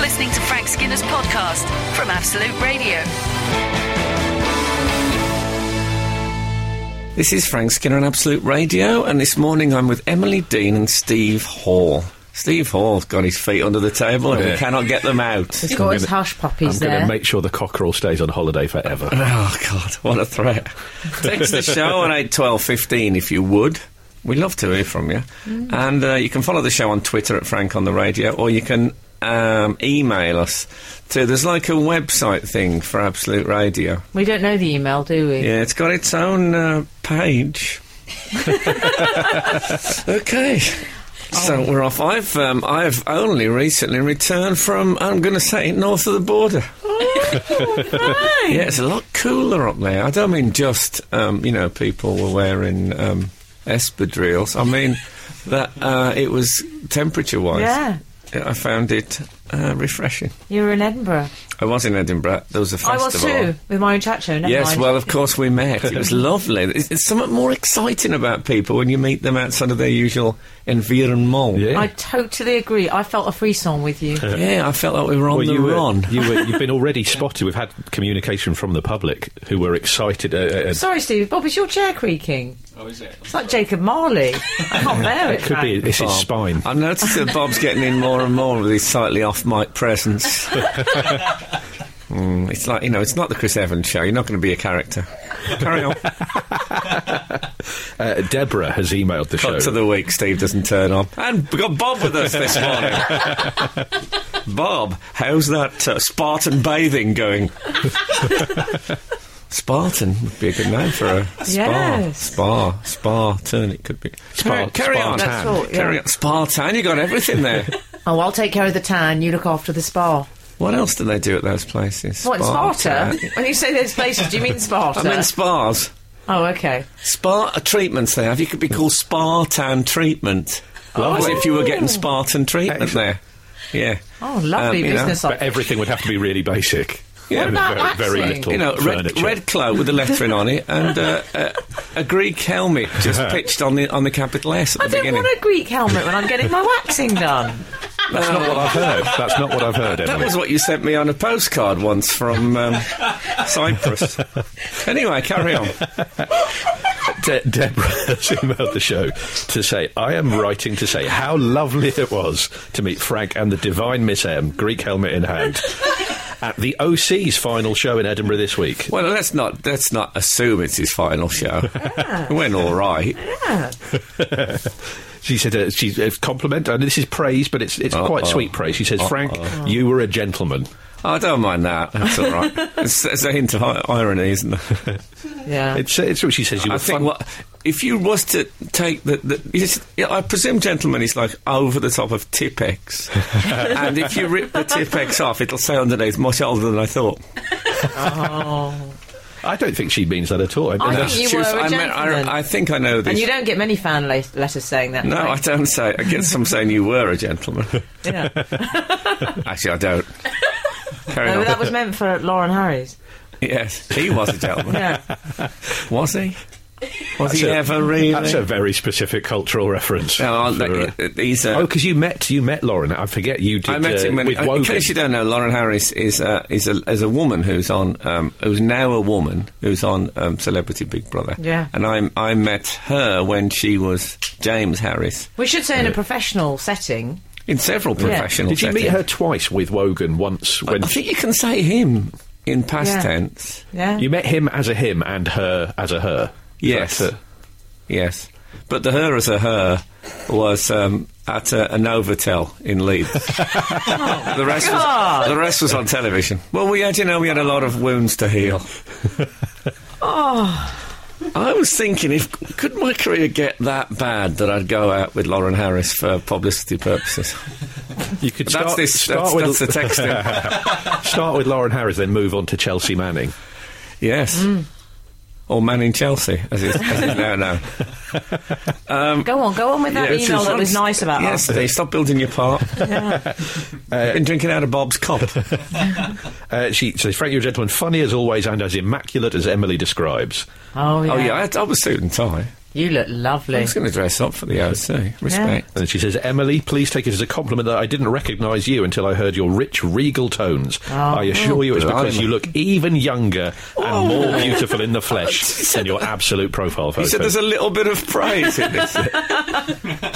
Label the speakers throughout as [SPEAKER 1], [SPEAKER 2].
[SPEAKER 1] listening to Frank Skinner's podcast from Absolute Radio.
[SPEAKER 2] This is Frank Skinner on Absolute Radio, and this morning I'm with Emily Dean and Steve Hall. Steve Hall's got his feet under the table and
[SPEAKER 3] Yeah.
[SPEAKER 2] we cannot get them out.
[SPEAKER 4] He's got his hush puppies
[SPEAKER 3] I'm going
[SPEAKER 4] there.
[SPEAKER 3] to make sure the cockerel stays on holiday forever.
[SPEAKER 2] Oh God, what a threat! Text the show on eight twelve fifteen if you would. We love to hear from you, and uh, you can follow the show on Twitter at Frank on the Radio, or you can um, email us to. There's like a website thing for Absolute Radio.
[SPEAKER 4] We don't know the email, do we?
[SPEAKER 2] Yeah, it's got its own uh, page. okay. So
[SPEAKER 4] Oh.
[SPEAKER 2] we're off. I've um, I've only recently returned from I'm going to say it, north of the border.
[SPEAKER 4] Oh,
[SPEAKER 2] yeah, it's a lot cooler up there. I don't mean just um, you know people were wearing um, espadrilles. I mean that uh, it was temperature wise.
[SPEAKER 4] Yeah.
[SPEAKER 2] I found it uh, refreshing.
[SPEAKER 4] You were in Edinburgh.
[SPEAKER 2] I was in Edinburgh. There was a
[SPEAKER 4] I
[SPEAKER 2] festival.
[SPEAKER 4] was too, with my own chat show. Never
[SPEAKER 2] Yes,
[SPEAKER 4] mind.
[SPEAKER 2] well, of course we met. It was lovely. It's, it's somewhat more exciting about people when you meet them outside of their usual environment.
[SPEAKER 3] Yeah.
[SPEAKER 4] I totally agree. I felt a frisson with you.
[SPEAKER 2] Yeah, I felt like we were on
[SPEAKER 3] Well,
[SPEAKER 2] the
[SPEAKER 3] you were,
[SPEAKER 2] run.
[SPEAKER 3] you were, you've been already spotted. We've had communication from the public who were excited. Uh, uh,
[SPEAKER 4] Sorry, Steve. Bob, is your chair creaking?
[SPEAKER 2] Oh, is it?
[SPEAKER 4] It's like Jacob Marley. I can't bear it.
[SPEAKER 3] it could be
[SPEAKER 4] Frank.
[SPEAKER 3] it's his spine.
[SPEAKER 2] I've noticed that Bob's getting in more and more with his slightly off mic presence. Mm, it's like, you know, it's not the Chris Evans show. You're not going to be a character. Carry on.
[SPEAKER 3] Uh, Deborah has emailed the
[SPEAKER 2] Cut
[SPEAKER 3] show.
[SPEAKER 2] to the week, Steve doesn't turn on. And we got Bob with us this morning. Bob, how's that uh, Spartan bathing going? Spartan would be a good name for a spa.
[SPEAKER 4] Yes.
[SPEAKER 2] Spa, Spartan, it could be.
[SPEAKER 3] Spar-
[SPEAKER 2] carry on.
[SPEAKER 3] Spartan.
[SPEAKER 4] That's all, yeah.
[SPEAKER 2] Carry on. Spartan, you got everything there.
[SPEAKER 4] Oh, I'll take care of the tan. You look after the spa.
[SPEAKER 2] what else do they do at those places?
[SPEAKER 4] What, in Sparta? when you say those places, do you mean Sparta?
[SPEAKER 2] I mean spas.
[SPEAKER 4] oh, okay.
[SPEAKER 2] Spa treatments they have. You could be called Spartan treatment. Lovely. As if you were getting Spartan treatment
[SPEAKER 3] Excellent.
[SPEAKER 2] there. Yeah.
[SPEAKER 4] Oh, lovely
[SPEAKER 2] Um, you know,
[SPEAKER 4] business.
[SPEAKER 3] But everything would have to be really basic.
[SPEAKER 2] Yeah.
[SPEAKER 3] And
[SPEAKER 4] What about
[SPEAKER 3] very, very
[SPEAKER 4] waxing?
[SPEAKER 3] little
[SPEAKER 2] you know, red,
[SPEAKER 3] furniture.
[SPEAKER 2] red cloak with the lettering on it, and uh, a, a Greek helmet just pitched on the on the capital S at
[SPEAKER 4] I
[SPEAKER 2] the
[SPEAKER 4] don't
[SPEAKER 2] beginning.
[SPEAKER 4] want a Greek helmet when I'm getting my waxing done.
[SPEAKER 3] That's not what I've heard. That's not what I've heard.
[SPEAKER 2] Uh, That
[SPEAKER 3] Emily.
[SPEAKER 2] was what you sent me on a postcard once from um, Cyprus. Anyway, carry on.
[SPEAKER 3] De- Deborah has emailed the show to say, I am writing to say how lovely it was to meet Frank and the divine Miss M, Greek helmet in hand, at the OC's final show in Edinburgh this week.
[SPEAKER 2] Well, let's not let's not assume it's his final show. It went all right.
[SPEAKER 3] She said, uh, she uh, compliment, and this is praise, but it's, it's quite sweet praise. She says, Frank, you were a gentleman.
[SPEAKER 2] Oh, I don't mind that. That's all right. It's, it's a hint of i- irony, isn't it?
[SPEAKER 4] Yeah.
[SPEAKER 3] It's, it's what she says, you were
[SPEAKER 2] I think
[SPEAKER 3] fun-
[SPEAKER 2] what if you was to take the, the you just- yeah, I presume gentleman is like over the top of Tipex, and if you rip the Tipex off, it'll say underneath much older than I thought.
[SPEAKER 4] Oh.
[SPEAKER 3] I don't think she means that at all. I mean,
[SPEAKER 4] I
[SPEAKER 3] that's-
[SPEAKER 4] think you were a
[SPEAKER 2] I, meant- I-
[SPEAKER 4] gentleman.
[SPEAKER 2] I think I know
[SPEAKER 4] and you
[SPEAKER 2] this.
[SPEAKER 4] don't get many fan la- letters saying that.
[SPEAKER 2] No, I
[SPEAKER 4] Frank.
[SPEAKER 2] don't say. I get some saying you were a gentleman.
[SPEAKER 4] Yeah.
[SPEAKER 2] Actually, I don't. Carry
[SPEAKER 4] No,
[SPEAKER 2] on.
[SPEAKER 4] that was meant for Lauren Harris.
[SPEAKER 2] yes, he was a gentleman.
[SPEAKER 4] Yeah.
[SPEAKER 2] Was he? Was he
[SPEAKER 3] a-
[SPEAKER 2] ever really?
[SPEAKER 3] that's a very specific cultural reference.
[SPEAKER 2] no, I'll-
[SPEAKER 3] for, uh,
[SPEAKER 2] he's a,
[SPEAKER 3] Oh, because you met you met Lauren. I forget you did.
[SPEAKER 2] I met
[SPEAKER 3] uh,
[SPEAKER 2] him when,
[SPEAKER 3] with
[SPEAKER 2] in
[SPEAKER 3] Wogan.
[SPEAKER 2] case you don't know, Lauren Harris is uh, is a is a woman who's on um, who's now a woman who's on um, Celebrity Big Brother.
[SPEAKER 4] Yeah.
[SPEAKER 2] and I I met her when she was James Harris
[SPEAKER 4] We should say in a professional setting.
[SPEAKER 2] in several professional.
[SPEAKER 3] Did you meet
[SPEAKER 2] settings.
[SPEAKER 3] her twice with Wogan once when
[SPEAKER 2] I think you can say him in past
[SPEAKER 4] Yeah.
[SPEAKER 2] tense.
[SPEAKER 4] Yeah.
[SPEAKER 3] you met him as a him and her as a her? Is
[SPEAKER 2] Yes.
[SPEAKER 3] that, uh,
[SPEAKER 2] Yes, but the her as a her was um, at a, an Novotel in Leeds. the rest was,
[SPEAKER 4] God.
[SPEAKER 2] the rest was on television. Well, we had you know we had a lot of wounds to heal. Oh. I was thinking if could my career get that bad that I'd go out with Lauren Harris for publicity purposes.
[SPEAKER 3] you could
[SPEAKER 2] That's
[SPEAKER 3] start,
[SPEAKER 2] this.
[SPEAKER 3] start
[SPEAKER 2] That's,
[SPEAKER 3] with,
[SPEAKER 2] that's the texting.
[SPEAKER 3] start with Lauren Harris, then move on to Chelsea Manning.
[SPEAKER 2] yes. Or man in Chelsea, as it's, as it's now known.
[SPEAKER 4] go on, go on with that
[SPEAKER 2] Yeah,
[SPEAKER 4] email
[SPEAKER 2] it's-
[SPEAKER 4] that was nice about
[SPEAKER 2] yes,
[SPEAKER 4] us.
[SPEAKER 2] Steve, stop building your part. Been drinking out of Bob's cup.
[SPEAKER 3] Uh, she says, "Frank, you're a gentleman, funny as always, and as immaculate as Emily describes."
[SPEAKER 4] Oh yeah.
[SPEAKER 2] Oh yeah, I, had- I was suit and tie.
[SPEAKER 4] You look
[SPEAKER 2] I
[SPEAKER 4] lovely.
[SPEAKER 2] was going to dress up for the OC. Respect.
[SPEAKER 3] And then she says, Emily, please take it as a compliment that I didn't recognise you until I heard your rich, regal tones. I
[SPEAKER 2] Oh.
[SPEAKER 3] assure you it's because
[SPEAKER 2] Blimey.
[SPEAKER 3] you look even younger and more beautiful in the flesh than your absolute profile photo.
[SPEAKER 2] Oh. He said there's a little bit of praise in this.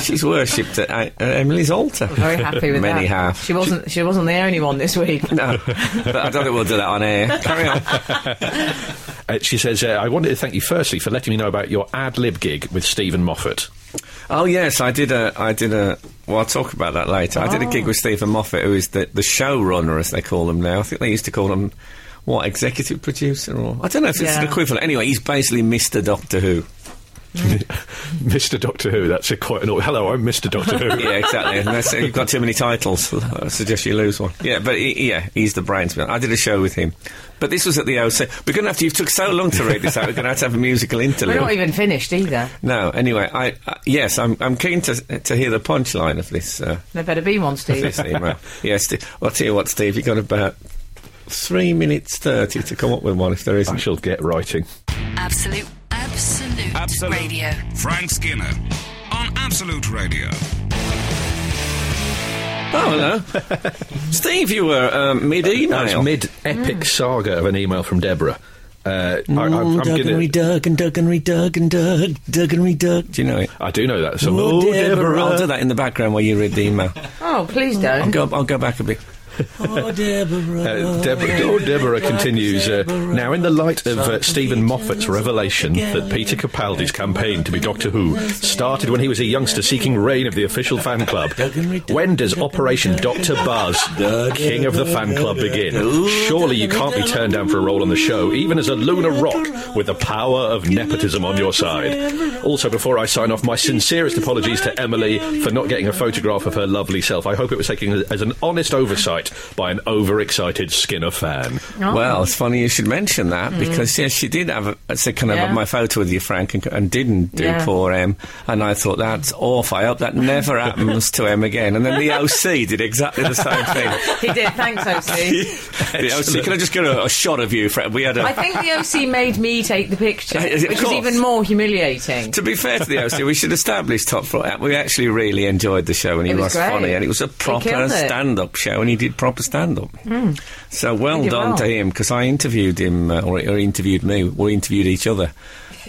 [SPEAKER 2] She's worshipped at, uh, at Emily's altar.
[SPEAKER 4] Very happy with that.
[SPEAKER 2] Many have.
[SPEAKER 4] She wasn't. She wasn't the only one this week.
[SPEAKER 2] No, but I don't think we'll do that on air. Carry on.
[SPEAKER 3] Uh, she says, uh, I wanted to thank you firstly for letting me know about your ad lib gig with Stephen Moffat.
[SPEAKER 2] Oh yes, I did a, I did a. Well, I'll talk about that later. I did
[SPEAKER 4] Oh.
[SPEAKER 2] a gig with Stephen Moffat, who is the the showrunner, as they call him now. I think they used to call him what executive producer or I don't know if it's an
[SPEAKER 4] Yeah.
[SPEAKER 2] equivalent. Anyway, he's basically Mister Doctor Who. Mm.
[SPEAKER 3] Mr. Doctor Who, that's a quite an. Hello, I'm Mr. Doctor Who.
[SPEAKER 2] Yeah, exactly. And that's, you've got too many titles. I suggest you lose one. Yeah, but he, yeah, he's the brains. man. I did a show with him, but this was at the OC. We're going to have to. You took so long to read this out. We're going to have to have a musical interlude.
[SPEAKER 4] We're not even finished either.
[SPEAKER 2] no, anyway, I, I yes, I'm I'm keen to to hear the punchline of this. Uh,
[SPEAKER 4] There better be one, Steve.
[SPEAKER 2] this email. yeah, Steve. I'll tell you what, Steve, you've got about three minutes 30 to come up with one if there
[SPEAKER 3] I
[SPEAKER 2] isn't.
[SPEAKER 3] shall get writing.
[SPEAKER 1] Absolute, absolute,
[SPEAKER 5] Absolute.
[SPEAKER 1] radio.
[SPEAKER 5] Frank Skinner on Absolute Radio.
[SPEAKER 2] Oh, hello. Steve, you were um, mid
[SPEAKER 3] That's
[SPEAKER 2] email.
[SPEAKER 3] mid epic saga of an email from Deborah. Uh, I, I'm, I'm
[SPEAKER 2] Dug and
[SPEAKER 3] gonna-
[SPEAKER 2] redug and dug and redug and dug, dug and redug. Do you know it?
[SPEAKER 3] I do know that song.
[SPEAKER 2] Oh, Deborah. I'll do that in the background while you read the email.
[SPEAKER 4] Oh, please
[SPEAKER 2] I'll
[SPEAKER 4] don't.
[SPEAKER 2] go, I'll go back a bit. Oh, Deborah.
[SPEAKER 3] Uh, Deborah, oh, Deborah continues. Uh, now, in the light of uh, Stephen Moffat's revelation that Peter Capaldi's campaign to be Doctor Who started when he was a youngster seeking reign of the official fan club, when does Operation Doctor Buzz, king of the fan club, begin? Surely you can't be turned down for a role on the show, even as a lunar rock with the power of nepotism on your side. Also, before I sign off, my sincerest apologies to Emily for not getting a photograph of her lovely self. I hope it was taken as an honest oversight by an overexcited Skinner fan.
[SPEAKER 4] Oh.
[SPEAKER 2] Well, it's funny you should mention that because yes, she did have. A, I said, "Can I have
[SPEAKER 4] Hmm. Yeah.
[SPEAKER 2] my photo with you, Frank?" and, and didn't do
[SPEAKER 4] Yeah.
[SPEAKER 2] poor Em. And I thought that's awful. I hope that never happens to Em again. And then the OC did exactly the same thing.
[SPEAKER 4] He did. Thanks, OC.
[SPEAKER 2] the OC, can I just get a, a shot of you, Frank? We had a.
[SPEAKER 4] I think the OC made me take the picture,
[SPEAKER 2] Is it- of
[SPEAKER 4] which is
[SPEAKER 2] course.
[SPEAKER 4] even more humiliating.
[SPEAKER 2] to be fair to the OC, we should establish top flight. We actually really enjoyed the show, and he
[SPEAKER 4] It was
[SPEAKER 2] was,
[SPEAKER 4] great.
[SPEAKER 2] funny, and it was a proper
[SPEAKER 4] killed it. Hmm.
[SPEAKER 2] stand-up show, and he did proper stand-up. So well
[SPEAKER 4] He
[SPEAKER 2] done
[SPEAKER 4] did well.
[SPEAKER 2] to him because I interviewed him, uh, or, or he interviewed me, we interviewed each other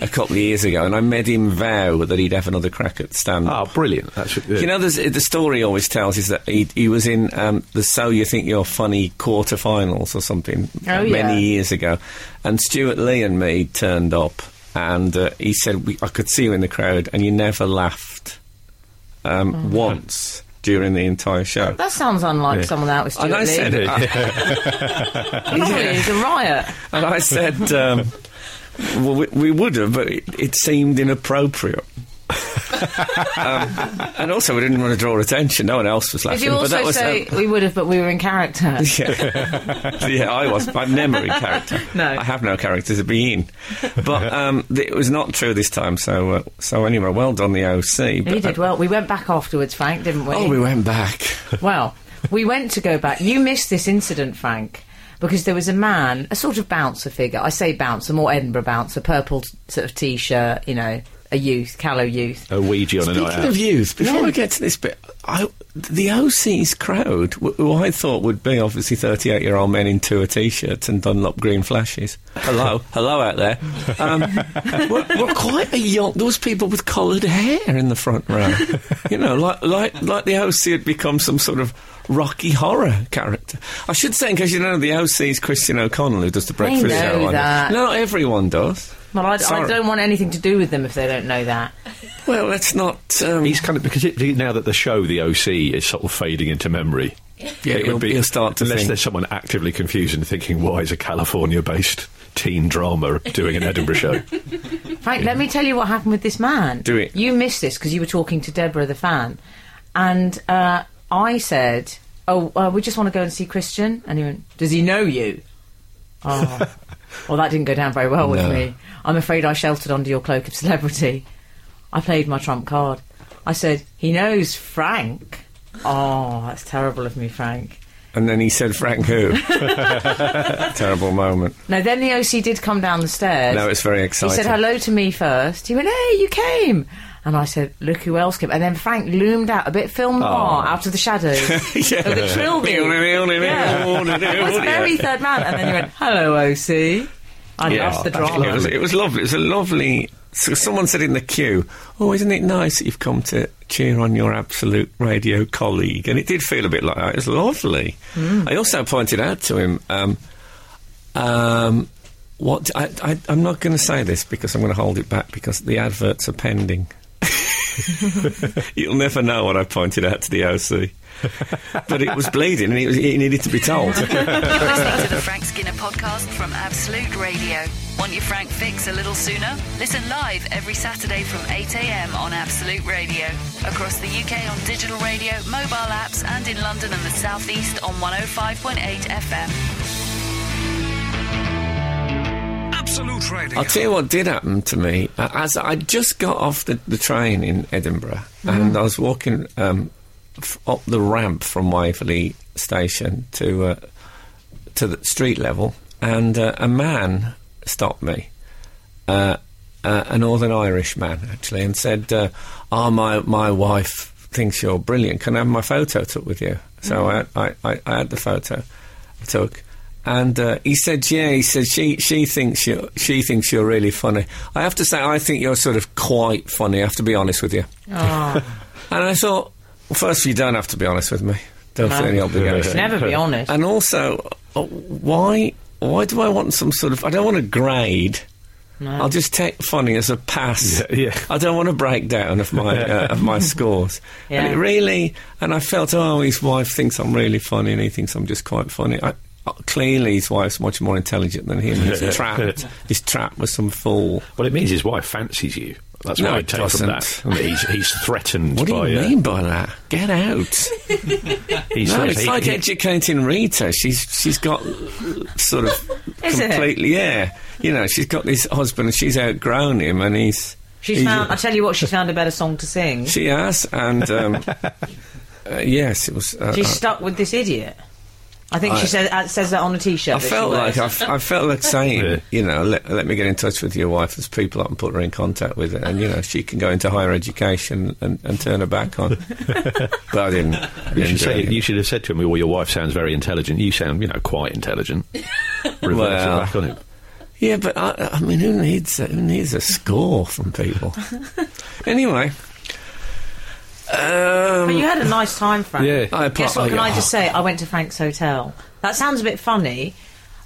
[SPEAKER 2] a couple of years ago, and I made him vow that he'd have another crack at stand-up.
[SPEAKER 3] Ah, brilliant. That's, uh,
[SPEAKER 2] You know, there's, the story he always tells is that he, he was in um, the So You Think You're Funny quarterfinals or something uh,
[SPEAKER 4] Oh,
[SPEAKER 2] many
[SPEAKER 4] yeah.
[SPEAKER 2] years ago. And Stuart Lee and me turned up, and uh, he said, we, I could see you in the crowd, and you never laughed um,
[SPEAKER 4] Mm.
[SPEAKER 2] once during the entire show.
[SPEAKER 4] That sounds unlike someone out with Stuart
[SPEAKER 2] And I
[SPEAKER 4] Lee.
[SPEAKER 2] said, I-
[SPEAKER 4] Probably is a riot.
[SPEAKER 2] and I said, um, well, we, we would have, but it, it seemed inappropriate. um, and also, we didn't want to draw attention. No one else was
[SPEAKER 4] Did
[SPEAKER 2] laughing.
[SPEAKER 4] you
[SPEAKER 2] but that
[SPEAKER 4] also
[SPEAKER 2] was
[SPEAKER 4] say
[SPEAKER 2] um,
[SPEAKER 4] we would have, but we were in character?
[SPEAKER 2] yeah, yeah, I was. I'm never in character.
[SPEAKER 4] No.
[SPEAKER 2] I have no character to be in. But um, th- it was not true this time. So, uh, so anyway, well done the OC. But, uh,
[SPEAKER 4] You did well. We went back afterwards, Frank, didn't we?
[SPEAKER 2] oh, we went back.
[SPEAKER 4] Well, we went to go back. You missed this incident, Frank, because there was a man, a sort of bouncer figure. I say bouncer, more Edinburgh bouncer, purple t- sort of t-shirt. You know, a youth, callow youth.
[SPEAKER 3] a Ouija on a night
[SPEAKER 2] Speaking
[SPEAKER 3] out.
[SPEAKER 2] of youth, before I get to this bit, I, the OC's crowd, wh- who I thought would be obviously 38 year old men in tour t shirts and Dunlop green flashes. Hello, hello out there. Um, were, were quite a young. There was people with collared hair in the front row. you know, like, like, like the OC had become some sort of Rocky Horror character. I should say, in case you don't know, the OC's Christian O'Connell, who does the breakfast
[SPEAKER 4] know
[SPEAKER 2] show on.
[SPEAKER 4] that.
[SPEAKER 2] it. No, not everyone does.
[SPEAKER 4] Well, I, I
[SPEAKER 2] Sorry.
[SPEAKER 4] don't want anything to do with them if they don't know that.
[SPEAKER 2] Well, let's not. Um,
[SPEAKER 3] He's kind of because it, now that the show, the OC, is sort of fading into memory.
[SPEAKER 2] yeah,
[SPEAKER 3] it
[SPEAKER 2] he'll,
[SPEAKER 3] would be
[SPEAKER 2] he'll start to
[SPEAKER 3] unless
[SPEAKER 2] think.
[SPEAKER 3] there's someone actively confused and thinking, why is a California-based teen drama doing an Edinburgh show?
[SPEAKER 4] Frank, let me tell you what happened with this man.
[SPEAKER 2] Do it.
[SPEAKER 4] You missed this because you were talking to Deborah the fan, and uh, I said, "Oh, uh, we just want to go and see Christian." And he went, "Does he know you?" Oh, well, that didn't go down very well with
[SPEAKER 2] No.
[SPEAKER 4] me. I'm afraid I sheltered under your cloak of celebrity. I played my trump card. I said, "He knows Frank." Oh, that's terrible of me, Frank.
[SPEAKER 2] And then he said, Frank who? Terrible moment.
[SPEAKER 4] No, then the OC did come down the stairs.
[SPEAKER 2] No, it's very
[SPEAKER 4] He
[SPEAKER 2] exciting.
[SPEAKER 4] said hello to me first. He went, "Hey, you came." And I said, "Look who else came." And then Frank loomed out a bit film noir out of the shadows
[SPEAKER 2] Yeah.
[SPEAKER 4] of the trilby. Yeah. It was very third man. And then he went, "Hello, OC." I loved
[SPEAKER 2] that's
[SPEAKER 4] the drama.
[SPEAKER 2] It was, it was lovely. It was a lovely. So someone said in the queue, "Oh, isn't it nice that you've come to cheer on your absolute radio colleague?" And it did feel a bit like that. It was lovely.
[SPEAKER 4] Mm.
[SPEAKER 2] I also pointed out to him, um, um, "What? I, I, I'm not going to say this because I'm going to hold it back because the adverts are pending." You'll never know what I pointed out to the OC. but it was bleeding and it, was, it needed to be told.
[SPEAKER 1] You're listening to the Frank Skinner podcast from Absolute Radio. Want your Frank fix a little sooner? Listen live every Saturday from 8 a.m. on Absolute Radio. Across the UK on digital radio, mobile apps, and in London and the South East on 105.8 FM.
[SPEAKER 5] Absolute Radio.
[SPEAKER 2] I'll tell you what did happen to me. Uh, As I just got off the, the train in Edinburgh and I was walking um, f- up the ramp from Waverley Station to uh, to the street level, and uh, a man stopped me, uh, uh, a Northern Irish man actually, and said, uh, "Ah, my my wife thinks you're brilliant. Can I have my photo took with you?" So I, I, I, I had the photo took. And uh, he said, "Yeah." He said, "She she thinks you she thinks you're really funny." I have to say, I think you're sort of quite funny. I have to be honest with you.
[SPEAKER 4] Oh,
[SPEAKER 2] And I thought, well, first, you don't have to be honest with me. Don't feel any obligation.
[SPEAKER 4] never be honest.
[SPEAKER 2] And also, uh, why why do I want some sort of? I don't want a grade. I'll just take funny as a pass.
[SPEAKER 3] Yeah, yeah.
[SPEAKER 2] I don't want a breakdown of my uh, of my scores. And
[SPEAKER 4] Yeah.
[SPEAKER 2] it really, and I felt, oh, his wife thinks I'm really funny, and he thinks I'm just quite funny. I, uh, clearly, his wife's much more intelligent than him. He's trapped. He's trapped with some fool.
[SPEAKER 3] Well, it means his wife fancies you. That's
[SPEAKER 2] No,
[SPEAKER 3] what I
[SPEAKER 2] it
[SPEAKER 3] take
[SPEAKER 2] doesn't.
[SPEAKER 3] from that. I mean, he's, he's threatened
[SPEAKER 2] What do
[SPEAKER 3] by.
[SPEAKER 2] you
[SPEAKER 3] uh,
[SPEAKER 2] mean by that? Get out.
[SPEAKER 3] he's
[SPEAKER 2] No,
[SPEAKER 3] threatened-
[SPEAKER 2] it's
[SPEAKER 3] he-
[SPEAKER 2] like
[SPEAKER 3] he-
[SPEAKER 2] educating Rita. She's she's got sort of
[SPEAKER 4] Is it?
[SPEAKER 2] completely yeah. You know, she's got this husband and she's outgrown him, and he's
[SPEAKER 4] She's
[SPEAKER 2] he's-
[SPEAKER 4] found. I tell you what, she's found a better song to sing.
[SPEAKER 2] she has, and um, uh, yes, it was. Uh,
[SPEAKER 4] She's
[SPEAKER 2] I-
[SPEAKER 4] stuck with this idiot. I think
[SPEAKER 2] I-
[SPEAKER 4] she says uh, says that on a t-shirt.
[SPEAKER 2] I
[SPEAKER 4] that she
[SPEAKER 2] felt
[SPEAKER 4] wears.
[SPEAKER 2] like I, f- I felt like saying,
[SPEAKER 3] Yeah.
[SPEAKER 2] you know, let, let me get in touch with your wife. There's people I can put her in contact with, and you know, she can go into higher education and, and turn her back on. but I didn't. I didn't
[SPEAKER 3] You should,
[SPEAKER 2] do
[SPEAKER 3] say,
[SPEAKER 2] anything.
[SPEAKER 3] you should have said to him, "Well, your wife sounds very intelligent. You sound, you know, quite intelligent." Reverse it
[SPEAKER 2] Well.
[SPEAKER 3] back on him.
[SPEAKER 2] Yeah, but I, I mean, who needs a, who needs a score from people? anyway,
[SPEAKER 4] But
[SPEAKER 2] um,
[SPEAKER 4] you had a nice time, Frank.
[SPEAKER 3] Yeah.
[SPEAKER 2] I apart-
[SPEAKER 4] Guess what? Can
[SPEAKER 2] I-
[SPEAKER 4] I just say? I went to Frank's hotel. That sounds a bit funny.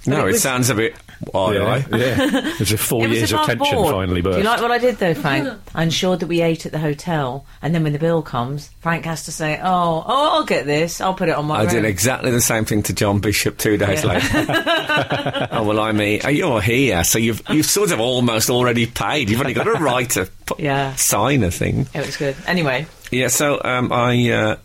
[SPEAKER 4] but
[SPEAKER 2] no, it,
[SPEAKER 4] was-
[SPEAKER 2] sounds a bit. Why?
[SPEAKER 3] Yeah,
[SPEAKER 2] why?
[SPEAKER 3] yeah. It was a four
[SPEAKER 4] it was
[SPEAKER 3] years of
[SPEAKER 4] above
[SPEAKER 3] tension
[SPEAKER 4] board.
[SPEAKER 3] finally burst.
[SPEAKER 4] Do you like what I did though, Frank? I ensured that we ate at the hotel, and then when the bill comes, Frank has to say, "Oh, oh, I'll get this. I'll put it on my."
[SPEAKER 2] I did
[SPEAKER 4] room."
[SPEAKER 2] exactly the same thing to John Bishop two days
[SPEAKER 4] Yeah.
[SPEAKER 2] later. oh well, I mean, oh, you're here, so you've you've sort of almost already paid. You've only got to write a pu-
[SPEAKER 4] Yeah.
[SPEAKER 2] sign a thing.
[SPEAKER 4] It was good. Anyway,
[SPEAKER 2] Yeah. So um, I uh,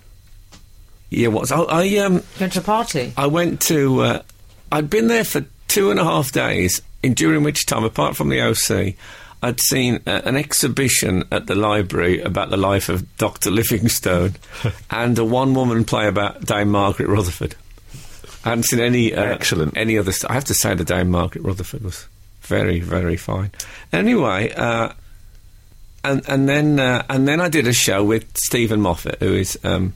[SPEAKER 2] yeah, what's I, I um
[SPEAKER 4] you went to a party.
[SPEAKER 2] I went to. Uh, I'd been there for two and a half days, in during which time, apart from the OC, I'd seen uh, an exhibition at the library about the life of Dr. Livingstone and a one woman play about Dame Margaret Rutherford. I hadn't seen any uh,
[SPEAKER 3] Excellent.
[SPEAKER 2] any other. St- I have to say, the Dame Margaret Rutherford was very, very fine. Anyway, uh, and and then uh, and then I did a show with Stephen Moffat, who is um,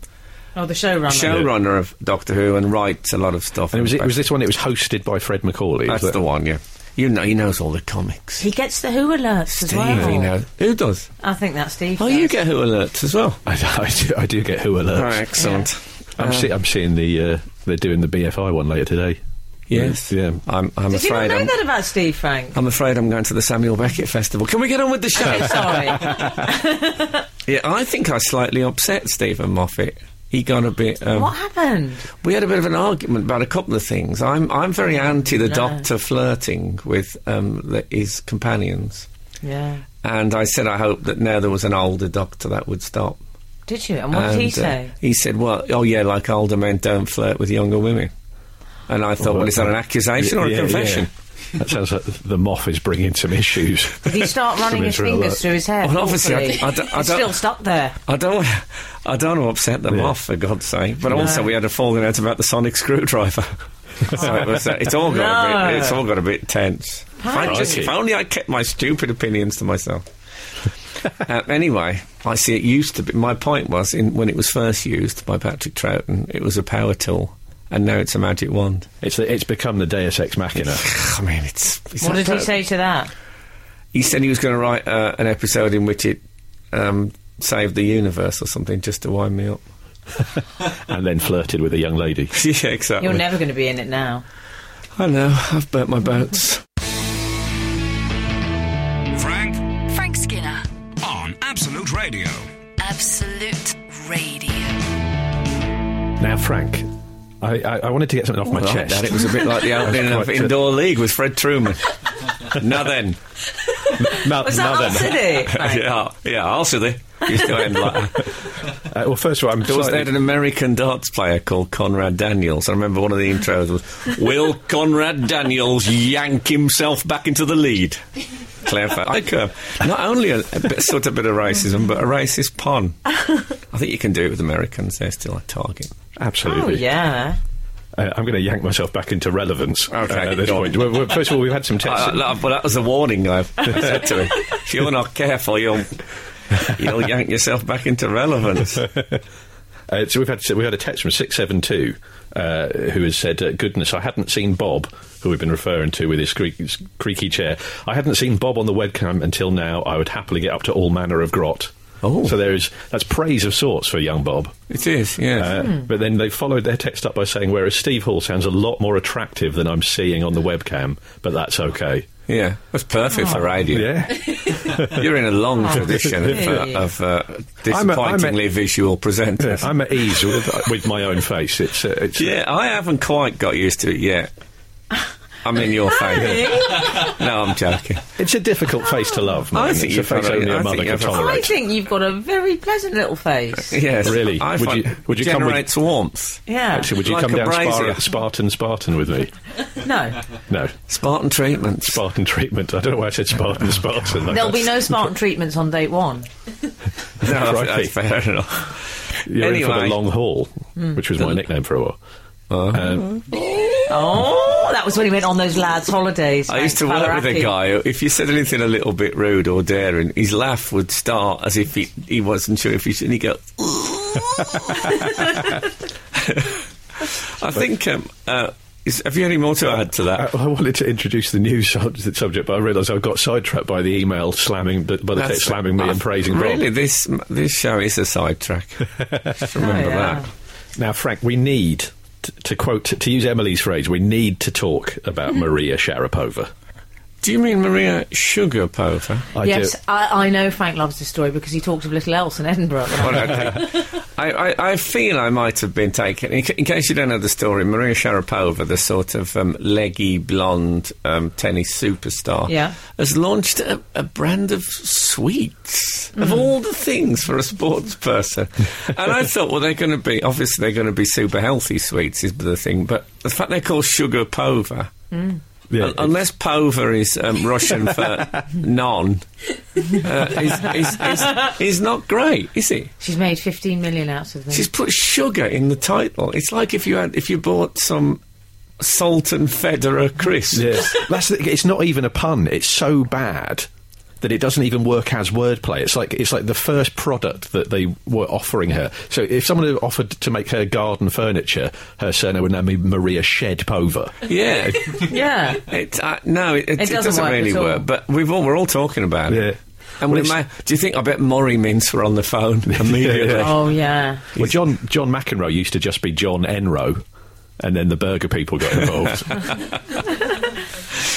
[SPEAKER 4] Oh, the showrunner.
[SPEAKER 2] showrunner of Doctor Who and writes a lot of stuff.
[SPEAKER 3] and it was, it
[SPEAKER 2] about-
[SPEAKER 3] was this one. It was hosted by Fred McCauley.
[SPEAKER 2] that's
[SPEAKER 3] was
[SPEAKER 2] the
[SPEAKER 3] it?
[SPEAKER 2] one, yeah. You know, he knows all the comics.
[SPEAKER 4] He gets the Who alerts as well.
[SPEAKER 2] he knows. Who does?
[SPEAKER 4] I think that's Steve.
[SPEAKER 2] Oh,
[SPEAKER 4] does.
[SPEAKER 2] you get Who alerts as well.
[SPEAKER 3] I, I do, I do get who alerts.
[SPEAKER 2] Oh, excellent.
[SPEAKER 3] I'm, see, I'm seeing the uh, they're doing the BFI one later today.
[SPEAKER 2] Yes,
[SPEAKER 3] Yeah.
[SPEAKER 2] I'm. I'm
[SPEAKER 4] Did you
[SPEAKER 2] afraid.
[SPEAKER 4] not know
[SPEAKER 2] I'm,
[SPEAKER 4] that about Steve Frank?
[SPEAKER 2] I'm afraid I'm going to the Samuel Beckett Festival. Can we get on with the show?
[SPEAKER 4] Okay, sorry.
[SPEAKER 2] Um, yeah, I think I slightly upset Stephen Moffat. He got a bit. Um,
[SPEAKER 4] what happened?
[SPEAKER 2] We had a bit of an argument about a couple of things. I'm. I'm very anti the Doctor flirting with um, the, his companions,
[SPEAKER 4] Yeah.
[SPEAKER 2] and I said I hope that now there was an older Doctor that would stop.
[SPEAKER 4] Did you? And what did he
[SPEAKER 2] And, uh,
[SPEAKER 4] say?
[SPEAKER 2] he said, "Well, oh yeah, like older men don't flirt with younger women." And I thought, well, is that an accusation or a
[SPEAKER 3] uh, Yeah,
[SPEAKER 2] confession?
[SPEAKER 3] yeah. That sounds like the moth is bringing some issues.
[SPEAKER 4] Did he start running his fingers through his hair?
[SPEAKER 2] Well, obviously, I-
[SPEAKER 4] thoughtfully?
[SPEAKER 2] I don't- I
[SPEAKER 4] It's
[SPEAKER 2] don't-
[SPEAKER 4] still stuck there.
[SPEAKER 2] I don't, I don't want to upset them off for God's sake. But also, we had a falling out about the sonic screwdriver. so it was, uh, it's all got a
[SPEAKER 4] No.
[SPEAKER 2] bit, it's all got a bit tense. If, I just,
[SPEAKER 3] Crikey.
[SPEAKER 2] if only I kept my stupid opinions to myself. uh, anyway, I see it used to be. My point was in when it was first used by Patrick Troughton, it was a power tool, and now it's a magic wand.
[SPEAKER 3] It's, it's become the Deus Ex Machina.
[SPEAKER 2] I mean, it's. it's
[SPEAKER 4] What did he
[SPEAKER 2] unpro-
[SPEAKER 4] say to that?
[SPEAKER 2] He said he was going to write uh, an episode in which it um, saved the universe or something, just to wind me up.
[SPEAKER 3] and then flirted with a young lady.
[SPEAKER 2] yeah, exactly.
[SPEAKER 4] You're never going to be in it now.
[SPEAKER 2] I know, I've burnt my boats.
[SPEAKER 5] Frank
[SPEAKER 1] Frank Skinner,
[SPEAKER 5] on Absolute Radio.
[SPEAKER 1] Absolute Radio.
[SPEAKER 3] Now, Frank, I, I, I wanted to get something off my
[SPEAKER 2] Well,
[SPEAKER 3] chest.
[SPEAKER 2] That it was a bit like the opening of
[SPEAKER 3] Quite uh, a-
[SPEAKER 2] Indoor League with Fred Truman. now then.
[SPEAKER 3] No-
[SPEAKER 4] Was that
[SPEAKER 3] no,
[SPEAKER 4] Hull
[SPEAKER 3] then.
[SPEAKER 4] City? Right.
[SPEAKER 2] Yeah, yeah, I'll see thee. Used to end like that.
[SPEAKER 3] Uh, well, first of all, I'm
[SPEAKER 2] Plus, they
[SPEAKER 3] delighted-
[SPEAKER 2] had an American darts player called Conrad Daniels. I remember one of the intros was, Will Conrad Daniels yank himself back into the lead? Claire Fa- I curve. Not only a, a bit, sort of bit of racism, but a racist pun. I think you can do it with Americans. They're still a target.
[SPEAKER 4] Oh,
[SPEAKER 3] Absolutely.
[SPEAKER 4] yeah.
[SPEAKER 3] Uh, I'm going to yank myself back into relevance uh,
[SPEAKER 2] Okay,
[SPEAKER 3] at this
[SPEAKER 2] go on.
[SPEAKER 3] point. Well, well, first of all, we've had some tests.
[SPEAKER 2] Uh, no, well, that was a warning I've I said to him. If you're not careful, you'll you'll yank yourself back into relevance.
[SPEAKER 3] Uh, so we've had we had a text from six seven two, uh, who has said, uh, "Goodness, I hadn't seen Bob, who we've been referring to with his, creak, his creaky chair. I hadn't seen Bob on the webcam until now. I would happily get up to all manner of grot."
[SPEAKER 2] Oh.
[SPEAKER 3] so there is that's praise of sorts for young Bob.
[SPEAKER 2] It is, yes.
[SPEAKER 3] Uh,
[SPEAKER 4] Hmm.
[SPEAKER 3] But then they followed their text up by saying, "Whereas Steve Hall sounds a lot more attractive than I'm seeing on the webcam, but that's okay."
[SPEAKER 2] yeah, that's perfect for radio.
[SPEAKER 3] Yeah,
[SPEAKER 2] You're in a long
[SPEAKER 4] Oh,
[SPEAKER 2] tradition of,
[SPEAKER 4] really?
[SPEAKER 2] uh, of uh,
[SPEAKER 3] I'm a- I'm a-
[SPEAKER 2] disappointingly visual presenters.
[SPEAKER 3] I'm at ease with, with my own face. It's, uh, it's
[SPEAKER 2] yeah, I haven't quite got used to it yet. I'm in your favour. No, I'm joking.
[SPEAKER 3] It's a difficult face to love. Man.
[SPEAKER 2] I think
[SPEAKER 3] it's a
[SPEAKER 2] you've
[SPEAKER 3] face
[SPEAKER 2] got a-
[SPEAKER 3] only
[SPEAKER 2] I
[SPEAKER 3] a
[SPEAKER 2] think
[SPEAKER 3] mother
[SPEAKER 2] you
[SPEAKER 3] can
[SPEAKER 2] have a-
[SPEAKER 4] I
[SPEAKER 3] tolerate.
[SPEAKER 4] think you've got a very pleasant little face.
[SPEAKER 2] Yes,
[SPEAKER 3] Really?
[SPEAKER 2] I
[SPEAKER 3] Would
[SPEAKER 2] find
[SPEAKER 3] you- would you come with-
[SPEAKER 2] generates warmth?
[SPEAKER 4] Yeah.
[SPEAKER 3] Actually, would you
[SPEAKER 2] Like
[SPEAKER 3] come
[SPEAKER 2] a
[SPEAKER 3] down
[SPEAKER 2] brazier.
[SPEAKER 3] Spar- Spartan Spartan with me?
[SPEAKER 4] No.
[SPEAKER 3] No,
[SPEAKER 2] Spartan treatments.
[SPEAKER 3] Spartan treatment. I don't know why I said Spartan Spartan.
[SPEAKER 4] There'll be no Spartan treatments on date one.
[SPEAKER 2] No,
[SPEAKER 3] Crikey.
[SPEAKER 2] that's fair enough.
[SPEAKER 3] You're in
[SPEAKER 2] Anyway.
[SPEAKER 3] for
[SPEAKER 2] Hmm. Uh-huh.
[SPEAKER 3] the long haul,
[SPEAKER 4] Hmm.
[SPEAKER 3] which was my nickname for a while. Um,
[SPEAKER 4] Oh, that was when he went on those lads' holidays.
[SPEAKER 2] I used to
[SPEAKER 4] Frank
[SPEAKER 2] work with a
[SPEAKER 4] Palaraki.
[SPEAKER 2] guy. who, If you said anything a little bit rude or daring, his laugh would start as if he, he wasn't sure if he should. And he'd go. I think. Um, uh, is, have you any more to add to
[SPEAKER 3] I,
[SPEAKER 2] that?
[SPEAKER 3] I wanted to introduce the new sub- subject, but I realised I got sidetracked by the email slamming, by the
[SPEAKER 2] That's-
[SPEAKER 3] text slamming me
[SPEAKER 2] I've-
[SPEAKER 3] and praising Bob.
[SPEAKER 2] Really, this this show is a sidetrack. Just remember
[SPEAKER 4] Oh, yeah.
[SPEAKER 2] that.
[SPEAKER 3] Now, Frank, we need t- to quote to use Emily's phrase. We need to talk about Maria Sharapova.
[SPEAKER 2] Do you mean Maria Sugar Pover?
[SPEAKER 3] I
[SPEAKER 4] yes,
[SPEAKER 3] do.
[SPEAKER 4] I, I know Frank loves this story because he talked of little else in Edinburgh.
[SPEAKER 2] Well, okay. I, I, I feel I might have been taken. In, ca- in case you don't know the story, Maria Sharapova, the sort of um, leggy blonde um, tennis superstar,
[SPEAKER 4] Yeah.
[SPEAKER 2] has launched a, a brand of sweets of all the things for a sports person. and I thought, well, they're going to be obviously they're going to be super healthy sweets is the thing, but the fact they're called sugar pova.
[SPEAKER 3] Yeah,
[SPEAKER 2] Un- Unless pova is um, Russian for non, uh, is, is, is, is not great, is it?
[SPEAKER 4] She's made 15 million out of this.
[SPEAKER 2] She's put sugar in the title. It's like if you had if you bought some Sultan Federer crisps.
[SPEAKER 3] Yeah, that's the, it's not even a pun. It's so bad that it doesn't even work as wordplay. It's like it's like the first product that they were offering her. So if someone had offered to make her garden furniture, her surname would now be Maria Shedpova.
[SPEAKER 2] Yeah.
[SPEAKER 4] Yeah.
[SPEAKER 2] It, uh, no, it, it, it
[SPEAKER 4] doesn't
[SPEAKER 2] doesn't,
[SPEAKER 4] work
[SPEAKER 2] really
[SPEAKER 4] at all.
[SPEAKER 2] work. But we've all, we're all talking about
[SPEAKER 3] Yeah.
[SPEAKER 2] it. And
[SPEAKER 3] Well,
[SPEAKER 2] we
[SPEAKER 3] it's-
[SPEAKER 2] ma- do you think I bet Maury Mints were on the phone immediately?
[SPEAKER 4] Oh, yeah.
[SPEAKER 3] Well, John John McEnroe used to just be John Enroe. And then the burger people got involved.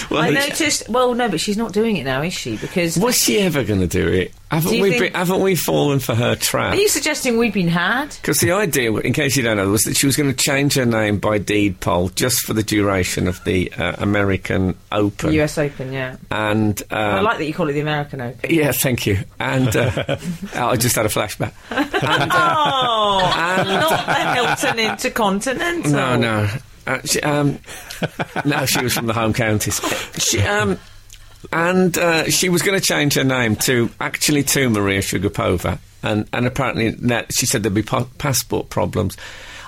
[SPEAKER 2] Well,
[SPEAKER 4] I
[SPEAKER 2] he-
[SPEAKER 4] noticed. Well, no, but she's not doing it now, is she? Because
[SPEAKER 2] was she ever going to do it? Haven't
[SPEAKER 4] Do you
[SPEAKER 2] we
[SPEAKER 4] think-
[SPEAKER 2] be- haven't we fallen for her trap?
[SPEAKER 4] are you suggesting we've been had?
[SPEAKER 2] Because the idea, in case you don't know, was that she was going to change her name by deed poll just for the duration of the uh, American Open.
[SPEAKER 4] U.S. Open, yeah.
[SPEAKER 2] And um,
[SPEAKER 4] I like that you call it the American Open.
[SPEAKER 2] Yeah, thank you. And uh, I just had a flashback. And, uh,
[SPEAKER 4] Oh, not the Hilton Intercontinental.
[SPEAKER 2] no, no. Uh, she, um, no, she was from the home counties. She, um, and uh, she was going to change her name to actually to Maria Sugapova, and and apparently that she said there'd be pa- passport problems.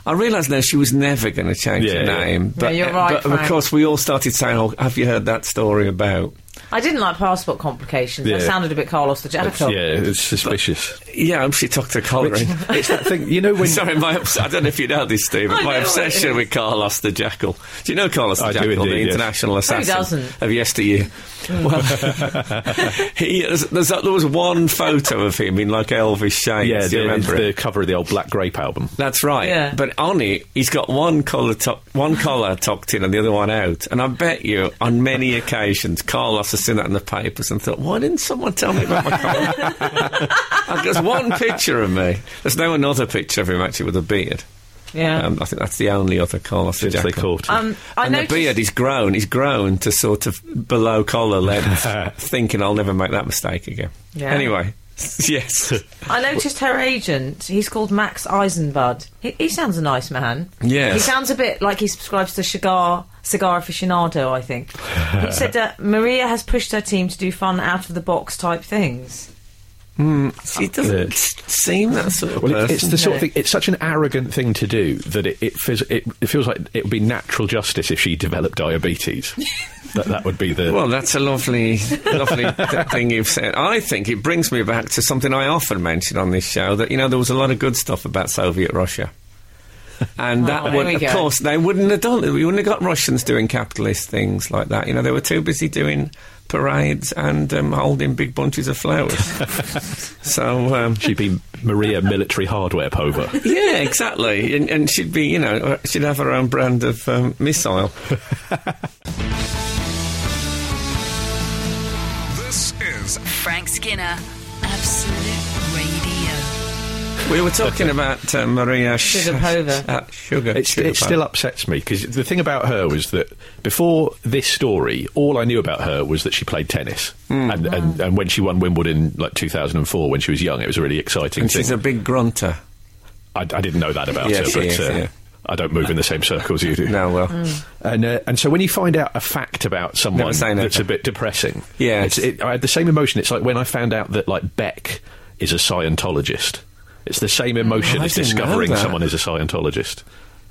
[SPEAKER 2] I realise now she was never going to change
[SPEAKER 3] Yeah,
[SPEAKER 2] her
[SPEAKER 3] yeah.
[SPEAKER 2] name, but, uh,
[SPEAKER 4] you're right,
[SPEAKER 2] but of
[SPEAKER 4] Frank.
[SPEAKER 2] course we all started saying, "Oh, have you heard that story about?"
[SPEAKER 4] I didn't like passport complications. That
[SPEAKER 3] Yeah.
[SPEAKER 4] sounded a bit Carlos the
[SPEAKER 3] It's-
[SPEAKER 4] Janitor.
[SPEAKER 3] yeah, it's suspicious.
[SPEAKER 2] Yeah, she took to collaring.
[SPEAKER 3] it's that thing, you know, when
[SPEAKER 2] Sorry, my obs- I don't know if you know this, Steve,
[SPEAKER 4] I
[SPEAKER 2] but my
[SPEAKER 4] know it
[SPEAKER 2] obsession
[SPEAKER 4] is.
[SPEAKER 2] with Carlos the Jackal. Do you know Carlos the
[SPEAKER 3] I do
[SPEAKER 2] Jackal,
[SPEAKER 3] indeed,
[SPEAKER 2] the
[SPEAKER 3] yes.
[SPEAKER 2] international assassin
[SPEAKER 4] doesn't? Hmm.
[SPEAKER 2] of yesteryear? Well, he, there's, there's, there was one photo of him in like Elvis shades.
[SPEAKER 3] yeah,
[SPEAKER 2] do you
[SPEAKER 3] the, it's
[SPEAKER 2] remember it?
[SPEAKER 3] the cover of the old Black Grape album.
[SPEAKER 2] That's right.
[SPEAKER 4] Yeah.
[SPEAKER 2] But on it, he's got one collar, tuck one collar tucked in and the other one out. And I bet you, on many occasions, Carlos has seen that in the papers and thought, why didn't someone tell me about my collar? And There's one picture of me. There's no another picture of him actually with a beard.
[SPEAKER 4] Yeah.
[SPEAKER 2] Um, I think that's the only other Carlos the
[SPEAKER 3] Since they
[SPEAKER 2] Jackal.
[SPEAKER 3] caught it.
[SPEAKER 4] Um, I
[SPEAKER 2] and the
[SPEAKER 4] noticed-
[SPEAKER 2] beard, he's grown. He's grown to sort of below collar length, thinking I'll never make that mistake again.
[SPEAKER 4] Yeah.
[SPEAKER 2] Anyway, yes,
[SPEAKER 4] I noticed her agent. He's called Max Eisenbud. He, he sounds a nice man.
[SPEAKER 2] Yes.
[SPEAKER 4] He sounds a bit like he subscribes to cigar cigar aficionado. I think. He said that Maria has pushed her team to do fun, out of the box type things.
[SPEAKER 2] she doesn't seem that sort of
[SPEAKER 3] Well, it,
[SPEAKER 2] person.
[SPEAKER 3] it's the sort of
[SPEAKER 4] No.
[SPEAKER 3] thing. It's such an arrogant thing to do that it it feels it, it feels like it would be natural justice if she developed diabetes. that that would be the
[SPEAKER 2] Well, that's a lovely, lovely th- thing you've said. I think it brings me back to something I often mention on this show that, you know, there was a lot of good stuff about Soviet Russia. And that
[SPEAKER 4] there
[SPEAKER 2] would,
[SPEAKER 4] we
[SPEAKER 2] of
[SPEAKER 4] go.
[SPEAKER 2] course, they wouldn't have done it. We wouldn't have got Russians doing capitalist things like that. You know, they were too busy doing parades and um, holding big bunches of flowers. so, um,
[SPEAKER 3] she'd be Maria Military Hardware Pova.
[SPEAKER 2] yeah, exactly. And, and she'd be, you know, uh, she'd have her own brand of um, missile.
[SPEAKER 5] This is
[SPEAKER 1] Frank Skinner, Absolute Radio.
[SPEAKER 2] We were talking about uh, Maria Sh-
[SPEAKER 4] Sugapova.
[SPEAKER 2] uh, Sugar.
[SPEAKER 3] It's, it
[SPEAKER 2] Sugapova.
[SPEAKER 3] still upsets me because the thing about her was that before this story, all I knew about her was that she played tennis,
[SPEAKER 2] Mm.
[SPEAKER 3] and, and and when she won Wimbledon like 2004 when she was young, it was a really exciting
[SPEAKER 2] And
[SPEAKER 3] thing.
[SPEAKER 2] she's a big grunter.
[SPEAKER 3] I, I didn't know that about
[SPEAKER 2] Yeah,
[SPEAKER 3] her,
[SPEAKER 2] she
[SPEAKER 3] but
[SPEAKER 2] is,
[SPEAKER 3] uh,
[SPEAKER 2] yeah.
[SPEAKER 3] I don't move in the same circles you do.
[SPEAKER 2] No, well,
[SPEAKER 4] Mm.
[SPEAKER 3] And, uh, and so when you find out a fact about someone
[SPEAKER 2] Never say never.
[SPEAKER 3] that's a bit depressing,
[SPEAKER 2] Yeah.
[SPEAKER 3] it's, it, I had the same emotion. It's like when I found out that like Beck is a Scientologist. It's the same emotion
[SPEAKER 2] Oh, I
[SPEAKER 3] as
[SPEAKER 2] didn't know
[SPEAKER 3] discovering
[SPEAKER 2] that.
[SPEAKER 3] someone is a Scientologist.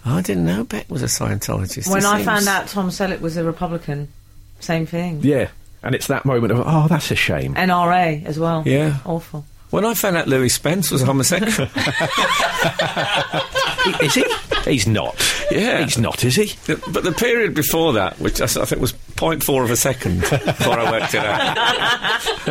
[SPEAKER 2] I didn't know Beck was a Scientologist.
[SPEAKER 4] when
[SPEAKER 2] It
[SPEAKER 4] I
[SPEAKER 2] seems-
[SPEAKER 4] found out Tom Selleck was a Republican, same thing.
[SPEAKER 3] Yeah, and it's that moment of oh, that's a shame.
[SPEAKER 4] NRA as well.
[SPEAKER 2] Yeah.
[SPEAKER 4] Awful.
[SPEAKER 2] when I found out Louis Spence was a homosexual,
[SPEAKER 3] is he? He's not.
[SPEAKER 2] Yeah.
[SPEAKER 3] he's not. Is he?
[SPEAKER 2] The- but the period before that, which I, s- I think was 0.4 of a second before I worked it out,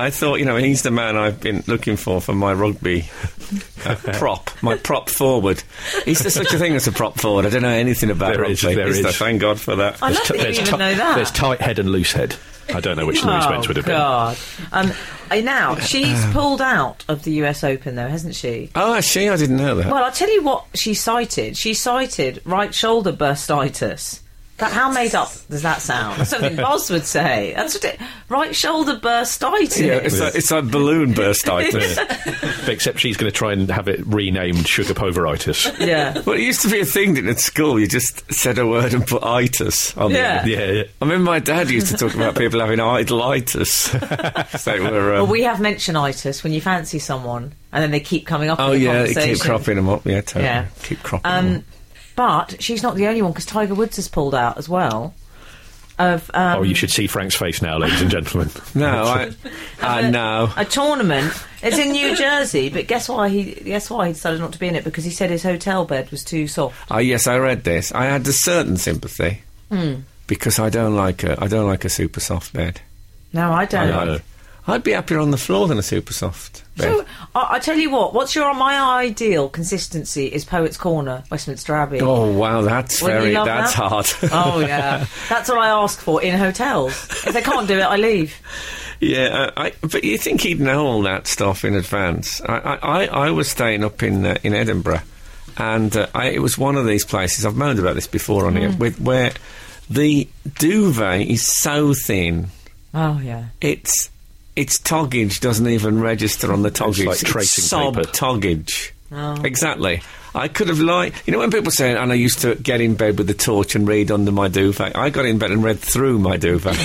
[SPEAKER 2] I thought, you know, he's the man I've been looking for for my rugby uh, prop, my prop forward. Is there such a thing as a prop forward? I don't know anything about
[SPEAKER 3] There
[SPEAKER 2] rugby.
[SPEAKER 3] is, there
[SPEAKER 2] there?
[SPEAKER 3] is.
[SPEAKER 2] Thank God for that.
[SPEAKER 4] I love
[SPEAKER 3] T-
[SPEAKER 4] that you even know that.
[SPEAKER 3] There's tight head and loose head. I don't know which Louis Spence would have been.
[SPEAKER 4] Oh, God. Um, I- now, she's
[SPEAKER 2] um,
[SPEAKER 4] pulled out of the US Open, though, hasn't she?
[SPEAKER 2] Oh, actually, I didn't know that.
[SPEAKER 4] Well, I'll tell you what she cited. She cited right shoulder burstitis. That, how made up does that sound? That's something Boz would say. That's what it, right shoulder burstitis.
[SPEAKER 2] yeah, it's, like, it's like balloon burstitis.
[SPEAKER 3] Except she's going to try and have it renamed sugar poveritis.
[SPEAKER 4] yeah.
[SPEAKER 2] Well, it used to be a thing that at school you just said a word and put itis on the
[SPEAKER 4] Yeah.
[SPEAKER 2] end.
[SPEAKER 3] yeah, yeah.
[SPEAKER 2] I mean, my dad used to talk about people having idolitis. 'Cause they were. Um,
[SPEAKER 4] Well, we have mentionitis when you fancy someone and then they keep coming up.
[SPEAKER 2] oh,
[SPEAKER 4] in the
[SPEAKER 2] yeah, they
[SPEAKER 4] conversation.
[SPEAKER 2] keep cropping them up. Yeah, totally.
[SPEAKER 4] Yeah.
[SPEAKER 2] Keep cropping them
[SPEAKER 4] Um,
[SPEAKER 2] up.
[SPEAKER 4] but she's not the only one because Tiger Woods has pulled out as well. Of um,
[SPEAKER 3] oh, you should see Frank's face now, ladies and gentlemen.
[SPEAKER 2] No, I, I know.
[SPEAKER 4] a tournament. It's in New Jersey, but guess why he guess why he decided not to be in it because he said his hotel bed was too soft.
[SPEAKER 2] Oh, yes, I read this. I had a certain sympathy
[SPEAKER 4] Hmm.
[SPEAKER 2] because I don't like a, I don't like a super soft bed.
[SPEAKER 4] No, I don't.
[SPEAKER 2] I like, I'd be happier on the floor than a super soft bed.
[SPEAKER 4] So I, I tell you what, what's your my ideal consistency is Poets Corner, Westminster Abbey.
[SPEAKER 2] oh wow, that's
[SPEAKER 4] Wouldn't you
[SPEAKER 2] very
[SPEAKER 4] love
[SPEAKER 2] that's
[SPEAKER 4] that?
[SPEAKER 2] hard.
[SPEAKER 4] Oh, yeah, that's what I ask for in hotels. If they can't do it, I leave.
[SPEAKER 2] Yeah, I, I, but you think he'd know all that stuff in advance? I, I, I, I was staying up in uh, in Edinburgh, and uh, I, it was one of these places I've moaned about this before on here, with where the duvet is so thin,
[SPEAKER 4] Oh yeah,
[SPEAKER 2] it's its toggage doesn't even register on the toggage.
[SPEAKER 3] like tracing
[SPEAKER 2] sob
[SPEAKER 3] paper.
[SPEAKER 2] toggage.
[SPEAKER 4] Oh.
[SPEAKER 2] Exactly. I could have liked. You know, when people say, and I used to get in bed with the torch and read under my duvet, I got in bed and read through my duvet.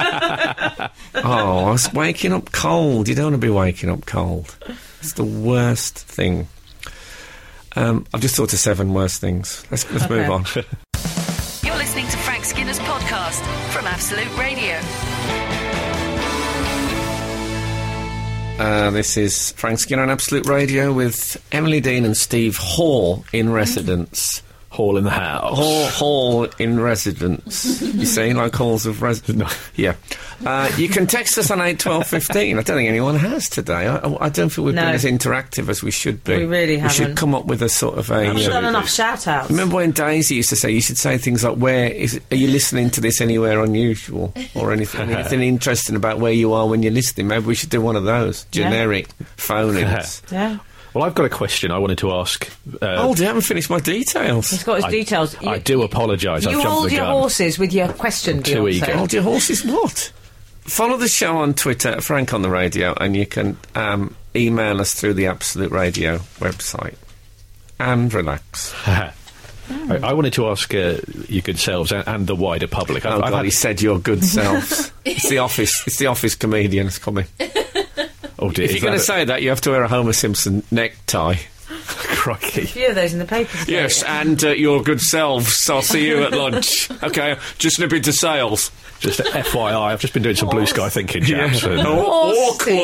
[SPEAKER 2] oh, I was waking up cold. You don't want to be waking up cold. It's the worst thing. Um, I've just thought of seven worst things. Let's, let's move on.
[SPEAKER 1] You're listening to Frank Skinner's podcast from Absolute Radio.
[SPEAKER 2] Uh, this is Frank Skinner on Absolute Radio with Emily Dean and Steve Hall in residence.
[SPEAKER 3] Hall in the house.
[SPEAKER 2] Hall, hall in residence. you see, like halls of residence.
[SPEAKER 3] No.
[SPEAKER 2] Yeah. Uh, you can text us on eight twelve fifteen. I don't think anyone has today. I, I- I don't think we've
[SPEAKER 4] No.
[SPEAKER 2] been as interactive as we should be.
[SPEAKER 4] We really
[SPEAKER 2] We should
[SPEAKER 4] haven't.
[SPEAKER 2] come up with a sort of a.
[SPEAKER 3] Absolutely.
[SPEAKER 2] uh,
[SPEAKER 4] Not enough shout outs.
[SPEAKER 2] Remember when Daisy used to say you should say things like "Where is are you listening to this anywhere unusual or anything anything interesting about where you are when you're listening?" Maybe we should do one of those generic phone-ins.
[SPEAKER 4] Yeah.
[SPEAKER 3] Well, I've got a question I wanted to ask. Uh,
[SPEAKER 2] Oh, I haven't finished my details.
[SPEAKER 4] He's got his
[SPEAKER 3] I-
[SPEAKER 4] details.
[SPEAKER 3] I do apologise. I've
[SPEAKER 4] You
[SPEAKER 3] jumped
[SPEAKER 4] hold
[SPEAKER 3] the
[SPEAKER 4] your
[SPEAKER 3] gun.
[SPEAKER 4] horses with your question,
[SPEAKER 3] too
[SPEAKER 4] Beyonce.
[SPEAKER 3] eager.
[SPEAKER 2] Hold your horses. What? Follow the show on Twitter, at Frank on the Radio, and you can um, email us through the Absolute Radio website. And relax.
[SPEAKER 3] I, I wanted to ask uh, your good selves and, and the wider public. I've,
[SPEAKER 2] Oh
[SPEAKER 3] I've
[SPEAKER 2] God,
[SPEAKER 3] had-
[SPEAKER 2] he said your good selves. it's the office. It's the office comedian that's coming.
[SPEAKER 3] oh dear,
[SPEAKER 2] If
[SPEAKER 3] is
[SPEAKER 2] you're going to
[SPEAKER 3] that
[SPEAKER 2] say that, you have to wear a Homer Simpson necktie.
[SPEAKER 3] a- crikey.
[SPEAKER 4] few of those in the papers. don't
[SPEAKER 2] Yes,
[SPEAKER 4] you?
[SPEAKER 2] and uh, your good selves. I'll see you at lunch. Okay, just nip into sales.
[SPEAKER 3] Just a FYI, I've just been doing some blue sky thinking, chaps. and uh,
[SPEAKER 2] Oh,
[SPEAKER 4] Horsey.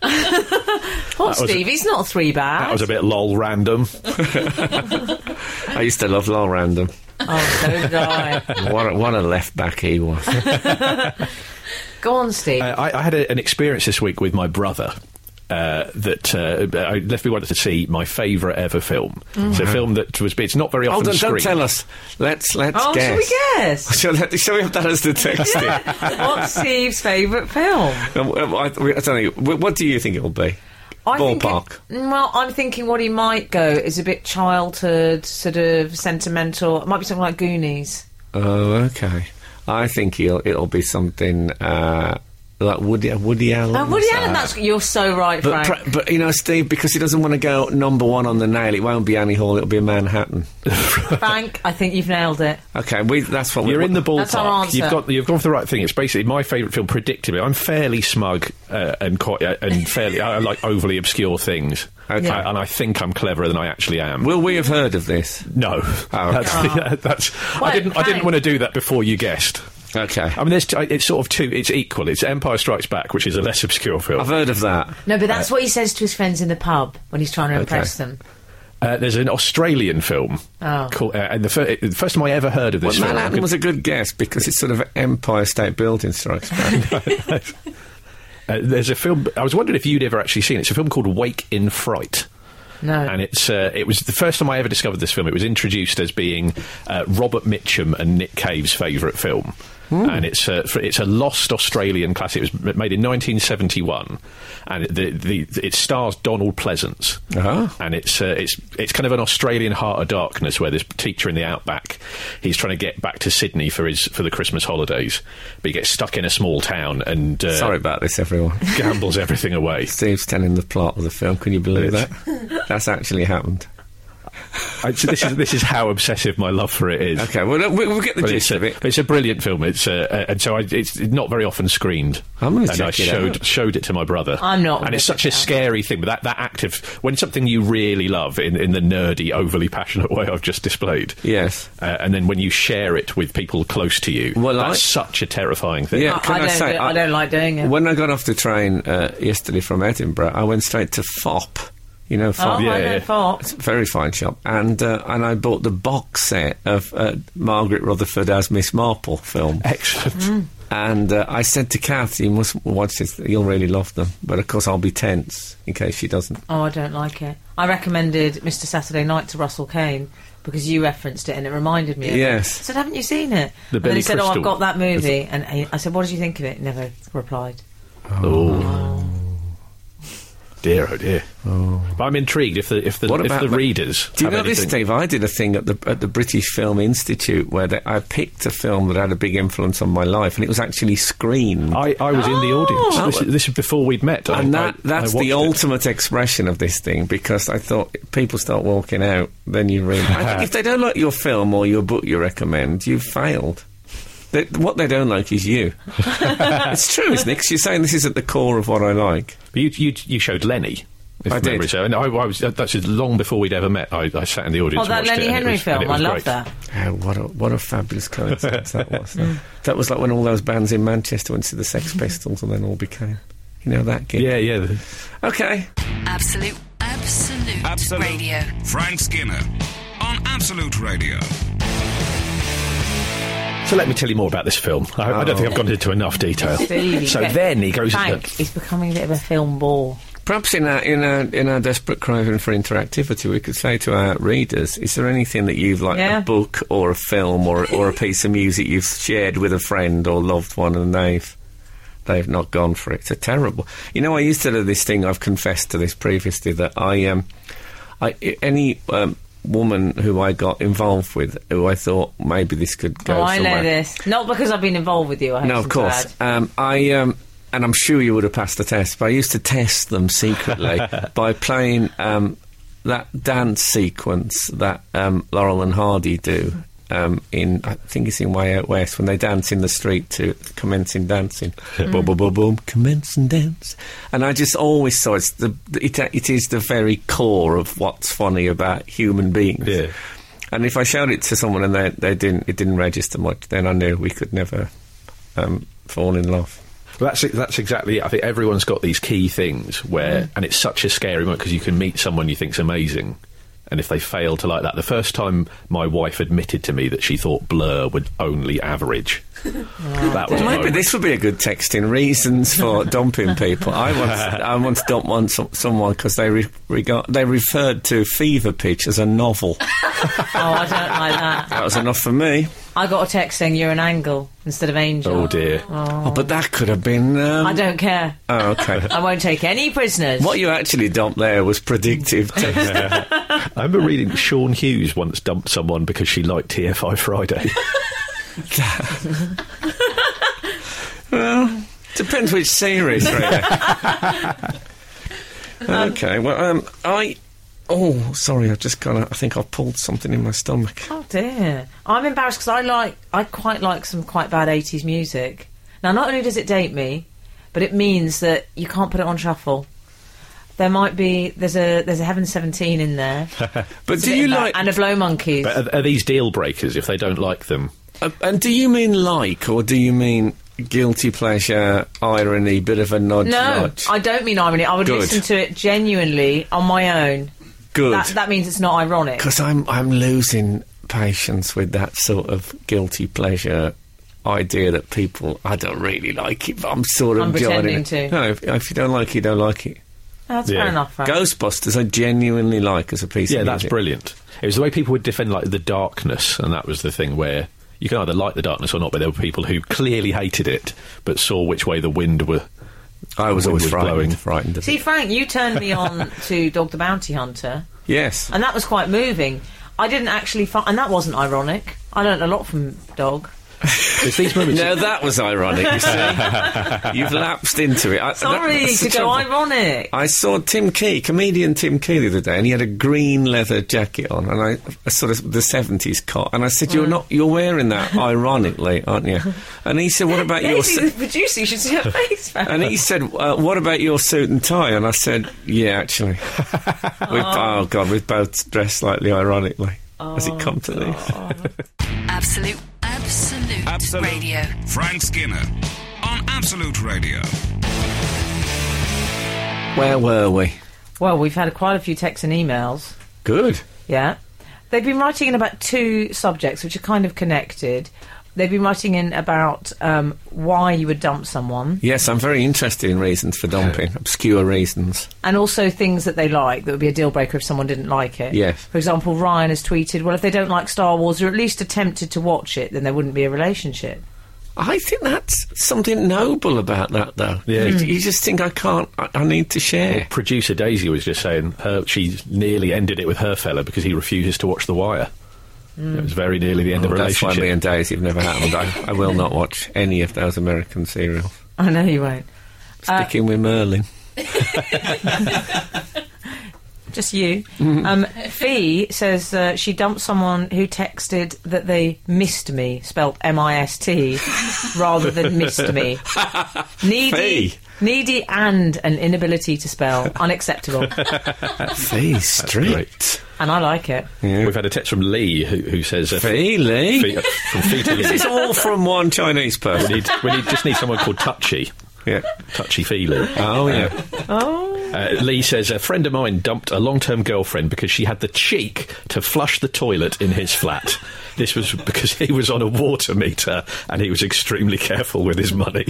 [SPEAKER 2] awkward.
[SPEAKER 4] Poor Steve, he's not three bad.
[SPEAKER 3] That was a bit lol random.
[SPEAKER 2] I used to love Lol Random.
[SPEAKER 4] Oh, so did I.
[SPEAKER 2] What a, what a left back he was.
[SPEAKER 4] Go on, Steve.
[SPEAKER 3] Uh, I, I had a, an experience this week with my brother. Uh, that uh, I left me wanted to see my favourite ever film. It's a film that was it's not very
[SPEAKER 2] Mm.
[SPEAKER 3] often
[SPEAKER 2] Mm-hmm. Hold on,
[SPEAKER 3] screened.
[SPEAKER 2] don't tell us. Let's let's
[SPEAKER 4] oh, shall
[SPEAKER 2] guess.
[SPEAKER 4] we guess?
[SPEAKER 2] Shall, that, shall we have that as the text? in?
[SPEAKER 4] What's Steve's favourite film?
[SPEAKER 2] Um, um, I, I don't know. Wh- What do you think it will be?
[SPEAKER 4] I think
[SPEAKER 2] Ballpark.
[SPEAKER 4] it- Mm, well, I'm thinking what he might go is a bit childhood, sort of sentimental. It might be something like Goonies.
[SPEAKER 2] Oh, okay. I think he'll, it'll be something uh, like Woody, Woody Allen.
[SPEAKER 4] Oh, Woody Allen, that's you're so right,
[SPEAKER 2] But,
[SPEAKER 4] Frank.
[SPEAKER 2] pre- but you know, Steve, because he doesn't want to go number one on the nail, it won't be Annie Hall. It'll be Manhattan.
[SPEAKER 4] Frank, I think you've nailed it.
[SPEAKER 2] Okay, we, that's what
[SPEAKER 3] You're
[SPEAKER 2] we,
[SPEAKER 3] in the
[SPEAKER 4] That's our
[SPEAKER 3] ballpark.
[SPEAKER 4] answer.
[SPEAKER 3] You've got you've gone for the right thing. It's basically my favourite film. Predictably, I'm fairly smug uh, and quite uh, and fairly I like overly obscure things.
[SPEAKER 2] Okay.
[SPEAKER 3] I- and I think I'm cleverer than I actually am.
[SPEAKER 2] Will we have heard of this?
[SPEAKER 3] no,
[SPEAKER 2] Oh,
[SPEAKER 3] that's, uh, that's I
[SPEAKER 4] Well,
[SPEAKER 3] didn't I didn't
[SPEAKER 4] Frank-
[SPEAKER 3] want to do that before you guessed.
[SPEAKER 2] Okay,
[SPEAKER 3] I mean, there's, I- it's sort of two. It's equal. It's Empire Strikes Back, which is a less obscure film.
[SPEAKER 2] I've heard of that.
[SPEAKER 4] No, but that's what he says to his friends in the pub when he's trying to impress them.
[SPEAKER 3] Uh, there's an Australian film.
[SPEAKER 4] Oh.
[SPEAKER 3] Called, uh, and the, fir- the first time I ever heard of this
[SPEAKER 2] Well,
[SPEAKER 3] film. I
[SPEAKER 2] Manhattan
[SPEAKER 3] could-
[SPEAKER 2] was a good guess because it's sort of Empire State Building strikes back.
[SPEAKER 3] uh, there's a film. I was wondering if you'd ever actually seen it. It's a film called Wake in Fright.
[SPEAKER 4] No.
[SPEAKER 3] And it's uh, it was the first time I ever discovered this film. It was introduced as being uh, Robert Mitchum and Nick Cave's favourite film, and it's a, for, it's a lost Australian classic. It was m- made in 1971, and the, the it stars Donald Pleasance,
[SPEAKER 2] Ah.
[SPEAKER 3] and it's uh, it's it's kind of an Australian Heart of Darkness where this teacher in the outback, he's trying to get back to Sydney for his for the Christmas holidays, but he gets stuck in a small town and uh,
[SPEAKER 2] Sorry about this, everyone.
[SPEAKER 3] gambles everything away.
[SPEAKER 2] Steve's telling the plot of the film. Can you believe
[SPEAKER 3] It
[SPEAKER 2] that? That's actually happened.
[SPEAKER 3] I, so this is this is how obsessive my love for it is.
[SPEAKER 2] Okay, well, we, we'll get the
[SPEAKER 3] But
[SPEAKER 2] gist
[SPEAKER 3] it's, a,
[SPEAKER 2] of it.
[SPEAKER 3] it's a brilliant film. It's uh, uh, and so I, it's not very often screened.
[SPEAKER 2] I'm gonna
[SPEAKER 3] and
[SPEAKER 2] check
[SPEAKER 3] I
[SPEAKER 2] it
[SPEAKER 3] showed
[SPEAKER 2] out.
[SPEAKER 3] showed it to my brother.
[SPEAKER 4] I'm not
[SPEAKER 3] And it's
[SPEAKER 4] gonna
[SPEAKER 3] such a
[SPEAKER 4] check it out.
[SPEAKER 3] scary thing. But that that act of when something you really love in in the nerdy, overly passionate way I've just displayed.
[SPEAKER 2] Yes.
[SPEAKER 3] Uh, and then when you share it with people close to you,
[SPEAKER 2] Well,
[SPEAKER 3] that's
[SPEAKER 2] I-
[SPEAKER 3] such a terrifying thing.
[SPEAKER 2] Yeah,
[SPEAKER 4] I-
[SPEAKER 2] can
[SPEAKER 4] I
[SPEAKER 2] I,
[SPEAKER 4] don't
[SPEAKER 2] say
[SPEAKER 4] do- I don't like doing it.
[SPEAKER 2] When I got off the train uh, yesterday from Edinburgh, I went straight to FOP. You know,
[SPEAKER 4] oh,
[SPEAKER 2] FOP.
[SPEAKER 3] yeah,
[SPEAKER 4] I
[SPEAKER 3] yeah.
[SPEAKER 4] know
[SPEAKER 2] It's
[SPEAKER 4] Fox.
[SPEAKER 2] a very fine shop, and uh, and I bought the box set of uh, Margaret Rutherford as Miss Marple film,
[SPEAKER 3] Excellent.
[SPEAKER 4] Mm.
[SPEAKER 2] and uh, I said to Kath, "You must watch this; you'll really love them." But of course, I'll be tense in case she doesn't.
[SPEAKER 4] Oh, I don't like it. I recommended Mr. Saturday Night to Russell Kane because you referenced it and it reminded me. Of it.
[SPEAKER 2] Yes.
[SPEAKER 4] I said, haven't you seen it?
[SPEAKER 3] The
[SPEAKER 4] and then
[SPEAKER 3] Billy
[SPEAKER 4] he said, oh,
[SPEAKER 3] Crystal.
[SPEAKER 4] I've got that movie. And Oh, he- I said, what did you think of it? Never replied.
[SPEAKER 3] Oh. Dear, oh dear. But I'm intrigued if the if the
[SPEAKER 2] What
[SPEAKER 3] if
[SPEAKER 2] about
[SPEAKER 3] the
[SPEAKER 2] the-
[SPEAKER 3] readers.
[SPEAKER 2] Do you
[SPEAKER 3] have
[SPEAKER 2] know this,
[SPEAKER 3] anything-
[SPEAKER 2] Dave? I did a thing at the at the British Film Institute where they, I picked a film that had a big influence on my life, and it was actually screened.
[SPEAKER 3] I, I was in the audience.
[SPEAKER 2] Oh.
[SPEAKER 3] This, is, this is before we'd met. I-
[SPEAKER 2] and that,
[SPEAKER 3] I- I
[SPEAKER 2] that's
[SPEAKER 3] watched
[SPEAKER 2] the
[SPEAKER 3] it.
[SPEAKER 2] ultimate expression of this thing because I thought if people start walking out, then you really. I think if they don't like your film or your book you recommend, you've failed. They, what they don't like is you. it's true, isn't it? 'Cause you're saying this is at the core of what I like.
[SPEAKER 3] But you, you you showed Lenny. If
[SPEAKER 2] I did.
[SPEAKER 3] memory serves. And I, I was that's just long before we'd ever met. I, I sat in the audience.
[SPEAKER 4] Oh, that
[SPEAKER 3] and watched
[SPEAKER 4] Lenny
[SPEAKER 3] it, and it
[SPEAKER 4] Henry
[SPEAKER 3] was- and it
[SPEAKER 4] film. I
[SPEAKER 3] was
[SPEAKER 4] love
[SPEAKER 3] great.
[SPEAKER 4] that.
[SPEAKER 2] Oh, what a what a fabulous coincidence that was! That, that was like when all those bands in Manchester went to the Sex Pistols and then all became, you know, that gig.
[SPEAKER 3] Yeah, yeah. the-
[SPEAKER 2] Okay.
[SPEAKER 1] Absolute, absolute,
[SPEAKER 5] Absolute.
[SPEAKER 1] radio.
[SPEAKER 5] Frank Skinner on Absolute Radio.
[SPEAKER 3] So let me tell you more about this film. I, I don't think I've
[SPEAKER 4] Oh.
[SPEAKER 3] gone into enough detail.
[SPEAKER 4] Stevie,
[SPEAKER 3] so
[SPEAKER 4] get-
[SPEAKER 3] then he goes. uh,
[SPEAKER 4] Frank is becoming a bit of a film bore.
[SPEAKER 2] Perhaps in our, in our in our desperate craving for interactivity, we could say to our readers: Is there anything that you've like
[SPEAKER 4] Yeah.
[SPEAKER 2] a book or a film or or a piece of music you've shared with a friend or loved one, and they've they've not gone for it? It's a terrible. You know, I used to do this thing. I've confessed to this previously that I um, I i- any um, woman who I got involved with, who I thought maybe this could go.
[SPEAKER 4] Oh, I know
[SPEAKER 2] somewhere-
[SPEAKER 4] this. Not because I've been involved with you. I
[SPEAKER 2] no, of
[SPEAKER 4] hasten to add.
[SPEAKER 2] course. Um, I um, and I'm sure you would have passed the test, but I used to test them secretly by playing um, that dance sequence that um, Laurel and Hardy do um, in I think it's in Way Out West when they dance in the street to commencing dancing, boom, boom, boom, boom, commencing dance, and I just always saw it's the it, it is the very core of what's funny about human beings.
[SPEAKER 3] Yeah.
[SPEAKER 2] And if I showed it to someone and they, they didn't, it didn't register much, then I knew we could never um, fall in love.
[SPEAKER 3] Well, that's that's exactly. It. I think everyone's got these key things where,
[SPEAKER 4] Mm.
[SPEAKER 3] and it's such a scary moment because you can meet someone you think's amazing, and if they fail to like that, the first time my wife admitted to me that she thought Blur were only average.
[SPEAKER 4] Oh,
[SPEAKER 3] that was a
[SPEAKER 2] Maybe
[SPEAKER 3] moment.
[SPEAKER 2] this would be a good text in reasons for dumping people. I once, I once dumped one, some, someone because they, re- regard, they referred to Fever Pitch as a novel.
[SPEAKER 4] Oh, I don't like that.
[SPEAKER 2] That was enough for me.
[SPEAKER 4] I got a text saying you're an angle instead of angel.
[SPEAKER 3] Oh dear!
[SPEAKER 2] Oh, but that could have been. Um,
[SPEAKER 4] I don't care.
[SPEAKER 3] Uh,
[SPEAKER 2] Oh, okay.
[SPEAKER 4] I won't take any prisoners.
[SPEAKER 2] what you actually dumped there was predictive text.
[SPEAKER 3] I remember reading Sean Hughes once dumped someone because she liked TFI Friday.
[SPEAKER 2] Depends which series, really.
[SPEAKER 4] Um,
[SPEAKER 2] okay, well, um, I. Oh, sorry, I've just kind of. I think I've pulled something in my stomach.
[SPEAKER 4] Oh dear. I'm embarrassed because I like, I quite like some quite bad 80s music. Now, not only does it date me, but it means that you can't put it on shuffle. There might be there's a there's a Heaven 17 in there.
[SPEAKER 2] But
[SPEAKER 4] It's a
[SPEAKER 2] do
[SPEAKER 4] bit
[SPEAKER 2] you
[SPEAKER 4] of that.
[SPEAKER 2] like.
[SPEAKER 4] and a Blow Monkeys?
[SPEAKER 3] But are, are these deal breakers if they don't like them?
[SPEAKER 2] uh, and do you mean like, or do you mean guilty pleasure, irony, bit of a nudge?
[SPEAKER 4] no,
[SPEAKER 2] nudge?
[SPEAKER 4] I don't mean irony. I would
[SPEAKER 2] Good.
[SPEAKER 4] listen to it genuinely on my own.
[SPEAKER 2] Good.
[SPEAKER 4] That that means it's not ironic.
[SPEAKER 2] Because I'm, I'm losing patience with that sort of guilty pleasure idea that people. I don't really like it, but I'm sort of
[SPEAKER 4] I'm
[SPEAKER 2] enjoying
[SPEAKER 4] pretending
[SPEAKER 2] it.
[SPEAKER 4] to.
[SPEAKER 2] No, if, if you don't like it, you don't like it.
[SPEAKER 4] That's
[SPEAKER 3] Yeah.
[SPEAKER 4] fair enough. Frank.
[SPEAKER 2] Ghostbusters, I genuinely like as a piece
[SPEAKER 3] Yeah,
[SPEAKER 2] of
[SPEAKER 3] that's
[SPEAKER 2] music.
[SPEAKER 3] brilliant. It was the way people would defend like the darkness, and that was the thing where you can either like the darkness or not. But there were people who clearly hated it, but saw which way the wind were.
[SPEAKER 2] I was always
[SPEAKER 3] Wind was
[SPEAKER 2] frightened.
[SPEAKER 3] blowing.
[SPEAKER 2] frightened of
[SPEAKER 4] See,
[SPEAKER 2] it.
[SPEAKER 4] Frank, you turned me on to Dog the Bounty Hunter,
[SPEAKER 2] Yes.
[SPEAKER 4] and that was quite moving. I didn't actually find, and that wasn't ironic. I learnt a lot from Dog.
[SPEAKER 3] It's these moments.
[SPEAKER 2] No, that was ironic. You see. You've lapsed into it. I, that-
[SPEAKER 4] Sorry
[SPEAKER 2] that's the
[SPEAKER 4] to go
[SPEAKER 2] trouble.
[SPEAKER 4] ironic.
[SPEAKER 2] I saw Tim Key, comedian Tim Key, the other day, and he had a green leather jacket on, and I, I sort of the seventies cut, and I said, "You're not, you're wearing that ironically, aren't you?" And he said, "What about your?"
[SPEAKER 4] Casey,
[SPEAKER 2] Su-?
[SPEAKER 4] the producer, you should see her face. Frank.
[SPEAKER 2] And he said, uh, "What about your suit and tie?" And I said, "Yeah, actually, we oh god, we've both dressed slightly ironically." Has it come to this?
[SPEAKER 1] Absolute, absolute,
[SPEAKER 5] Absolute.
[SPEAKER 1] radio.
[SPEAKER 5] Frank Skinner on Absolute Radio.
[SPEAKER 2] Where were we?
[SPEAKER 4] Well, we've had quite a few texts and emails.
[SPEAKER 2] Good.
[SPEAKER 4] Yeah. They've been writing in about two subjects which are kind of connected. They've been writing in about um, why you would dump someone
[SPEAKER 2] Yes, I'm very interested in reasons for dumping, obscure reasons.
[SPEAKER 4] and also things that they like that would be a deal breaker if someone didn't like it.
[SPEAKER 2] Yes.
[SPEAKER 4] For example, Ryan has tweeted, well, if they don't like Star Wars or at least attempted to watch it, then there wouldn't be a relationship.
[SPEAKER 2] I think that's something noble about that, though.
[SPEAKER 3] Yeah.
[SPEAKER 2] You,
[SPEAKER 3] Mm.
[SPEAKER 2] you just think I can't. I, I need to share.
[SPEAKER 3] Producer Daisy was just saying her, she nearly ended it with her fella because he refuses to watch The Wire. It was very nearly the end of a
[SPEAKER 2] Mm. Oh, that's why
[SPEAKER 3] relationship.
[SPEAKER 2] me and Daisy have never happened. I, I will not watch any of those American serials.
[SPEAKER 4] I know you won't.
[SPEAKER 2] Sticking with Merlin.
[SPEAKER 4] Just you.
[SPEAKER 3] Mm-hmm.
[SPEAKER 4] Um, Fee says uh, she dumped someone who texted that they missed me, spelt M-I-S-T, rather than missed me. Needy,
[SPEAKER 2] Fee.
[SPEAKER 4] needy, and an inability to spell, unacceptable.
[SPEAKER 2] Fee
[SPEAKER 3] great.
[SPEAKER 2] Street.
[SPEAKER 4] and I like it.
[SPEAKER 3] We've had a text from Lee who, who says uh,
[SPEAKER 2] Fee
[SPEAKER 3] fe-
[SPEAKER 2] Lee.
[SPEAKER 3] uh, from Fee to
[SPEAKER 2] This
[SPEAKER 3] Lee.
[SPEAKER 2] is all from one Chinese
[SPEAKER 3] We
[SPEAKER 2] person.
[SPEAKER 3] need, we need, just need someone called Touchy.
[SPEAKER 2] Yeah.
[SPEAKER 3] Touchy Feely.
[SPEAKER 2] Oh yeah.
[SPEAKER 4] Oh,
[SPEAKER 3] Uh, Lee says a friend of mine dumped a long-term girlfriend because she had the cheek to flush the toilet in his flat. This was because he was on a water meter and he was extremely careful with his money.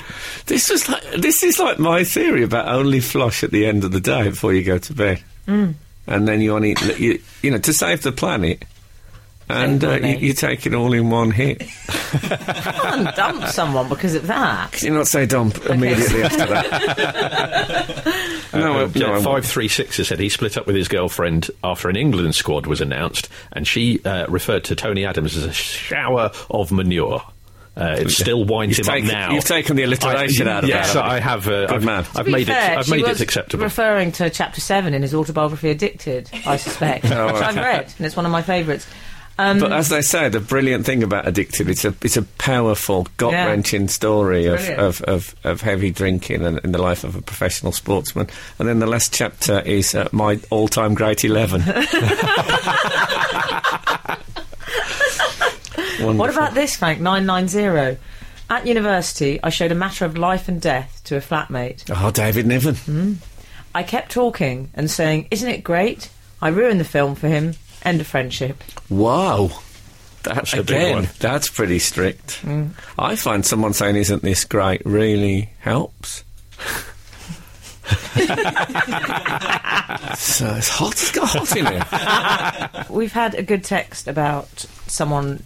[SPEAKER 2] This was like this is like my theory about only flush at the end of the day before you go to bed, and then you only you, you know to save the planet, and uh, you,
[SPEAKER 4] money.
[SPEAKER 2] you take it all in one hit.
[SPEAKER 4] and dumped someone because of that.
[SPEAKER 2] Can you not say dump immediately after that? no,
[SPEAKER 3] Uh,
[SPEAKER 2] uh, no, I
[SPEAKER 3] five
[SPEAKER 2] won't.
[SPEAKER 3] three six has said he split up with his girlfriend after an England squad was announced, and she uh, referred to Tony Adams as a shower of manure. Uh, it still winds
[SPEAKER 2] You've
[SPEAKER 3] him
[SPEAKER 2] taken-
[SPEAKER 3] up now.
[SPEAKER 2] you've taken the alliteration
[SPEAKER 3] I,
[SPEAKER 2] out of
[SPEAKER 3] yes,
[SPEAKER 2] that, haven't
[SPEAKER 3] I
[SPEAKER 2] you?
[SPEAKER 3] have. Uh,
[SPEAKER 2] Good
[SPEAKER 3] I've,
[SPEAKER 2] man.
[SPEAKER 3] I've
[SPEAKER 4] To be
[SPEAKER 3] made
[SPEAKER 4] fair,
[SPEAKER 3] it. I've
[SPEAKER 4] she
[SPEAKER 3] made
[SPEAKER 4] was
[SPEAKER 3] it acceptable.
[SPEAKER 4] Referring to chapter seven in his autobiography, Addicted, I suspect,
[SPEAKER 3] Oh,
[SPEAKER 4] which I've read, and it's one of my favourites. Um,
[SPEAKER 2] But as they say, the brilliant thing about addicted, it's a it's a powerful, gut wrenching story of,
[SPEAKER 4] Brilliant.
[SPEAKER 2] of, of, of heavy drinking and, and the life of a professional sportsman. And then the last chapter is uh, my all time great eleven.
[SPEAKER 4] What
[SPEAKER 2] Wonderful.
[SPEAKER 4] about this, Frank? 990. At university, I showed a matter of life and death to a flatmate.
[SPEAKER 2] Oh, David Niven.
[SPEAKER 4] I kept talking and saying, Isn't it great? I ruined the film for him. End of friendship.
[SPEAKER 2] Wow. That,
[SPEAKER 3] a big
[SPEAKER 2] again,
[SPEAKER 3] one.
[SPEAKER 2] that's pretty strict. I find someone saying, Isn't this great? really helps. so it's hot. It's got hot in here.
[SPEAKER 4] We've had a good text about someone,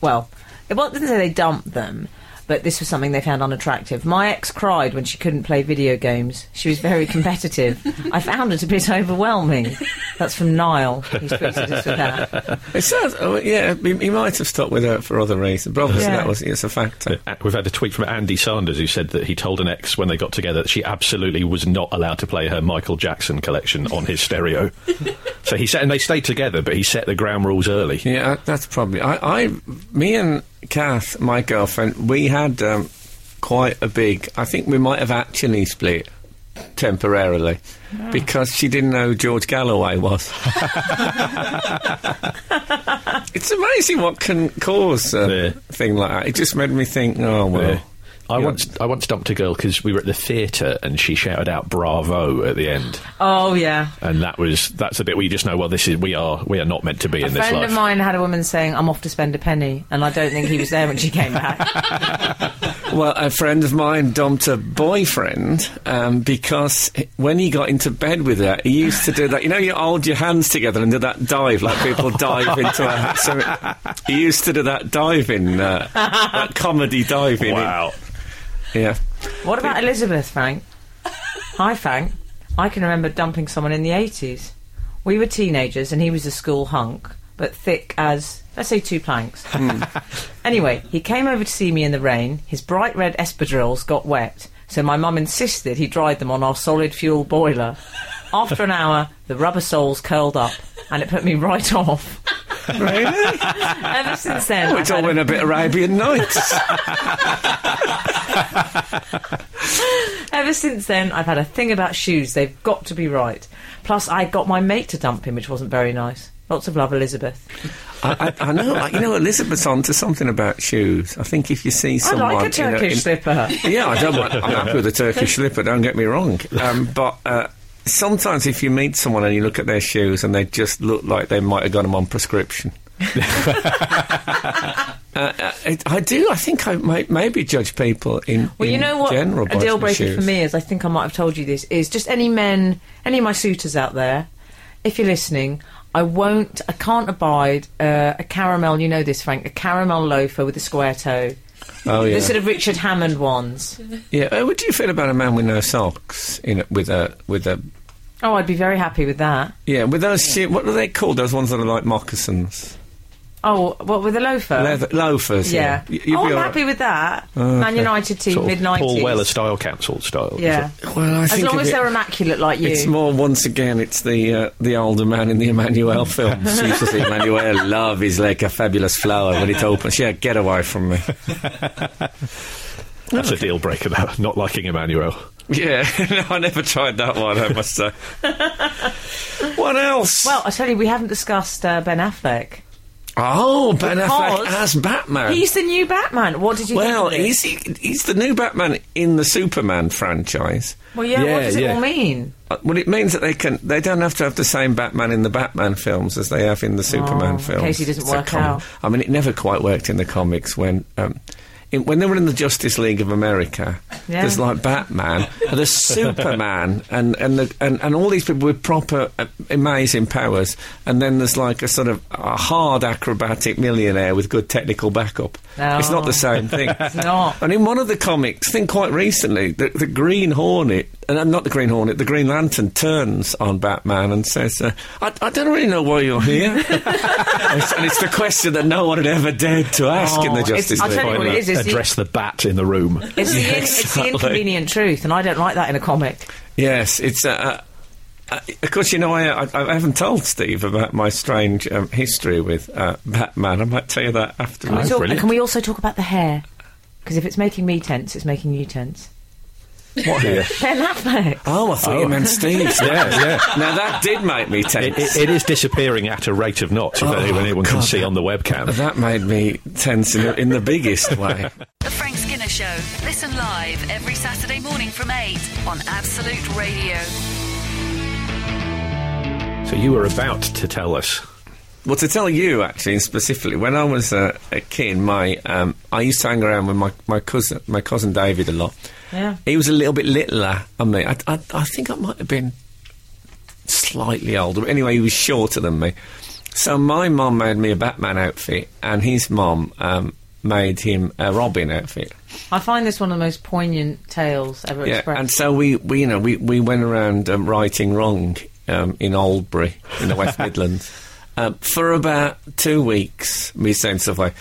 [SPEAKER 4] well, it wa- didn't say they dumped them, but this was something they found unattractive. My ex cried when she couldn't play video games. She was very competitive. I found it a bit overwhelming. That's from Niall. He's tweeted us with that.
[SPEAKER 2] It sounds, oh, yeah, he, he might have stopped with her for other reasons, but obviously
[SPEAKER 4] Yeah.
[SPEAKER 2] that was, it's a factor.
[SPEAKER 3] Uh, We've had a tweet from Andy Sanders who said that he told an ex when they got together that she absolutely was not allowed to play her Michael Jackson collection on his stereo. so he said, and they stayed together, but he set the ground rules early.
[SPEAKER 2] Yeah, uh, that's probably. I, I, me and Kath, my girlfriend, we had um, quite a big. I think we might have actually split temporarily because she didn't know who George Galloway was. it's amazing what can cause a
[SPEAKER 3] Yeah.
[SPEAKER 2] thing like that. It just made me think. Oh well.
[SPEAKER 3] I
[SPEAKER 2] Yeah.
[SPEAKER 3] once I once dumped a girl because we were at the theatre and she shouted out "Bravo" at the end,
[SPEAKER 4] Oh, yeah.
[SPEAKER 3] and that was that's a bit where you just know well this is we are we are not meant to be in
[SPEAKER 4] A
[SPEAKER 3] this
[SPEAKER 4] friend
[SPEAKER 3] life.
[SPEAKER 4] of mine had a woman saying, "I'm off to spend a penny," and I don't think he was there when she came back.
[SPEAKER 2] Well, a friend of mine dumped a boyfriend um, because h- when he got into bed with her, he used to do that. You know, you hold your hands together and do that dive, like people dive into a. So he used to do that diving, uh, that comedy diving.
[SPEAKER 3] wow,
[SPEAKER 2] Yeah.
[SPEAKER 4] what about Elizabeth, Frank? Hi, Frank. I can remember dumping someone in the '80s. We were teenagers, and he was a school hunk, but thick as let's say two planks. anyway, he came over to see me in the rain. His bright red espadrilles got wet, so my mum insisted he dried them on our solid fuel boiler. After an hour, the rubber soles curled up, and it put me right off.
[SPEAKER 2] Really?
[SPEAKER 4] Ever since then,
[SPEAKER 2] Oh,
[SPEAKER 4] I've
[SPEAKER 2] it's
[SPEAKER 4] had
[SPEAKER 2] all
[SPEAKER 4] a
[SPEAKER 2] in a bit Arabian Nights.
[SPEAKER 4] Ever since then, I've had a thing about shoes. They've got to be right. Plus, I got my mate to dump him, which wasn't very nice. Lots of love, Elizabeth.
[SPEAKER 2] I, I, I know. I, you know, Elizabeth's on to something about shoes. I think if you see someone.
[SPEAKER 4] I like a
[SPEAKER 2] you know,
[SPEAKER 4] Turkish
[SPEAKER 2] in-
[SPEAKER 4] slipper.
[SPEAKER 2] yeah, I don't mind. I'm happy with a Turkish slipper, don't get me wrong. Um, but uh, sometimes if you meet someone and you look at their shoes and they just look like they might have got them on prescription. uh, uh, it, I do. I think I may, maybe judge people in,
[SPEAKER 4] Well, you
[SPEAKER 2] in
[SPEAKER 4] know what?
[SPEAKER 2] general by
[SPEAKER 4] a deal
[SPEAKER 2] their
[SPEAKER 4] breaker
[SPEAKER 2] shoes.
[SPEAKER 4] for me is I think I might have told you this is just any men, any of my suitors out there, if you're listening, I won't, I can't abide uh, a caramel. You know this, Frank, a caramel loafer with a square toe.
[SPEAKER 2] Oh yeah.
[SPEAKER 4] The sort of Richard Hammond ones.
[SPEAKER 2] yeah. Uh, What do you feel about a man with no socks? In a, with a with a
[SPEAKER 4] Oh, I'd be very happy with that.
[SPEAKER 2] yeah with those stu- what are they called? Those ones that are like moccasins,
[SPEAKER 4] Oh, what with a loafer?
[SPEAKER 2] leather loafers.
[SPEAKER 4] Yeah.
[SPEAKER 2] Y- you'd
[SPEAKER 4] oh,
[SPEAKER 2] be
[SPEAKER 4] I'm
[SPEAKER 2] all
[SPEAKER 4] happy with that.
[SPEAKER 2] okay.
[SPEAKER 4] Man United team,
[SPEAKER 3] Sort
[SPEAKER 4] mid
[SPEAKER 3] of Paul Weller
[SPEAKER 4] 90s.
[SPEAKER 3] style, council style. is
[SPEAKER 4] Yeah.
[SPEAKER 2] right. Well, I
[SPEAKER 4] As
[SPEAKER 2] think
[SPEAKER 4] long
[SPEAKER 2] of
[SPEAKER 4] as
[SPEAKER 2] it-
[SPEAKER 4] they're immaculate like you.
[SPEAKER 2] It's more once again. It's the uh, the older man in the Emmanuel films. He Used to say, Emmanuel, love is like a fabulous flower when it opens. Yeah, get away from me.
[SPEAKER 3] it? That's a deal breaker, though. Not liking Emmanuel.
[SPEAKER 2] Yeah, no, I never tried that one. I must say. what else?
[SPEAKER 4] Well, I tell you, we haven't discussed uh, Ben Affleck.
[SPEAKER 2] oh, Ben Affleck
[SPEAKER 4] because
[SPEAKER 2] as Batman.
[SPEAKER 4] He's the new Batman. What did you
[SPEAKER 2] well,
[SPEAKER 4] think? of it?
[SPEAKER 2] is he? He's the new Batman in the Superman franchise.
[SPEAKER 4] Well, yeah,
[SPEAKER 3] Yeah,
[SPEAKER 4] what does
[SPEAKER 3] yeah.
[SPEAKER 4] it all mean?
[SPEAKER 2] Uh, Well, it means that they can. They don't have to have the same Batman in the Batman films as they have in the Superman
[SPEAKER 4] Oh, in
[SPEAKER 2] films.
[SPEAKER 4] case he doesn't
[SPEAKER 2] a
[SPEAKER 4] work out.
[SPEAKER 2] I mean, it never quite worked in the comics when. Um, in, when they were in the Justice League of America,
[SPEAKER 4] Yeah.
[SPEAKER 2] there's like Batman, and there's Superman, and and, the, and and all these people with proper uh, amazing powers, and then there's like a sort of a hard acrobatic millionaire with good technical backup. It's not
[SPEAKER 4] Oh.
[SPEAKER 2] the same thing.
[SPEAKER 4] not.
[SPEAKER 2] And in one of the comics, I think quite recently, the, the Green Hornet, and uh, not the Green Hornet, the Green Lantern turns on Batman and says, uh, I, I don't really know why you're here. and, it's, and it's the question that no one had ever dared to ask in
[SPEAKER 4] Oh,
[SPEAKER 2] the
[SPEAKER 4] it's-
[SPEAKER 2] Justice
[SPEAKER 4] I'll
[SPEAKER 2] League.
[SPEAKER 4] tell you what it is, it's the-
[SPEAKER 3] Address the bat in the room.
[SPEAKER 4] It's, the,
[SPEAKER 2] Yeah,
[SPEAKER 4] in- it's the
[SPEAKER 2] exactly.
[SPEAKER 4] inconvenient truth, and I don't like that in a comic.
[SPEAKER 2] Yes, it's. Uh, uh, uh, of course, you know, I, I, I haven't told Steve about my strange um, history with uh, Batman. I might tell you that after.
[SPEAKER 4] We
[SPEAKER 3] Oh,
[SPEAKER 4] talk-
[SPEAKER 3] brilliant.
[SPEAKER 4] can we also talk about the hair? Because if it's making me tense, it's making you tense.
[SPEAKER 3] What? Yeah,
[SPEAKER 4] Ben Affleck.
[SPEAKER 2] Oh, I thought you meant Steve.
[SPEAKER 3] yeah.
[SPEAKER 2] now that did make me tense.
[SPEAKER 3] It, it, it is disappearing at a rate of knots, if
[SPEAKER 2] Oh,
[SPEAKER 3] anyone, anyone can
[SPEAKER 2] God.
[SPEAKER 3] see on the webcam.
[SPEAKER 2] That made me tense in, in the biggest way.
[SPEAKER 1] The Frank Skinner Show. Listen live every Saturday morning from 8 on Absolute Radio.
[SPEAKER 3] So you were about to tell us.
[SPEAKER 2] Well, to tell you actually and specifically, when I was uh, a kid, my um, I used to hang around with my, my cousin, my cousin David, a lot.
[SPEAKER 4] Yeah.
[SPEAKER 2] he was a little bit littler than me. I, I, I think I might have been slightly older. But anyway, he was shorter than me. So my mum made me a Batman outfit, and his mum um, made him a Robin outfit.
[SPEAKER 4] I find this one of the most poignant tales ever
[SPEAKER 2] Yeah,
[SPEAKER 4] expressed.
[SPEAKER 2] and so we, we you know we, we went around um, righting wrong um, in Oldbury in the West Midlands um, for about two weeks. Me saying stuff like,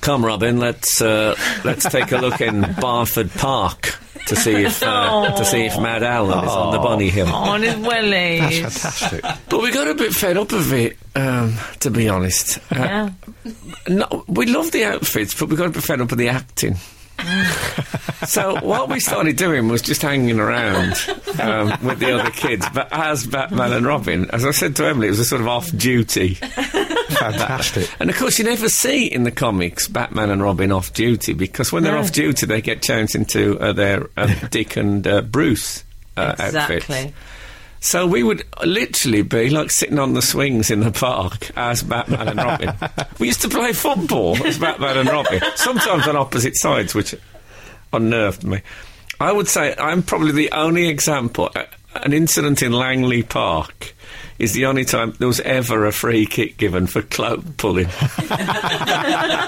[SPEAKER 2] "Come, Robin, let's uh, let's take a look in Barford Park to see if uh, to see if Mad Allen is on the bunny hill."
[SPEAKER 4] On his wellies.
[SPEAKER 3] Fantastic.
[SPEAKER 2] But we got a bit fed up of it, um, to be honest. Uh,
[SPEAKER 4] Yeah.
[SPEAKER 2] no, we love the outfits, but we got a bit fed up with the acting. so what we started doing was just hanging around um, with the other kids, but as Batman and Robin, as I said to Emily, it was a sort of off-duty.
[SPEAKER 3] Fantastic.
[SPEAKER 2] And of course, you never see in the comics Batman and Robin off-duty because when they're
[SPEAKER 4] No.
[SPEAKER 2] off-duty, they get changed into uh, their um, Dick and uh, Bruce uh, outfits.
[SPEAKER 4] Exactly.
[SPEAKER 2] So we would literally be like sitting on the swings in the park as Batman and Robin. we used to play football as Batman and Robin, sometimes on opposite sides, which unnerved me. I would say I'm probably the only example. a- An incident in Langley Park is the only time there was ever a free kick given for cloak pulling.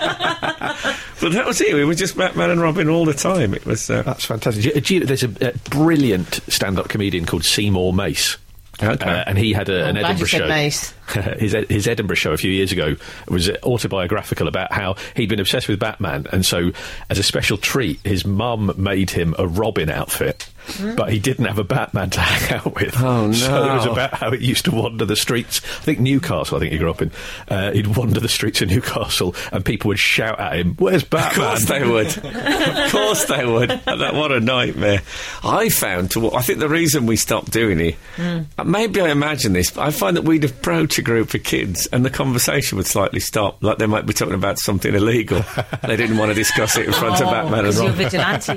[SPEAKER 2] but that was it. We were just Batman and Robin all the time. It was. Uh,
[SPEAKER 3] That's fantastic. Do you- do you- there's a, a brilliant stand-up comedian called Seymour Mace.
[SPEAKER 2] Okay.
[SPEAKER 3] Uh, and he had a, an
[SPEAKER 4] glad you
[SPEAKER 3] Edinburgh
[SPEAKER 4] said
[SPEAKER 3] show.
[SPEAKER 4] Mace.
[SPEAKER 3] his, Ed- his Edinburgh show a few years ago was autobiographical about how he'd been obsessed with Batman, and so as a special treat, his mum made him a Robin outfit,
[SPEAKER 4] Mm.
[SPEAKER 3] but he didn't have a Batman to hang out with.
[SPEAKER 2] Oh,
[SPEAKER 3] So it was
[SPEAKER 2] no.
[SPEAKER 3] about how he used to wander the streets. I think Newcastle. I think he grew up in. Uh, he'd wander the streets of Newcastle, and people would shout at him, "Where's
[SPEAKER 2] Of
[SPEAKER 3] Batman?"
[SPEAKER 2] course they would. of course they would. That, what a nightmare. I found, to, I think the reason we stopped doing it,
[SPEAKER 4] Hmm.
[SPEAKER 2] uh, maybe I imagine this, but I find that we'd approach a group of kids and the conversation would slightly stop. Like they might be talking about something illegal. they didn't want to discuss it in front of
[SPEAKER 4] Oh,
[SPEAKER 2] Batman and
[SPEAKER 4] because you're
[SPEAKER 2] Robin.
[SPEAKER 4] vigilante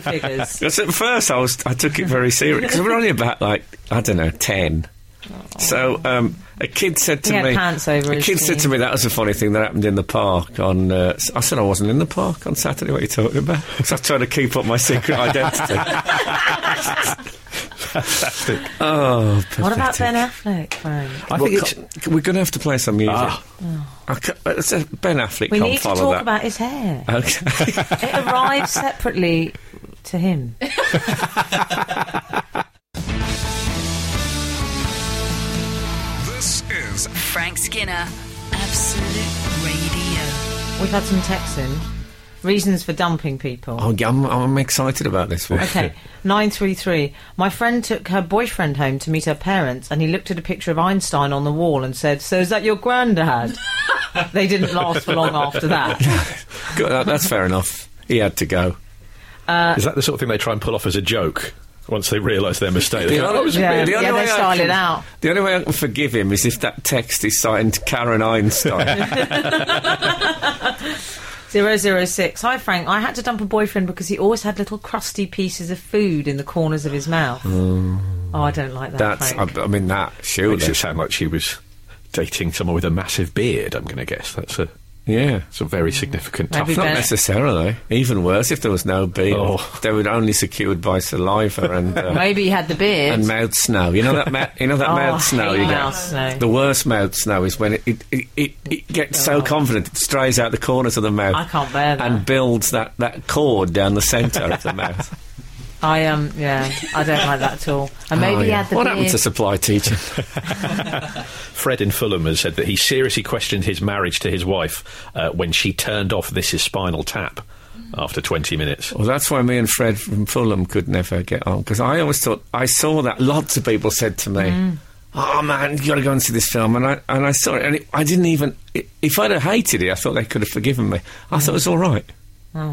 [SPEAKER 4] figures.
[SPEAKER 2] Because at first I was, I took it very serious because we were only about like I don't know ten. So um, a kid said to
[SPEAKER 4] He had
[SPEAKER 2] me,
[SPEAKER 4] pants over
[SPEAKER 2] a
[SPEAKER 4] his
[SPEAKER 2] kid said
[SPEAKER 4] jeans.
[SPEAKER 2] to me that was a funny thing that happened in the park on. Uh, s- I said I wasn't in the park on Saturday. What are you talking about? Because I was trying to keep up my secret identity.
[SPEAKER 3] Fantastic.
[SPEAKER 2] Oh,
[SPEAKER 4] What about
[SPEAKER 2] pathetic.
[SPEAKER 4] Ben Affleck, Frank?
[SPEAKER 3] I
[SPEAKER 2] Well,
[SPEAKER 3] think it's.
[SPEAKER 2] c- c- we're going to have to play some music.
[SPEAKER 3] Ah.
[SPEAKER 2] I ca- it's a- ben Affleck
[SPEAKER 4] We
[SPEAKER 2] can't
[SPEAKER 4] need to
[SPEAKER 2] follow
[SPEAKER 4] talk
[SPEAKER 2] that.
[SPEAKER 4] about his hair.
[SPEAKER 2] okay.
[SPEAKER 4] It arrives separately to him.
[SPEAKER 5] This is
[SPEAKER 1] Frank Skinner, Absolute Radio.
[SPEAKER 4] We've had some texts in. Reasons for dumping people.
[SPEAKER 2] Oh, yeah, I'm, I'm excited about this one.
[SPEAKER 4] Okay, 933. My friend took her boyfriend home to meet her parents, and he looked at a picture of Einstein on the wall and said, So is that your granddad? they didn't last for long after that.
[SPEAKER 2] Good, that- that's fair enough. He had to go.
[SPEAKER 3] Is that the sort of thing they try and pull off as a joke once they realise their mistake? They go,
[SPEAKER 2] other-
[SPEAKER 3] "Oh, it was
[SPEAKER 4] Yeah,
[SPEAKER 3] really-
[SPEAKER 4] yeah
[SPEAKER 2] only
[SPEAKER 4] they
[SPEAKER 2] way I
[SPEAKER 4] style
[SPEAKER 2] can-
[SPEAKER 4] it out.
[SPEAKER 2] The only way I can forgive him is if that text is signed Karen Einstein.
[SPEAKER 4] 006. Hi, Frank. I had to dump a boyfriend because he always had little crusty pieces of food in the corners of his mouth. Oh, I don't like that.
[SPEAKER 2] That's, I,
[SPEAKER 4] Frank.
[SPEAKER 2] I mean, that
[SPEAKER 3] Makes
[SPEAKER 2] surely.
[SPEAKER 3] it sound like she was dating someone with a massive beard, I'm going to guess. That's a,
[SPEAKER 2] Yeah.
[SPEAKER 3] it's a very significant
[SPEAKER 4] Maybe
[SPEAKER 3] tough
[SPEAKER 2] Not
[SPEAKER 4] Ben-
[SPEAKER 2] necessarily. Even worse if there was no beard.
[SPEAKER 3] Oh.
[SPEAKER 2] They were only secured by saliva and uh,
[SPEAKER 4] Maybe he had the beard.
[SPEAKER 2] and mouth snow. You know that ma- you know that
[SPEAKER 4] Oh, I
[SPEAKER 2] mouth snow
[SPEAKER 4] hate
[SPEAKER 2] you
[SPEAKER 4] mouth
[SPEAKER 2] get.
[SPEAKER 4] snow.
[SPEAKER 2] The worst mouth snow is when it it, it, it, it gets so confident it strays out the corners of the mouth.
[SPEAKER 4] Oh. I can't bear that.
[SPEAKER 2] And builds that, that cord down the centre of the mouth.
[SPEAKER 4] I um, yeah, I don't like that at all. And maybe
[SPEAKER 2] Oh,
[SPEAKER 4] he
[SPEAKER 2] yeah.
[SPEAKER 4] had the
[SPEAKER 2] what
[SPEAKER 4] beard.
[SPEAKER 2] happened to supply teaching?
[SPEAKER 3] Fred in Fulham has said that he seriously questioned his marriage to his wife uh, when she turned off This Is Spinal Tap after 20 minutes.
[SPEAKER 2] Well, that's why me and Fred from Fulham could never get on because I always thought I saw that. Lots of people said to me, "Oh man, you got to go and see this film," and I and I saw it, and it, I didn't even. i if I'd have hated it, I thought they could have forgiven me. I thought it was all right.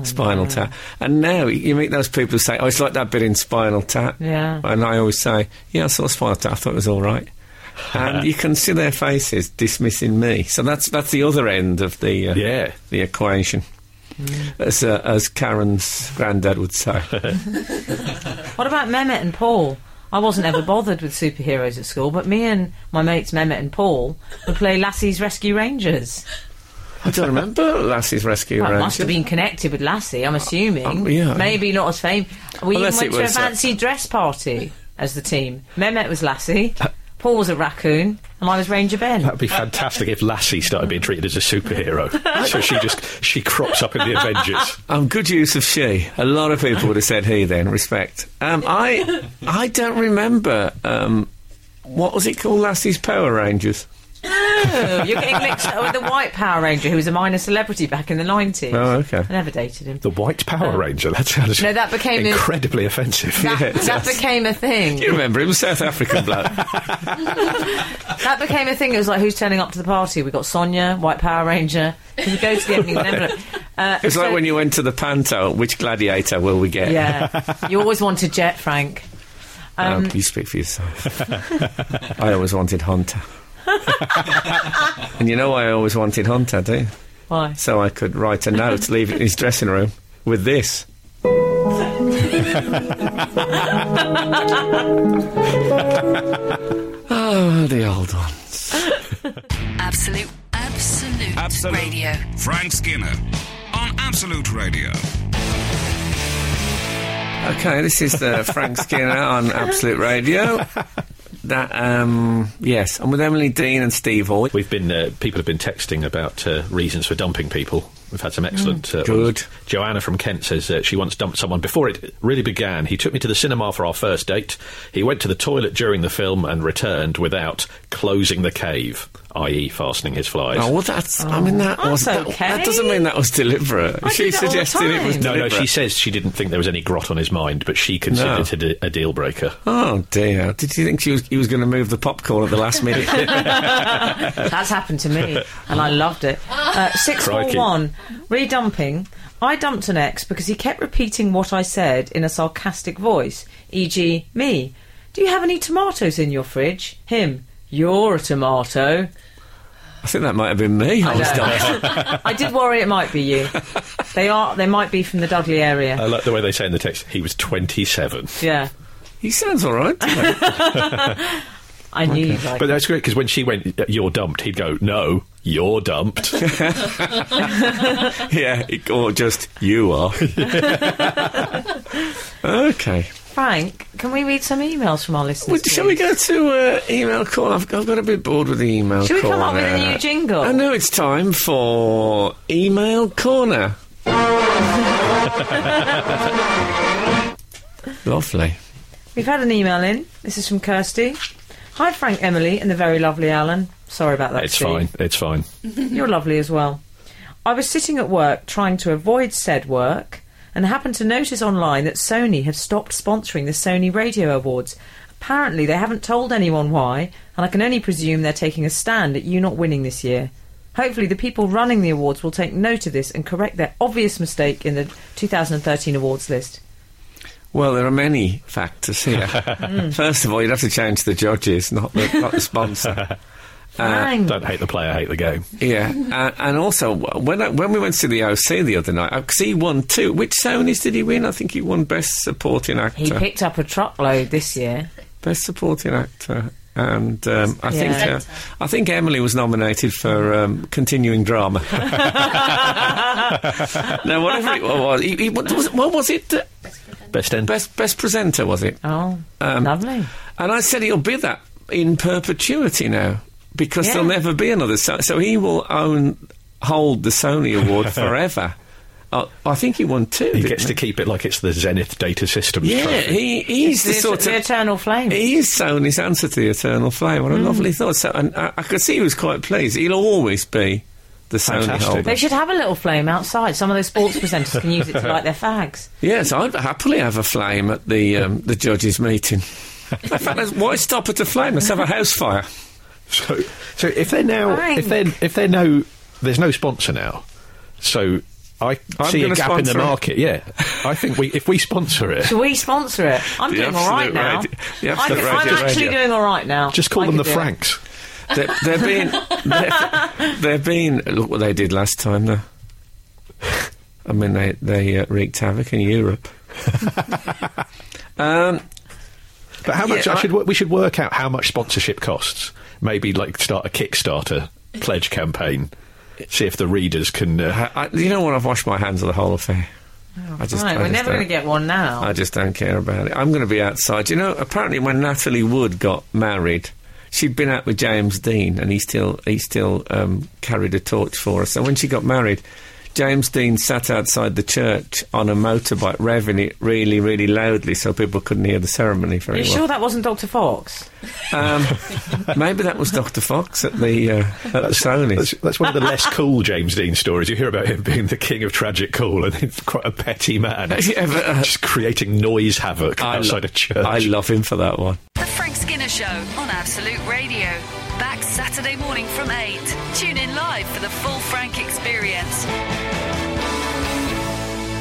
[SPEAKER 2] Spinal Tap, and now you meet those people who say, "Oh, it's like that bit in Spinal Tap."
[SPEAKER 4] Yeah.
[SPEAKER 2] and I always say, "Yeah, I saw Spinal Tap. I thought it was all right." and you can see their faces dismissing me. So that's that's the other end of the uh,
[SPEAKER 3] Yeah.
[SPEAKER 2] the equation, as, uh, as Karen's granddad would say.
[SPEAKER 4] What about Mehmet and Paul? I wasn't ever bothered with superheroes at school, but me and my mates Mehmet and Paul would play Lassie's Rescue Rangers.
[SPEAKER 2] I don't remember Lassie's Rescue
[SPEAKER 4] Well, it
[SPEAKER 2] Rangers.
[SPEAKER 4] must have been connected with Lassie, I'm assuming.
[SPEAKER 2] Oh, yeah.
[SPEAKER 4] Maybe not as famous. We even
[SPEAKER 2] Unless
[SPEAKER 4] went
[SPEAKER 2] it
[SPEAKER 4] to a
[SPEAKER 2] was, uh,
[SPEAKER 4] fancy dress party as the team. Mehmet was Lassie, Paul was a raccoon, and I was Ranger Ben.
[SPEAKER 3] That'd be fantastic if Lassie started being treated as a superhero. so she just she crops up in the Avengers.
[SPEAKER 2] Um, good use of she. A lot of people would have said he then. Respect. Um, I I don't remember. Um, what was it called? Lassie's Power Rangers.
[SPEAKER 4] Oh, You're getting mixed up with the White Power Ranger, who was a minor celebrity back in the 90s.
[SPEAKER 2] Oh, okay.
[SPEAKER 4] I never dated him.
[SPEAKER 3] The White Power Ranger. That sounds
[SPEAKER 4] No, that became a-
[SPEAKER 3] incredibly offensive.
[SPEAKER 4] That,
[SPEAKER 2] Oh. Yeah,
[SPEAKER 4] that became a thing.
[SPEAKER 2] You remember him, South African bloke.
[SPEAKER 4] That became a thing. It was like, who's turning up to the party? We got Sonia, White Power Ranger. Can we go to the opening of an envelope? Uh,
[SPEAKER 2] It's
[SPEAKER 4] so-
[SPEAKER 2] like when you went to the panto. Which gladiator will we get?
[SPEAKER 4] Yeah. You always wanted Jet, Frank.
[SPEAKER 2] Um, you speak for yourself. I always wanted Hunter. and you know why I always wanted Hunter, do you?
[SPEAKER 4] Why?
[SPEAKER 2] So I could write a note, leave it in his dressing room with this. Ah, oh, the old one.
[SPEAKER 1] Absolute, absolute,
[SPEAKER 5] Absolute.
[SPEAKER 1] radio.
[SPEAKER 5] Frank Skinner on Absolute Radio.
[SPEAKER 2] Okay, this is the Frank Skinner on Absolute Radio. That, um, yes, I'm with Emily Dean and Steve Hoy.
[SPEAKER 3] We've been uh, people have been texting about uh, reasons for dumping people. We've had some excellent. Uh,
[SPEAKER 2] Good.
[SPEAKER 3] ones. Joanna from Kent says uh, she once dumped someone before it really began. He took me to the cinema for our first date. He went to the toilet during the film and returned without closing the cave, i.e., fastening his flies.
[SPEAKER 2] Oh, well, that's. I mean, that
[SPEAKER 4] Oh, That's
[SPEAKER 2] was. That,
[SPEAKER 4] okay.
[SPEAKER 2] that doesn't mean that was deliberate.
[SPEAKER 4] I
[SPEAKER 2] she
[SPEAKER 4] do that all the
[SPEAKER 2] suggested it was
[SPEAKER 4] time.
[SPEAKER 3] no,
[SPEAKER 2] deliberate.
[SPEAKER 3] no, she says she didn't think there was any grot on his mind, but she considered it a, a deal breaker.
[SPEAKER 2] Oh dear! Did you think she was? He was going to move the popcorn at the last minute.
[SPEAKER 4] That's happened to me, and I loved it. Uh, 641, redumping. I dumped an ex because he kept repeating what I said in a sarcastic voice, e.g., me. Do you have any tomatoes in your fridge? Him. You're a tomato.
[SPEAKER 2] I think that might have been me. I, was
[SPEAKER 4] know.
[SPEAKER 2] done.
[SPEAKER 4] I did worry it might be you. They are. They might be from the Dudley area.
[SPEAKER 3] I like the way they say in the text, he was 27.
[SPEAKER 4] yeah,
[SPEAKER 2] He sounds all right. doesn't he?
[SPEAKER 4] I knew you like.
[SPEAKER 3] But that's great because when she went, you're dumped, he'd go, no, you're dumped.
[SPEAKER 2] yeah, it- or just you are. okay.
[SPEAKER 4] Frank, can we read some emails from our listeners?
[SPEAKER 2] Well, shall we
[SPEAKER 4] please?
[SPEAKER 2] go to uh, email call? I've, I've got a bit bored with the email
[SPEAKER 4] Shall we
[SPEAKER 2] corner.
[SPEAKER 4] come up with a new jingle?
[SPEAKER 2] I know it's time for email corner. Lovely.
[SPEAKER 4] We've had an email in. This is from Kirsty. Hi, Frank, Emily, and the very lovely Alan. Sorry about that.
[SPEAKER 3] It's
[SPEAKER 4] Steve.
[SPEAKER 3] fine. It's fine.
[SPEAKER 4] You're lovely as well. I was sitting at work trying to avoid said work and happened to notice online that Sony had stopped sponsoring the Sony Radio Awards. Apparently, they haven't told anyone why, and I can only presume they're taking a stand at you not winning this year. Hopefully, the people running the awards will take note of this and correct their obvious mistake in the 2013 awards list.
[SPEAKER 2] Well, there are many factors here.
[SPEAKER 4] Hmm.
[SPEAKER 2] First of all, you'd have to change the judges, not the, not the sponsor. Uh,
[SPEAKER 4] Bang!
[SPEAKER 3] Don't hate the player, hate the game.
[SPEAKER 2] yeah, uh, and also w- when I, when we went to the OC the other night, because he won two. Which Sony's did he win? I think he won Best Supporting Actor.
[SPEAKER 4] he picked up a truckload this year.
[SPEAKER 2] Best Supporting Actor, and um, I think
[SPEAKER 4] Yeah.
[SPEAKER 2] uh, I think Emily was nominated for um, continuing drama. no, whatever it was, he, he, what was, what was it? Uh,
[SPEAKER 3] Best end.
[SPEAKER 2] Best best presenter was it?
[SPEAKER 4] Oh,
[SPEAKER 2] Um,
[SPEAKER 4] lovely.
[SPEAKER 2] And I said he'll be that in perpetuity now because
[SPEAKER 4] Yeah.
[SPEAKER 2] there'll never be another. So, so he will own hold the Sony Award forever. Uh, I think he won two.
[SPEAKER 3] He
[SPEAKER 2] didn't
[SPEAKER 3] gets to keep it like it's the Zenith Data Systems
[SPEAKER 2] Yeah,
[SPEAKER 3] trophy.
[SPEAKER 2] he, he's the
[SPEAKER 4] It's
[SPEAKER 2] sort
[SPEAKER 4] the
[SPEAKER 2] of
[SPEAKER 4] eternal flame. Mm.
[SPEAKER 2] He is Sony's answer to the Eternal Flame. What a lovely thought. So, and I, I could see he was quite pleased. He'll always be the Sony
[SPEAKER 3] Fantastic.
[SPEAKER 2] holder.
[SPEAKER 4] They should have a little flame outside. Some of those sports presenters can use it to light their fags.
[SPEAKER 2] Yes, I'd happily have a flame at the um, the judges' meeting. In fact, let's- why stop at a flame? Let's have a house fire.
[SPEAKER 3] So, so if they're now, if they're, if they're no, there's no sponsor now. So I
[SPEAKER 2] I'm
[SPEAKER 3] see a
[SPEAKER 2] gonna
[SPEAKER 3] gap in
[SPEAKER 2] sponsor
[SPEAKER 3] the
[SPEAKER 2] it.
[SPEAKER 3] market. Yeah, I think we if we sponsor it,
[SPEAKER 4] Do we sponsor it? I'm
[SPEAKER 2] The
[SPEAKER 4] doing all right
[SPEAKER 2] absolute
[SPEAKER 4] now.
[SPEAKER 2] radio- the
[SPEAKER 4] I'm,
[SPEAKER 2] absolute
[SPEAKER 4] I'm
[SPEAKER 2] radio-
[SPEAKER 4] actually
[SPEAKER 2] radio.
[SPEAKER 4] doing all right now.
[SPEAKER 3] just call
[SPEAKER 4] I
[SPEAKER 3] them the
[SPEAKER 4] could do it.
[SPEAKER 3] Franks.
[SPEAKER 2] They're, they're being they're, they're being look what they did last time though. I mean they they uh, wreaked havoc in Europe. um,
[SPEAKER 3] But how much?
[SPEAKER 2] Yeah,
[SPEAKER 3] I
[SPEAKER 2] I-
[SPEAKER 3] should wo- we should work out how much sponsorship costs. Maybe like start a Kickstarter pledge campaign. See if the readers can. Uh,
[SPEAKER 2] I, I, you know what? I've washed my hands of the whole affair. I just,
[SPEAKER 4] Right,
[SPEAKER 2] I
[SPEAKER 4] Oh, we're
[SPEAKER 2] just
[SPEAKER 4] never going
[SPEAKER 2] don't-
[SPEAKER 4] to get one now.
[SPEAKER 2] I just don't care about it. I'm going to be outside. You know, apparently when Natalie Wood got married, she'd been out with James Dean, and he still he still um, carried a torch for her. So when she got married, James Dean sat outside the church on a motorbike, revving it really, really loudly, so people couldn't hear the ceremony
[SPEAKER 4] Are
[SPEAKER 2] very
[SPEAKER 4] you
[SPEAKER 2] well.
[SPEAKER 4] sure that wasn't Dr. Fox?
[SPEAKER 2] Um, maybe that was Doctor Fox at the uh, at the
[SPEAKER 3] that's,
[SPEAKER 2] Sony's.
[SPEAKER 3] that's one of the less cool James Dean stories. You hear about him being the king of tragic cool, and he's quite a petty man,
[SPEAKER 2] Yeah, but, uh,
[SPEAKER 3] just creating noise havoc
[SPEAKER 2] I lo-
[SPEAKER 3] outside a church.
[SPEAKER 2] I love him for that one.
[SPEAKER 1] The Frank Skinner Show on Absolute Radio. Back Saturday morning from 8. Tune in live for the full Frank experience.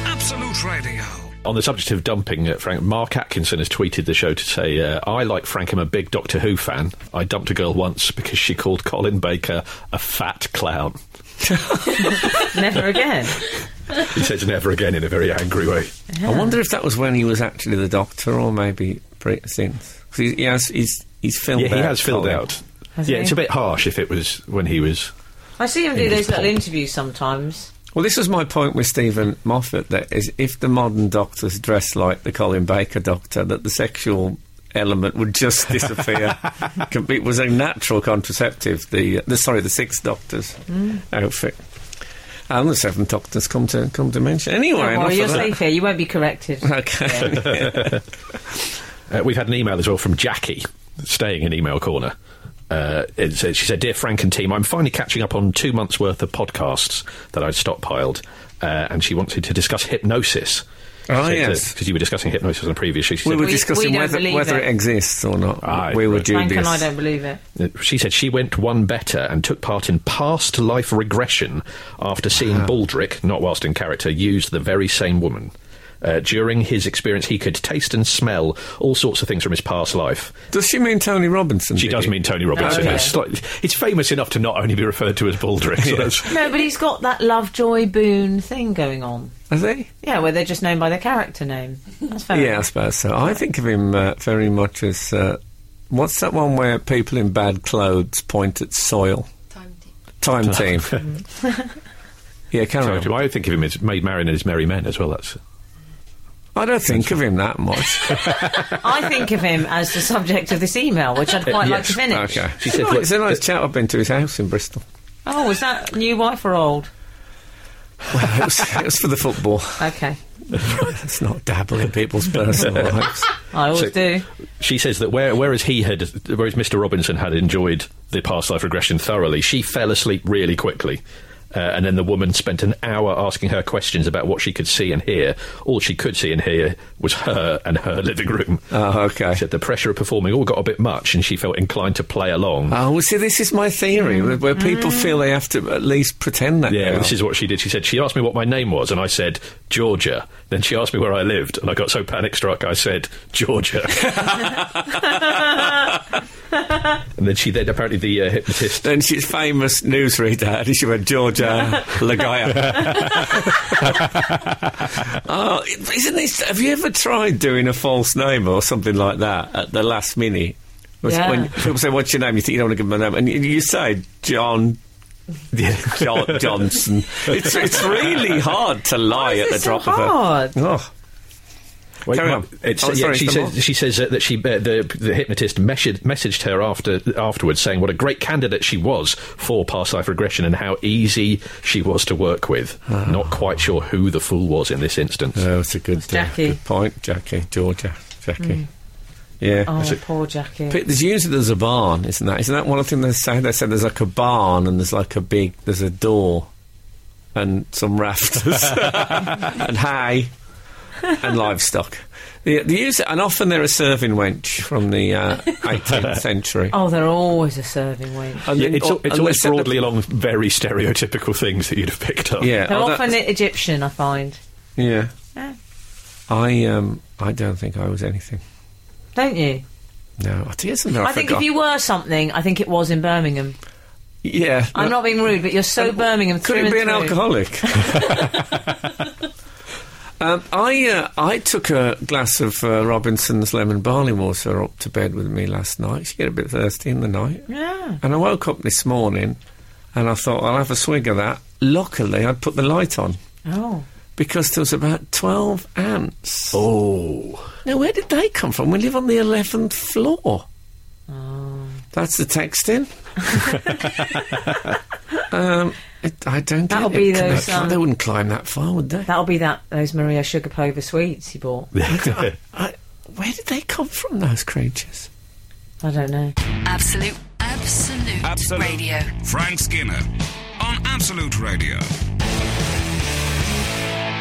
[SPEAKER 5] Absolute Radio.
[SPEAKER 3] On the subject of dumping, uh, Frank, Mark Atkinson has tweeted the show to say, uh, I, like Frank, am a big Doctor Who fan. I dumped a girl once because she called Colin Baker a fat clown.
[SPEAKER 4] Never again.
[SPEAKER 3] He says never again in a very angry way.
[SPEAKER 2] I wonder if that was when he was actually the doctor, or maybe pre- since. 'Cause he, he has, he's he's filled
[SPEAKER 3] Yeah,
[SPEAKER 2] out.
[SPEAKER 3] he has filled
[SPEAKER 2] Colin.
[SPEAKER 3] out.
[SPEAKER 4] Has
[SPEAKER 3] yeah,
[SPEAKER 4] he?
[SPEAKER 3] it's a bit harsh if it was when he was.
[SPEAKER 4] I see him do
[SPEAKER 3] In his
[SPEAKER 4] those little
[SPEAKER 3] pomp.
[SPEAKER 4] interviews sometimes.
[SPEAKER 2] Well, this was my point with Stephen Moffat. That is, if the modern doctors dressed like the Colin Baker doctor, that the sexual element would just disappear. Com- it was a natural contraceptive. The, the sorry, the sixth doctor's outfit. And the seventh doctor's come to come to mention. Anyway,
[SPEAKER 4] Don't
[SPEAKER 2] enough
[SPEAKER 4] worry,
[SPEAKER 2] of
[SPEAKER 4] you're
[SPEAKER 2] that.
[SPEAKER 4] safe here. You won't be corrected.
[SPEAKER 2] Okay.
[SPEAKER 3] Uh, we've had an email as well from Jackie, staying in email corner. Uh, it says, she said, "Dear Frank and team, I'm finally catching up on two months' worth of podcasts that I'd stockpiled, uh, and she wanted to discuss hypnosis.
[SPEAKER 2] Oh, yes.
[SPEAKER 3] because you were discussing hypnosis on a previous show. She
[SPEAKER 2] we
[SPEAKER 3] said,
[SPEAKER 2] were
[SPEAKER 4] We- we
[SPEAKER 2] discussing
[SPEAKER 4] don't
[SPEAKER 2] whether,
[SPEAKER 4] believe
[SPEAKER 2] whether
[SPEAKER 4] it.
[SPEAKER 2] it exists or not.
[SPEAKER 3] Aye,
[SPEAKER 2] we were
[SPEAKER 3] right.
[SPEAKER 2] dubious.
[SPEAKER 4] Frank and I don't believe it.
[SPEAKER 3] uh, she said she went one better and took part in past life regression after seeing
[SPEAKER 2] Ah.
[SPEAKER 3] Baldric, not whilst in character, use the very same woman. Uh, during his experience, he could taste and smell all sorts of things from his past life.
[SPEAKER 2] Does she mean Tony Robinson?
[SPEAKER 3] She
[SPEAKER 2] did
[SPEAKER 3] does
[SPEAKER 2] he?
[SPEAKER 3] mean Tony Robinson.
[SPEAKER 4] Okay.
[SPEAKER 3] It's, slightly, it's famous enough to not only be referred to as Baldric. So that's,
[SPEAKER 4] No, but he's got that Lovejoy Boone thing going on.
[SPEAKER 2] Are they?
[SPEAKER 4] Yeah, where they're just known by their character name. That's
[SPEAKER 6] Oh,
[SPEAKER 4] fair.
[SPEAKER 2] Yeah, I suppose so. I think of him uh, very much as uh, what's that one where people in bad clothes point at soil?
[SPEAKER 6] Time team.
[SPEAKER 2] Time team. yeah, carry
[SPEAKER 3] sorry,
[SPEAKER 2] on.
[SPEAKER 3] I think of him as Maid Marian and his Merry Men as well. That's
[SPEAKER 2] I don't think of him that much.
[SPEAKER 4] I think of him as the subject of this email, which I'd quite like to
[SPEAKER 3] Yes,
[SPEAKER 4] finish.
[SPEAKER 2] Uh, okay.
[SPEAKER 3] She said,
[SPEAKER 2] Oh,
[SPEAKER 3] look,
[SPEAKER 2] it's a nice chat. I've been to his house in Bristol.
[SPEAKER 4] Oh, was that new wife or old?
[SPEAKER 2] Well, it was, it was for the football.
[SPEAKER 4] Okay.
[SPEAKER 2] Let's not dabble in people's personal lives.
[SPEAKER 4] I always
[SPEAKER 3] So-
[SPEAKER 4] do.
[SPEAKER 3] She says that where, whereas he had, whereas Mr. Robinson had enjoyed the past life regression thoroughly, she fell asleep really quickly. Uh, and then the woman spent an hour asking her questions about what she could see and hear. All she could see and hear was her and her living room.
[SPEAKER 2] Oh, okay.
[SPEAKER 3] She said the pressure of performing all got a bit much, and she felt inclined to play along.
[SPEAKER 2] Oh, well, see, this is my theory, where- where people
[SPEAKER 6] Mm.
[SPEAKER 2] feel they have to at least pretend that.
[SPEAKER 3] Yeah,
[SPEAKER 2] they
[SPEAKER 3] this
[SPEAKER 2] are.
[SPEAKER 3] is what she did. She said she asked me what my name was, and I said Georgia. Then she asked me where I lived, and I got so panic struck I said Georgia. and then she then apparently the uh, hypnotist.
[SPEAKER 2] Then she's famous newsreader, and she went, Georgia Lagaya. oh, isn't this... Have you ever tried doing a false name or something like that at the last minute? Was-
[SPEAKER 4] Yeah.
[SPEAKER 2] When people say, what's your name? You think you don't want to give them a name. And you- you say, John... John Johnson. It's, it's really hard to lie
[SPEAKER 4] is
[SPEAKER 2] at the
[SPEAKER 4] this so
[SPEAKER 2] drop
[SPEAKER 4] hard?
[SPEAKER 2] of a... Oh.
[SPEAKER 3] Wait,
[SPEAKER 2] Carry
[SPEAKER 3] no,
[SPEAKER 2] on.
[SPEAKER 3] It's,
[SPEAKER 2] Oh,
[SPEAKER 3] yeah,
[SPEAKER 2] sorry,
[SPEAKER 3] she
[SPEAKER 2] some
[SPEAKER 3] says
[SPEAKER 2] more?
[SPEAKER 3] she says uh, that she uh, the the hypnotist messaged, messaged her after afterwards saying what a great candidate she was for past life regression and how easy she was to work with.
[SPEAKER 2] Ah.
[SPEAKER 3] Not quite sure who the fool was in this instance.
[SPEAKER 2] Oh, it's a good, uh,
[SPEAKER 4] Jackie. Hmm.
[SPEAKER 2] good point, Jackie. Georgia, Jackie. Yeah.
[SPEAKER 4] Oh, poor Jackie.
[SPEAKER 2] But there's usually there's a barn, isn't that? Isn't that one of the things they say? They said there's like a barn and there's like a big there's a door and some rafters and hay and livestock. The, the use and often they're a serving wench from the uh, 18th century.
[SPEAKER 4] oh, they're always a serving wench.
[SPEAKER 2] And
[SPEAKER 3] Yeah,
[SPEAKER 2] then-
[SPEAKER 3] it's, al- it's
[SPEAKER 2] and
[SPEAKER 3] always
[SPEAKER 2] they said that-
[SPEAKER 3] broadly along very stereotypical things that you'd have picked up.
[SPEAKER 2] Yeah,
[SPEAKER 4] They're
[SPEAKER 2] oh, that-
[SPEAKER 4] often Egyptian, I find.
[SPEAKER 2] yeah.
[SPEAKER 4] Yeah.
[SPEAKER 2] I um I don't think I was anything.
[SPEAKER 4] Don't you?
[SPEAKER 2] No, I did something. I,
[SPEAKER 4] I think if
[SPEAKER 2] forgot.
[SPEAKER 4] you were something, I think it was in Birmingham.
[SPEAKER 2] yeah,
[SPEAKER 4] I'm
[SPEAKER 2] no.
[SPEAKER 4] not being rude, but you're so Birmingham.
[SPEAKER 2] Could
[SPEAKER 4] through
[SPEAKER 2] it
[SPEAKER 4] and
[SPEAKER 2] be an
[SPEAKER 4] through.
[SPEAKER 2] alcoholic? um, I uh, I took a glass of uh, Robinson's lemon barley water up to bed with me last night. She get a bit thirsty in the night,
[SPEAKER 4] Yeah.
[SPEAKER 2] and I woke up this morning, and I thought I'll have a swig of that. Luckily, I'd put the light on
[SPEAKER 4] Oh.
[SPEAKER 2] because there was about twelve ants.
[SPEAKER 3] Oh,
[SPEAKER 2] Now, where did they come from? We live on the eleventh floor.
[SPEAKER 4] Oh.
[SPEAKER 2] That's the texting. um, it, I don't.
[SPEAKER 4] That'll
[SPEAKER 2] get it.
[SPEAKER 4] be
[SPEAKER 2] Can they
[SPEAKER 4] those,
[SPEAKER 2] cli-
[SPEAKER 4] um,
[SPEAKER 2] they wouldn't climb that far, would they?
[SPEAKER 4] That'll be that those Maria Sugar Pova sweets you bought.
[SPEAKER 2] I, where did they come from, those creatures?
[SPEAKER 4] I don't know.
[SPEAKER 1] Absolute, absolute,
[SPEAKER 5] Absolute.
[SPEAKER 1] radio.
[SPEAKER 5] Frank Skinner on Absolute Radio.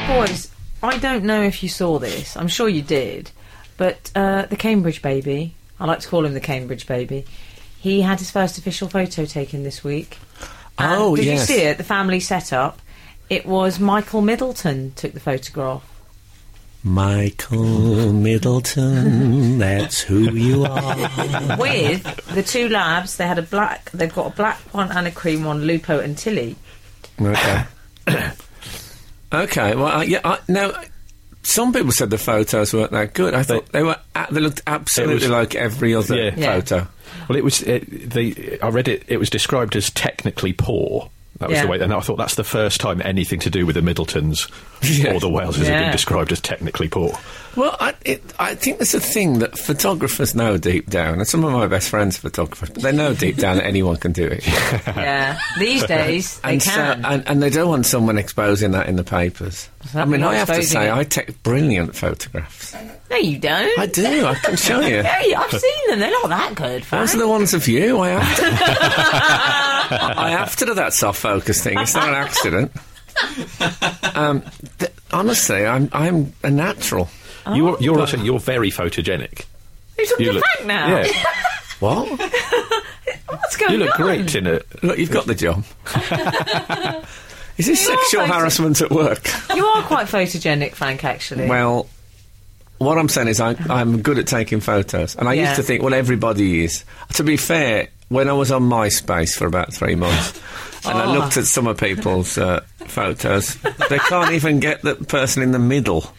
[SPEAKER 4] Boys, I don't know if you saw this. I'm sure you did, but uh, the Cambridge baby. I like to call him the Cambridge baby. He had his first official photo taken this week. And
[SPEAKER 2] Oh,
[SPEAKER 4] did
[SPEAKER 2] yes.
[SPEAKER 4] you see it? The family set up. It was Michael Middleton took the photograph.
[SPEAKER 2] Michael Middleton, that's who you are.
[SPEAKER 4] with the two labs. They had a black. They've got a black one and a cream one. Lupo and Tilly.
[SPEAKER 2] Okay. okay. Well, I, yeah. I, now, some people said the photos weren't that good. I thought they were. a they looked absolutely
[SPEAKER 3] It was-
[SPEAKER 2] like every other
[SPEAKER 3] Yeah.
[SPEAKER 4] Yeah.
[SPEAKER 2] photo.
[SPEAKER 3] well, it was. It, they, I read it. It was described as technically poor. That was
[SPEAKER 4] Yeah.
[SPEAKER 3] the way, and I thought that's the first time anything to do with the Middletons
[SPEAKER 2] Yeah.
[SPEAKER 3] or the Waleses has
[SPEAKER 4] Yeah.
[SPEAKER 3] been described as technically poor.
[SPEAKER 2] Well, I, it, I think there's a thing that photographers know deep down, and some of my best friends are photographers, but they know deep down that anyone can do it.
[SPEAKER 4] Yeah. These days they
[SPEAKER 2] and
[SPEAKER 4] can.
[SPEAKER 2] So, and, and they don't want someone exposing that in the papers. I mean,
[SPEAKER 4] not
[SPEAKER 2] I have to
[SPEAKER 4] exposing
[SPEAKER 2] say,
[SPEAKER 4] it.
[SPEAKER 2] I take brilliant photographs.
[SPEAKER 4] no, you don't.
[SPEAKER 2] I do. I can show you.
[SPEAKER 4] Hey, I've seen them. They're not that good.
[SPEAKER 2] Those are the ones of you. I have to. I have to do that soft focus thing. It's not an accident. Um, th- honestly, I'm I'm a natural.
[SPEAKER 4] Oh.
[SPEAKER 3] You're, you're also you're very photogenic.
[SPEAKER 4] You're talking
[SPEAKER 3] You
[SPEAKER 4] to Frank now. Oh
[SPEAKER 3] yeah,
[SPEAKER 2] What?
[SPEAKER 4] What's going
[SPEAKER 3] you look
[SPEAKER 4] on?
[SPEAKER 3] great in it.
[SPEAKER 2] Look, you've got the job. Is this
[SPEAKER 4] You are
[SPEAKER 2] sexual
[SPEAKER 4] photo-
[SPEAKER 2] harassment at work?
[SPEAKER 4] You are quite photogenic, Frank. Actually.
[SPEAKER 2] Well, what I'm saying is I, I'm good at taking photos, and I
[SPEAKER 4] Yeah.
[SPEAKER 2] used to think, well, everybody is. To be fair, when I was on MySpace for about three months, and
[SPEAKER 4] Oh.
[SPEAKER 2] I looked at some of people's uh, photos, they can't even get the person in the middle.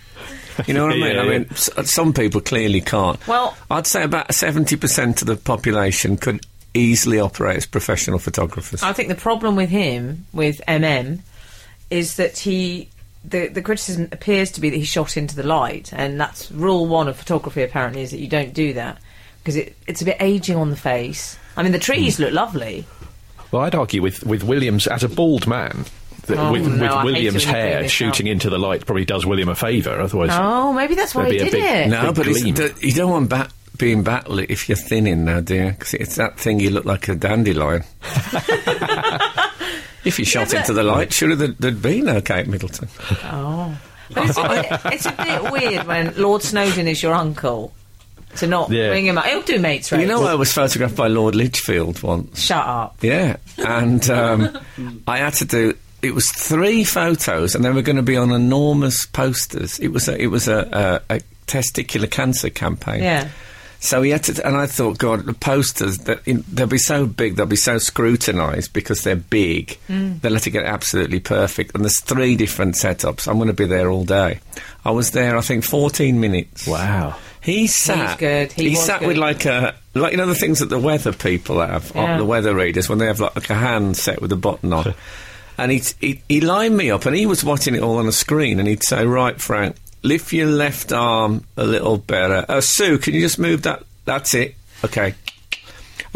[SPEAKER 2] You know what I
[SPEAKER 3] Yeah,
[SPEAKER 2] mean? I
[SPEAKER 3] yeah.
[SPEAKER 2] mean, s- some people clearly can't.
[SPEAKER 4] Well-
[SPEAKER 2] I'd say about seventy percent of the population could easily operate as professional photographers.
[SPEAKER 4] I think the problem with him, with MM, is that he the the criticism appears to be that he shot into the light, and that's rule one of photography. Apparently, is that you don't do that because it, it's a bit aging on the face. I mean, the trees look lovely.
[SPEAKER 3] Well, I'd argue with, with Williams as a bald man. That
[SPEAKER 4] Oh,
[SPEAKER 3] with,
[SPEAKER 4] no, I
[SPEAKER 3] with
[SPEAKER 4] hate
[SPEAKER 3] Williams'
[SPEAKER 4] it when you bring
[SPEAKER 3] hair
[SPEAKER 4] this
[SPEAKER 3] shooting into the light probably does William a favour. Otherwise,
[SPEAKER 4] Oh, maybe that's why
[SPEAKER 3] There'd
[SPEAKER 4] he
[SPEAKER 3] be a
[SPEAKER 4] did
[SPEAKER 3] big-
[SPEAKER 4] it.
[SPEAKER 3] Big
[SPEAKER 2] No, but it's,
[SPEAKER 3] gleam.
[SPEAKER 2] d you don't want bat being battlit if you're thinning now, do you? 'Cause it's that thing you look like a dandelion. if you shot
[SPEAKER 4] but-
[SPEAKER 2] into the light, surely there'd, there'd be no Kate Middleton.
[SPEAKER 4] Oh, but it's a, bit, it's a bit weird when Lord Snowden is your uncle to not
[SPEAKER 3] Yeah.
[SPEAKER 4] bring him up. He'll do mates, right?
[SPEAKER 2] You know, I was photographed by Lord Lichfield once.
[SPEAKER 4] Shut up.
[SPEAKER 2] Yeah, and um, I had to do. It was three photos, and they were going to be on enormous posters. It was a, it was a, a, a testicular cancer campaign.
[SPEAKER 4] Yeah.
[SPEAKER 2] So he had to, and I thought, God, the posters that in, they'll be so big, they'll be so scrutinised because they're big. They'll have to get absolutely perfect. And there's three different setups. I'm going to be there all day. I was there, I think, 14 minutes.
[SPEAKER 3] wow.
[SPEAKER 2] He sat.
[SPEAKER 4] good. He was
[SPEAKER 2] sat
[SPEAKER 4] good.
[SPEAKER 2] with like a like you know the things that the weather people have,
[SPEAKER 4] Yeah.
[SPEAKER 2] on the weather readers when they have like, a hand set with a button on. and he, he he lined me up, and he was watching it all on a screen, and he'd say, "Right, Frank, lift your left arm a little better. Uh, Sue, can you just move that? That's it. Okay."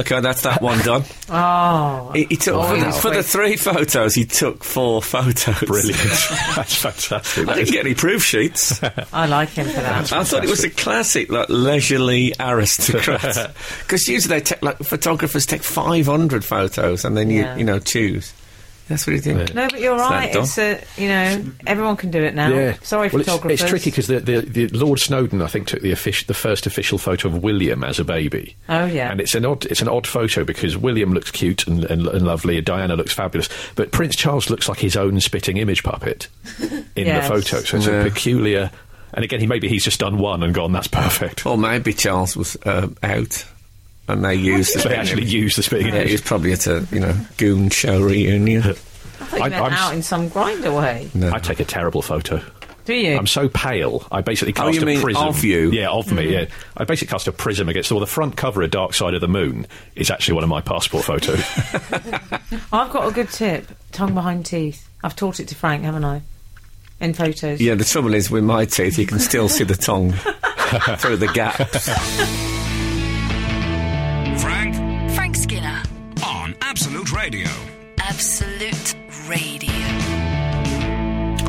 [SPEAKER 2] Okay, that's that one done.
[SPEAKER 4] Oh,
[SPEAKER 2] He, he took for, the,
[SPEAKER 4] Wow.
[SPEAKER 2] for the three photos. He took four photos.
[SPEAKER 3] Brilliant. That's fantastic.
[SPEAKER 2] I
[SPEAKER 3] That
[SPEAKER 2] didn't
[SPEAKER 3] is-
[SPEAKER 2] get any proof sheets.
[SPEAKER 4] I like him for that.
[SPEAKER 2] I thought it was a classic, like leisurely aristocrat. Because usually they take, like photographers take 500 photos and then
[SPEAKER 4] Yeah.
[SPEAKER 2] you, you know, choose. That's what he did.
[SPEAKER 4] No, but you're
[SPEAKER 2] It's that
[SPEAKER 4] right.
[SPEAKER 2] dumb.
[SPEAKER 4] It's a, you know everyone can do it now.
[SPEAKER 3] yeah.
[SPEAKER 4] Sorry,
[SPEAKER 3] well, it's,
[SPEAKER 4] photographers.
[SPEAKER 3] it's tricky because the, the, the Lord Snowden, I think, took the, offic- the first official photo of William as a baby.
[SPEAKER 4] Oh, yeah.
[SPEAKER 3] And it's an odd it's an odd photo because William looks cute and, and, and lovely, and Diana looks fabulous, but Prince Charles looks like his own spitting image puppet in
[SPEAKER 4] Yes.
[SPEAKER 3] the photo. So it's
[SPEAKER 2] Yeah.
[SPEAKER 3] a peculiar. And again, he maybe he's just done one and gone. That's perfect.
[SPEAKER 2] Or maybe Charles was uh, out and they used
[SPEAKER 3] So they actually use the spitting
[SPEAKER 2] Yeah, he was
[SPEAKER 3] image.
[SPEAKER 2] probably at a, you know, goon show reunion.
[SPEAKER 4] I thought you
[SPEAKER 3] I-
[SPEAKER 4] meant
[SPEAKER 3] I'm s-
[SPEAKER 4] out in some grinder way.
[SPEAKER 2] No.
[SPEAKER 3] I take a terrible photo.
[SPEAKER 4] Do you?
[SPEAKER 3] I'm so pale. I basically
[SPEAKER 2] Oh,
[SPEAKER 3] cast
[SPEAKER 2] you
[SPEAKER 3] a
[SPEAKER 2] mean
[SPEAKER 3] prism
[SPEAKER 2] of you? Mm-hmm.
[SPEAKER 3] Yeah, of me. Yeah, I basically cast a prism against. Well, the front cover of Dark Side of the Moon is actually one of my passport photos.
[SPEAKER 4] I've got a good tip. Tongue behind teeth. I've taught it to Frank, haven't I? In photos.
[SPEAKER 2] Yeah, the trouble is with my teeth, you can still see the tongue through the gaps.
[SPEAKER 5] Frank
[SPEAKER 1] Frank Skinner,
[SPEAKER 5] on Absolute Radio.
[SPEAKER 1] Absolute Radio.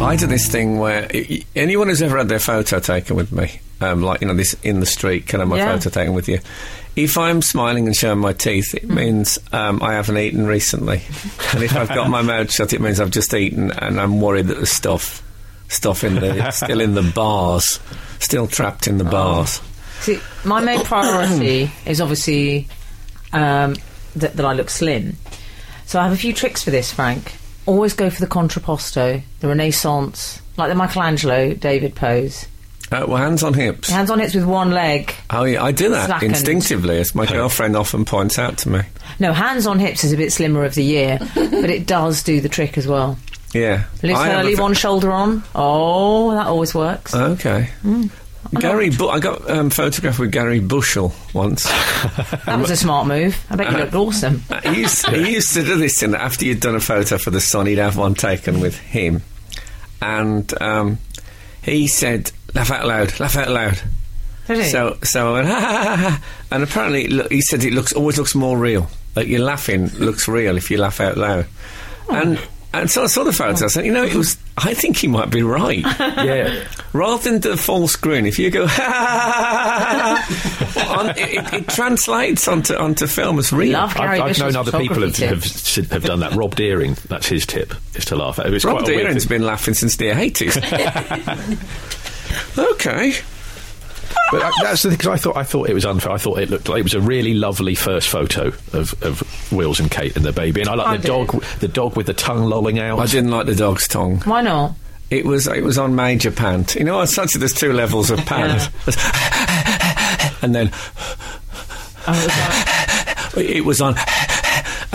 [SPEAKER 2] I do this thing where y- y- anyone who's ever had their photo taken with me, um, like you know, this in the street, can I have my
[SPEAKER 4] Yeah.
[SPEAKER 2] photo taken with you? If I'm smiling and showing my teeth,
[SPEAKER 4] Hmm.
[SPEAKER 2] it means um, I haven't eaten recently, and if I've got my mouth shut, it means I've just eaten, and I'm worried that there's stuff, stuff in the still in the bars, still trapped
[SPEAKER 4] Oh.
[SPEAKER 2] in the bars.
[SPEAKER 4] See, my main priority is obviously um, that, that I look slim. So I have a few tricks for this, Frank. Always go for the contrapposto, the Renaissance, like the Michelangelo David pose.
[SPEAKER 2] Uh, well, hands on hips.
[SPEAKER 4] Hands on hips with one leg.
[SPEAKER 2] Oh, yeah, I do that
[SPEAKER 4] Slackened.
[SPEAKER 2] instinctively, as my girlfriend often points out to me.
[SPEAKER 4] No, hands on hips is a bit slimmer of the year, but it does do the trick as well.
[SPEAKER 2] Yeah,
[SPEAKER 4] Loose
[SPEAKER 2] I have a
[SPEAKER 4] Hurley,
[SPEAKER 2] v-
[SPEAKER 4] one shoulder on. Oh, that always works.
[SPEAKER 2] Okay. Gary, Bu- I got um, photographed with Gary Bushell once.
[SPEAKER 4] that was a smart move. I bet you looked awesome.
[SPEAKER 2] he, used, he used to do this, and after you'd done a photo for the Sun, he'd have one taken with him, and um, he said, "Laugh out loud, laugh out loud."
[SPEAKER 4] Did he?
[SPEAKER 2] So, so I went, "Ha, ha, ha, ha." and apparently, it loo- he said it looks always looks more real. Like you're laughing looks real if you laugh out loud, and. And so I saw the photo. I said, "You know, it was. I think he might be right."
[SPEAKER 3] yeah,
[SPEAKER 2] Rather than the false grin, if you go, on, it, it, it translates onto onto film as real.
[SPEAKER 4] Love Gary
[SPEAKER 3] I've, I've
[SPEAKER 4] Bushell's
[SPEAKER 3] known other people have,
[SPEAKER 4] photography
[SPEAKER 3] have
[SPEAKER 4] tips.
[SPEAKER 3] s- have done that. Rob Deering, that's his tip, is to laugh. at It's
[SPEAKER 2] Rob
[SPEAKER 3] quite a weird
[SPEAKER 2] Deering's
[SPEAKER 3] thing.
[SPEAKER 2] been laughing since the eighties. okay,
[SPEAKER 3] But I, that's the thing 'cause I thought I thought it was unfair. I thought it looked like it was a really lovely first photo of, of Wills and Kate and their baby, and I like
[SPEAKER 4] I
[SPEAKER 3] the
[SPEAKER 4] did.
[SPEAKER 3] dog, w- the dog with the tongue lolling out.
[SPEAKER 2] I didn't like the dog's tongue.
[SPEAKER 4] Why not?
[SPEAKER 2] It was it was on major pant. You know, I such there's two levels of pant, and then
[SPEAKER 4] Oh, it was like-
[SPEAKER 2] Oh, it was on.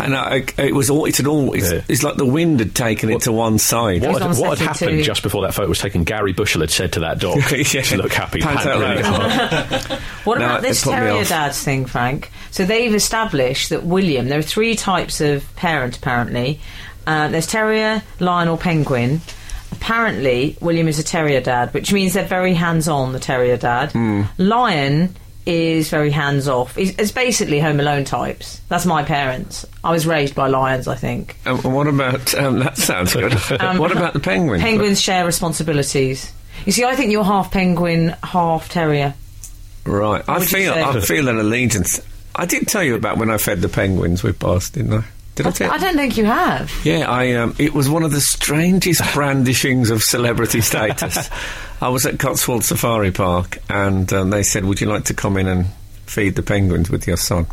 [SPEAKER 2] And I, it was all. It's an all. It's,
[SPEAKER 3] Yeah.
[SPEAKER 2] it's like the wind had taken it to one side.
[SPEAKER 4] was
[SPEAKER 3] What had,
[SPEAKER 4] on
[SPEAKER 3] what had
[SPEAKER 4] Saturday
[SPEAKER 3] happened
[SPEAKER 4] too.
[SPEAKER 3] just before that photo was taken? Gary Bushell had said to that dog,
[SPEAKER 2] Yeah.
[SPEAKER 3] to "Look happy,
[SPEAKER 2] Pants
[SPEAKER 3] pant
[SPEAKER 2] out
[SPEAKER 3] really
[SPEAKER 2] loud.
[SPEAKER 3] hard."
[SPEAKER 4] What
[SPEAKER 2] No,
[SPEAKER 4] about
[SPEAKER 2] it
[SPEAKER 4] this
[SPEAKER 2] put me
[SPEAKER 4] terrier
[SPEAKER 2] off.
[SPEAKER 4] dads thing, Frank? So they've established that William. There are three types of parent apparently. Uh, there's terrier, lion, or penguin. apparently William is a terrier dad, which means they're very hands on. The terrier dad,
[SPEAKER 2] Hmm.
[SPEAKER 4] Lion is very hands off. It's it's basically Home Alone types. That's my parents. I was raised by lions, I think.
[SPEAKER 2] Um, and what about um, that? Sounds good. what about the penguin?
[SPEAKER 4] Um, Penguins share responsibilities. You see, I think you're half penguin, half terrier.
[SPEAKER 2] Right. I
[SPEAKER 4] Would you
[SPEAKER 2] feel
[SPEAKER 4] say-
[SPEAKER 2] I feel an allegiance. I did tell you about when I fed the penguins we passed, didn't I? Did I tell you?
[SPEAKER 4] I don't think you have.
[SPEAKER 2] Yeah, I. Um, it was one of the strangest brandishings of celebrity status. I was at Cotswold Safari Park, and um, they said, "Would you like to come in and feed the penguins with your son?"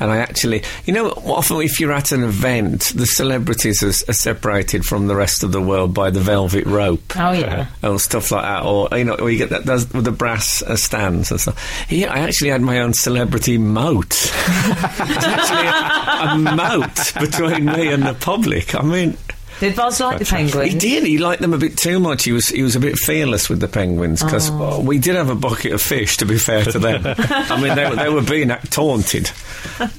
[SPEAKER 2] And I actually, you know, often if you're at an event, the celebrities are, are separated from the rest of the world by the velvet rope
[SPEAKER 4] Oh yeah.
[SPEAKER 2] or stuff like that, or you know, or you get that those, with the brass uh, stands and stuff. Here, I actually had my own celebrity moat. It's actually a, a moat between me and the public. I mean,
[SPEAKER 4] Did Buzz like the penguins?
[SPEAKER 2] he did. He liked them a bit too much. He was he was a bit fearless with the penguins because we did have a bucket of fish. To be fair to them, I mean they, were- they were being act- taunted.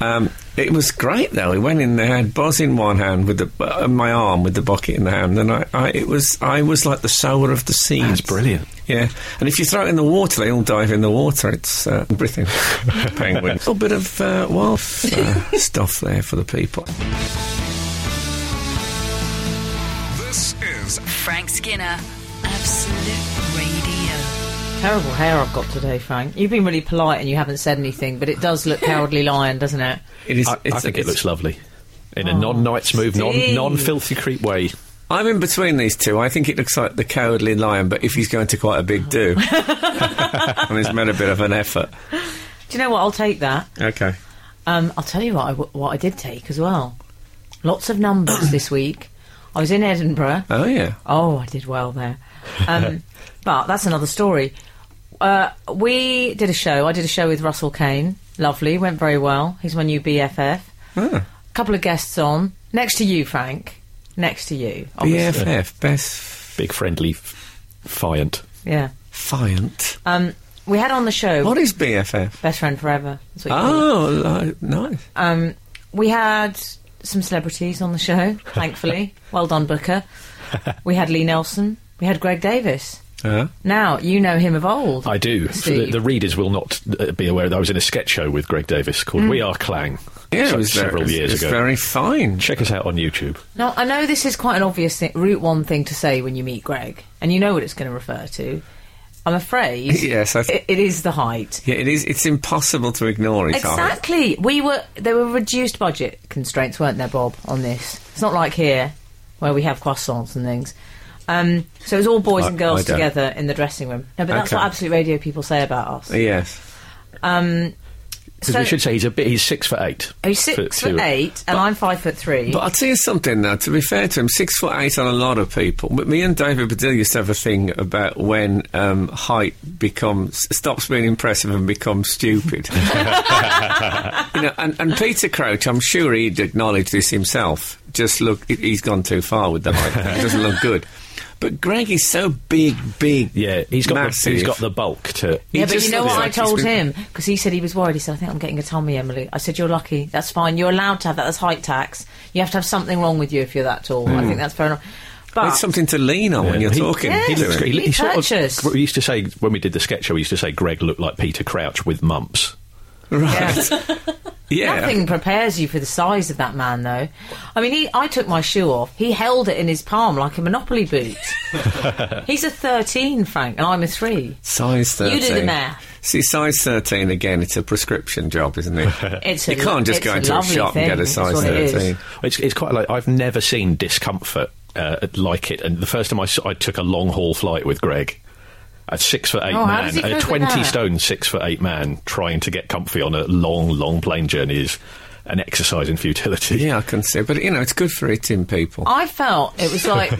[SPEAKER 2] Um, it was great though. He went in there, had Buzz in one hand with the, uh, my arm with the bucket in the hand, and I, I it was I was like the sower of the seeds.
[SPEAKER 3] That's brilliant.
[SPEAKER 2] Yeah, and if you throw it in the water, they all dive in the water. It's uh, breathing penguin. A little bit of uh, wild uh, stuff there for the people.
[SPEAKER 5] This is
[SPEAKER 1] Frank Skinner, Absolute Radio.
[SPEAKER 4] Terrible hair I've got today, Frank. You've been really polite and you haven't said anything, but it does look cowardly lion, doesn't it?
[SPEAKER 2] It is.
[SPEAKER 3] I, I think it looks lovely. In a non night smooth, non
[SPEAKER 4] Steve.
[SPEAKER 3] non filthy creep way.
[SPEAKER 2] I'm in between these two. I think it looks like the cowardly lion, but if he's going to quite a big do, and he's made a bit of an effort.
[SPEAKER 4] Do you know what? I'll take that.
[SPEAKER 2] Okay.
[SPEAKER 4] Um, I'll tell you what I, w- what I did take as well. Lots of numbers this week. I was in Edinburgh.
[SPEAKER 2] Oh yeah.
[SPEAKER 4] Oh, I did well there. Um, but that's another story. Uh, we did a show. I did a show with Russell Kane. Lovely. Went very well. He's my new BFF.
[SPEAKER 2] Oh.
[SPEAKER 4] couple of guests on. Next to you, Frank. Next to you. Obviously.
[SPEAKER 2] BFF best
[SPEAKER 3] Big friendly, f- fiant.
[SPEAKER 4] Yeah.
[SPEAKER 2] fiant.
[SPEAKER 4] Um, we had on the show
[SPEAKER 2] What is BFF?
[SPEAKER 4] Best Friend Forever. That's what you call it.
[SPEAKER 2] Oh, li- nice.
[SPEAKER 4] Um, we had some celebrities on the show, thankfully. well done, Booker. We had Lee Nelson. We had Greg Davis.
[SPEAKER 2] Uh,
[SPEAKER 4] Now, you know him of old.
[SPEAKER 3] I do. For The,
[SPEAKER 4] Steve.
[SPEAKER 3] the readers will not uh, be aware that I was in a sketch show with Greg Davis called We Are Clang.
[SPEAKER 2] yeah,
[SPEAKER 3] so-
[SPEAKER 2] it was very-
[SPEAKER 3] several
[SPEAKER 2] it's-
[SPEAKER 3] years
[SPEAKER 2] it's
[SPEAKER 3] ago.
[SPEAKER 2] Very fine.
[SPEAKER 3] Check us out on YouTube.
[SPEAKER 4] Now, I know this is quite an obvious thing, Route 1 thing to say when you meet Greg, and you know what it's going to refer to. I'm afraid
[SPEAKER 2] Yes, I th-
[SPEAKER 4] it, it is the height.
[SPEAKER 2] Yeah, it is. It's impossible to ignore it. Ari.
[SPEAKER 4] Exactly. We were there were reduced budget constraints, weren't there, Bob? On this, it's not like here where we have croissants and things. Um, so it was all boys
[SPEAKER 2] I-
[SPEAKER 4] and girls
[SPEAKER 2] I don't.
[SPEAKER 4] together in the dressing room. No, but that's
[SPEAKER 2] Okay.
[SPEAKER 4] what Absolute Radio people say about us.
[SPEAKER 2] Yes.
[SPEAKER 4] Um,
[SPEAKER 3] Because
[SPEAKER 4] so Oh,
[SPEAKER 3] we should say he's a bit. He's six for eight.
[SPEAKER 4] he's six
[SPEAKER 3] For-
[SPEAKER 4] foot
[SPEAKER 3] to-
[SPEAKER 4] eight, and I'm five foot three.
[SPEAKER 2] But I'll tell you something now, to be fair to him, six foot eight on a lot of people. But me and David Badil used to have a thing about when um, height becomes stops being impressive and becomes stupid. you know, and, and Peter Crouch, I'm sure he'd acknowledge this himself. Just look, he- he's gone too far with the height. it doesn't look good. But Greg is so big, big.
[SPEAKER 3] Yeah, he's got the,
[SPEAKER 2] massive.
[SPEAKER 3] he's got the bulk to.
[SPEAKER 2] He
[SPEAKER 4] yeah, but
[SPEAKER 2] just
[SPEAKER 4] you know
[SPEAKER 2] looks
[SPEAKER 4] what I
[SPEAKER 2] like he's
[SPEAKER 4] told
[SPEAKER 2] been-
[SPEAKER 4] him because he said he was worried. He said, "I think I'm getting a tummy, Emily." I said, "You're lucky. That's fine. You're allowed to have that. That's height tax. You have to have something wrong with you if you're that tall. I think that's fair enough." But
[SPEAKER 2] Hmm. It's something to lean on when you're
[SPEAKER 3] He-
[SPEAKER 2] talking.
[SPEAKER 4] Yeah.
[SPEAKER 3] He
[SPEAKER 2] to
[SPEAKER 3] looks
[SPEAKER 2] him.
[SPEAKER 3] great. He,
[SPEAKER 4] He
[SPEAKER 3] sort of-
[SPEAKER 4] purchased.
[SPEAKER 3] we used to say when we did the sketch show, we used to say Greg looked like Peter Crouch with mumps.
[SPEAKER 2] Right. Yeah.
[SPEAKER 4] Nothing prepares you for the size of that man, though. I mean, he, I took my shoe off. He held it in his palm like a Monopoly boot. He's a 13, Frank, and I'm a 3.
[SPEAKER 2] Size 13.
[SPEAKER 4] You do the math.
[SPEAKER 2] See, size 13, again, it's a prescription job, isn't it?
[SPEAKER 4] It's
[SPEAKER 2] you
[SPEAKER 4] a lo-
[SPEAKER 2] can't just
[SPEAKER 4] it's
[SPEAKER 2] go
[SPEAKER 4] a
[SPEAKER 2] into a
[SPEAKER 4] lovely
[SPEAKER 2] shop
[SPEAKER 4] thing,
[SPEAKER 2] and get a
[SPEAKER 4] that's
[SPEAKER 2] size
[SPEAKER 4] what it is.
[SPEAKER 2] 13.
[SPEAKER 3] It's, it's quite like I've never seen discomfort uh, like it. And the first time I, saw, I took a long haul flight with Greg, a six foot eight
[SPEAKER 4] Oh, how
[SPEAKER 3] man,
[SPEAKER 4] does he cope
[SPEAKER 3] a
[SPEAKER 4] with
[SPEAKER 3] twenty
[SPEAKER 4] that?
[SPEAKER 3] stone six foot eight man trying to get comfy on a long, long plane journey is an exercise in futility.
[SPEAKER 2] Yeah, I can see. But, you know, it's good for eating people.
[SPEAKER 4] I felt it was like,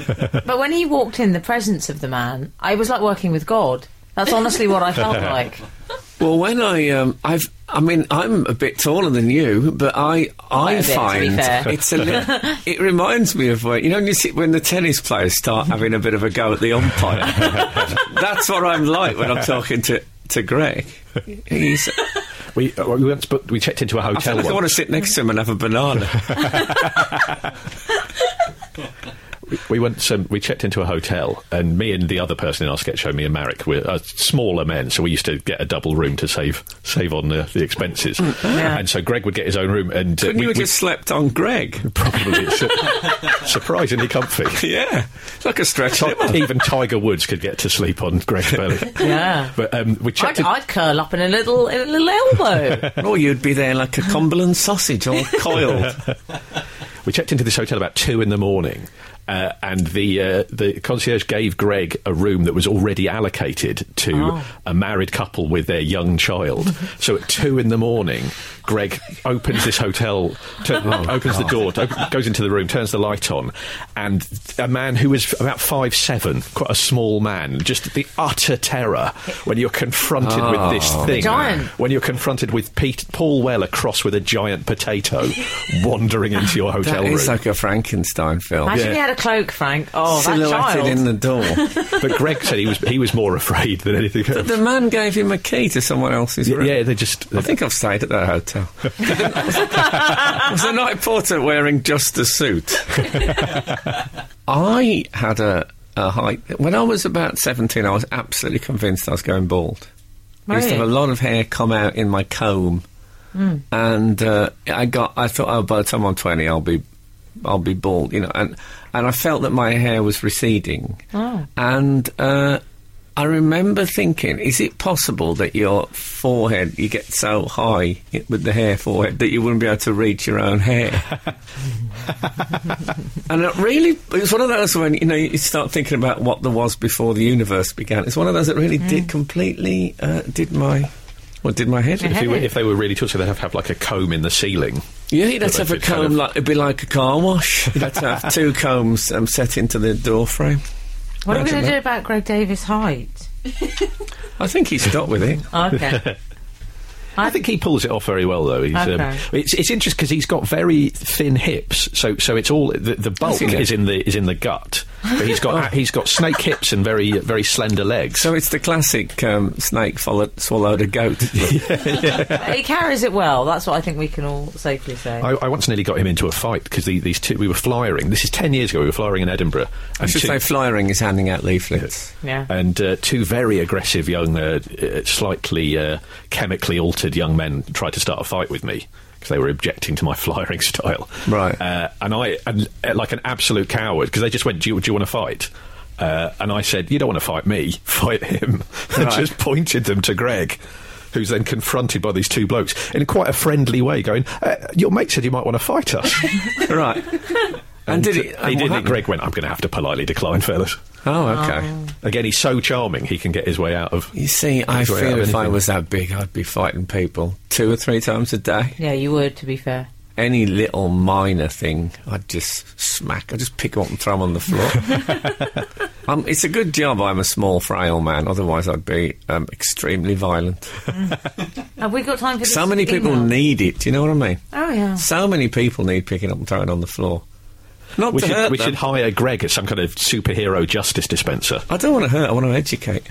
[SPEAKER 4] but when he walked in, the presence of the man, I was like working with God. That's honestly what I felt like.
[SPEAKER 2] Well, when I, um, I've, I mean, I'm a bit taller than you, but I, I
[SPEAKER 4] a bit, to be
[SPEAKER 2] find
[SPEAKER 4] fair.
[SPEAKER 2] it's a little, it reminds me of when, you know, when you see, when the tennis players start having a bit of a go at the umpire. That's what I'm like when I'm talking to, to Greg. He's,
[SPEAKER 3] We uh, we, went, but we checked into a
[SPEAKER 2] I feel
[SPEAKER 3] hotel.
[SPEAKER 2] like I want
[SPEAKER 3] once.
[SPEAKER 2] to sit next to him and have a banana.
[SPEAKER 3] we went. So we checked into a hotel, and me and the other person in our sketch show, me and Marek, we're uh, smaller men, so we used to get a double room to save save on the, the expenses.
[SPEAKER 4] Mm.
[SPEAKER 3] And so Greg would get his own room, and uh,
[SPEAKER 2] Couldn't
[SPEAKER 3] we,
[SPEAKER 2] you have
[SPEAKER 3] we-
[SPEAKER 2] just slept on Greg?
[SPEAKER 3] probably it's, uh, surprisingly comfy.
[SPEAKER 2] Yeah, it's like a stretch.
[SPEAKER 3] Ti-
[SPEAKER 2] limo.
[SPEAKER 3] even Tiger Woods could get to sleep on Greg's belly.
[SPEAKER 4] Yeah.
[SPEAKER 3] but um, we
[SPEAKER 4] I'd,
[SPEAKER 3] checked. in-
[SPEAKER 4] I'd curl up in a little in a little elbow.
[SPEAKER 2] or you'd be there like a Cumberland sausage, all coiled.
[SPEAKER 3] we checked into this hotel about two in the morning, uh, and the uh, the concierge gave Greg a room that was already allocated to a married couple with their young child. so at two in the morning, Greg opens this hotel, turn, opens the door, op- goes into the room, turns the light on, and a man who is about five seven, quite a small man, just the utter terror when you're confronted with this thing.
[SPEAKER 4] Giant.
[SPEAKER 3] When you're confronted with Pete, Paul Weller cross with a giant potato wandering into your hotel
[SPEAKER 2] That
[SPEAKER 3] room.
[SPEAKER 2] is like a Frankenstein film.
[SPEAKER 4] Imagine he had a cloak, Frank. Oh, that
[SPEAKER 2] Silhouetted
[SPEAKER 4] child.
[SPEAKER 2] in the door.
[SPEAKER 3] But Greg said he was he was more afraid than anything else.
[SPEAKER 2] the man gave him a key to someone else's room.
[SPEAKER 3] yeah, they just
[SPEAKER 2] I think I've stayed at that hotel. was the night porter wearing just a suit? I had a, a height. When I was about 17, I was absolutely convinced I was going bald. I used to have a
[SPEAKER 4] Really?
[SPEAKER 2] lot of hair come out in my comb. And uh, I got, I thought, oh, by the time I'm 20, I'll be, I'll be bald, you know. And and I felt that my hair was receding. And uh, I remember thinking, is it possible that your forehead, you get so high with the hair forehead that you wouldn't be able to reach your own hair? And it really, it was one of those when, you know, you start thinking about what there was before the universe began. It's one of those that really did completely, uh, did my, well, did my head in.
[SPEAKER 3] if, you, if they were really tall, so they'd have to have like a comb in the ceiling.
[SPEAKER 2] Yeah, you'd have to
[SPEAKER 3] But
[SPEAKER 2] have a
[SPEAKER 3] they kind
[SPEAKER 2] comb,
[SPEAKER 3] of-
[SPEAKER 2] like, it'd be like a car wash. You'd have to have two combs um, set into the door frame.
[SPEAKER 4] What are we
[SPEAKER 2] Imagine
[SPEAKER 4] going to
[SPEAKER 2] that.
[SPEAKER 4] do about Greg Davis' height?
[SPEAKER 2] I think he's got with it.
[SPEAKER 4] Okay.
[SPEAKER 3] I think he pulls it off very well, though. He's,
[SPEAKER 4] Okay.
[SPEAKER 3] um, it's, it's interesting because he's got very thin hips, so so it's all the, the bulk
[SPEAKER 2] he? Oh.
[SPEAKER 3] is in the is in the gut. But he's got he's got snake hips and very very slender legs.
[SPEAKER 2] So it's the classic um, snake followed, swallowed a goat.
[SPEAKER 4] he carries it well. That's what I think we can all safely say.
[SPEAKER 3] I, I once nearly got him into a fight because the, these two we were flyering. This is ten years ago. We were flyering in Edinburgh.
[SPEAKER 2] I
[SPEAKER 3] and
[SPEAKER 2] should
[SPEAKER 3] two-
[SPEAKER 2] say flyering is handing out leaflets.
[SPEAKER 4] yeah.
[SPEAKER 3] and uh, two very aggressive young, uh, uh, slightly uh, chemically altered young men tried to start a fight with me because they were objecting to my flyering style.
[SPEAKER 2] Right.
[SPEAKER 3] Uh, and I, and, uh, like an absolute coward, because they just went, "Do you, do you want to fight?" Uh, and I said, "You don't want to fight me. Fight him." and
[SPEAKER 2] Right.
[SPEAKER 3] just pointed them to Greg. Who's then confronted by these two blokes in quite a friendly way, going, uh, "Your mate said you might want to fight us."
[SPEAKER 2] right. And, did
[SPEAKER 3] he
[SPEAKER 2] it?
[SPEAKER 3] did.
[SPEAKER 2] and what
[SPEAKER 3] it.
[SPEAKER 2] happened?
[SPEAKER 3] Greg went, "I'm going to have to politely decline, fellas."
[SPEAKER 2] Oh, okay.
[SPEAKER 3] Again, he's so charming, he can get his way out of.
[SPEAKER 2] You see, I
[SPEAKER 3] That's right,
[SPEAKER 2] feel
[SPEAKER 3] I've
[SPEAKER 2] if I
[SPEAKER 3] anything.
[SPEAKER 2] was that big, I'd be fighting people two or three times a day.
[SPEAKER 4] yeah, you would, to be fair.
[SPEAKER 2] Any little minor thing, I'd just smack. I'd just pick 'em up and throw 'em on the floor. um, it's a good job I'm a small, frail man. Otherwise, I'd be um, extremely violent.
[SPEAKER 4] Have we got time for this
[SPEAKER 2] So many people
[SPEAKER 4] email?
[SPEAKER 2] need it. Do you know what I mean?
[SPEAKER 4] Oh, yeah.
[SPEAKER 2] So many people need picking up and throwing on the floor. Not
[SPEAKER 3] We
[SPEAKER 2] to
[SPEAKER 3] should,
[SPEAKER 2] hurt
[SPEAKER 3] we
[SPEAKER 2] them.
[SPEAKER 3] should hire Greg as some kind of superhero justice dispenser.
[SPEAKER 2] I don't want to hurt. I want to educate.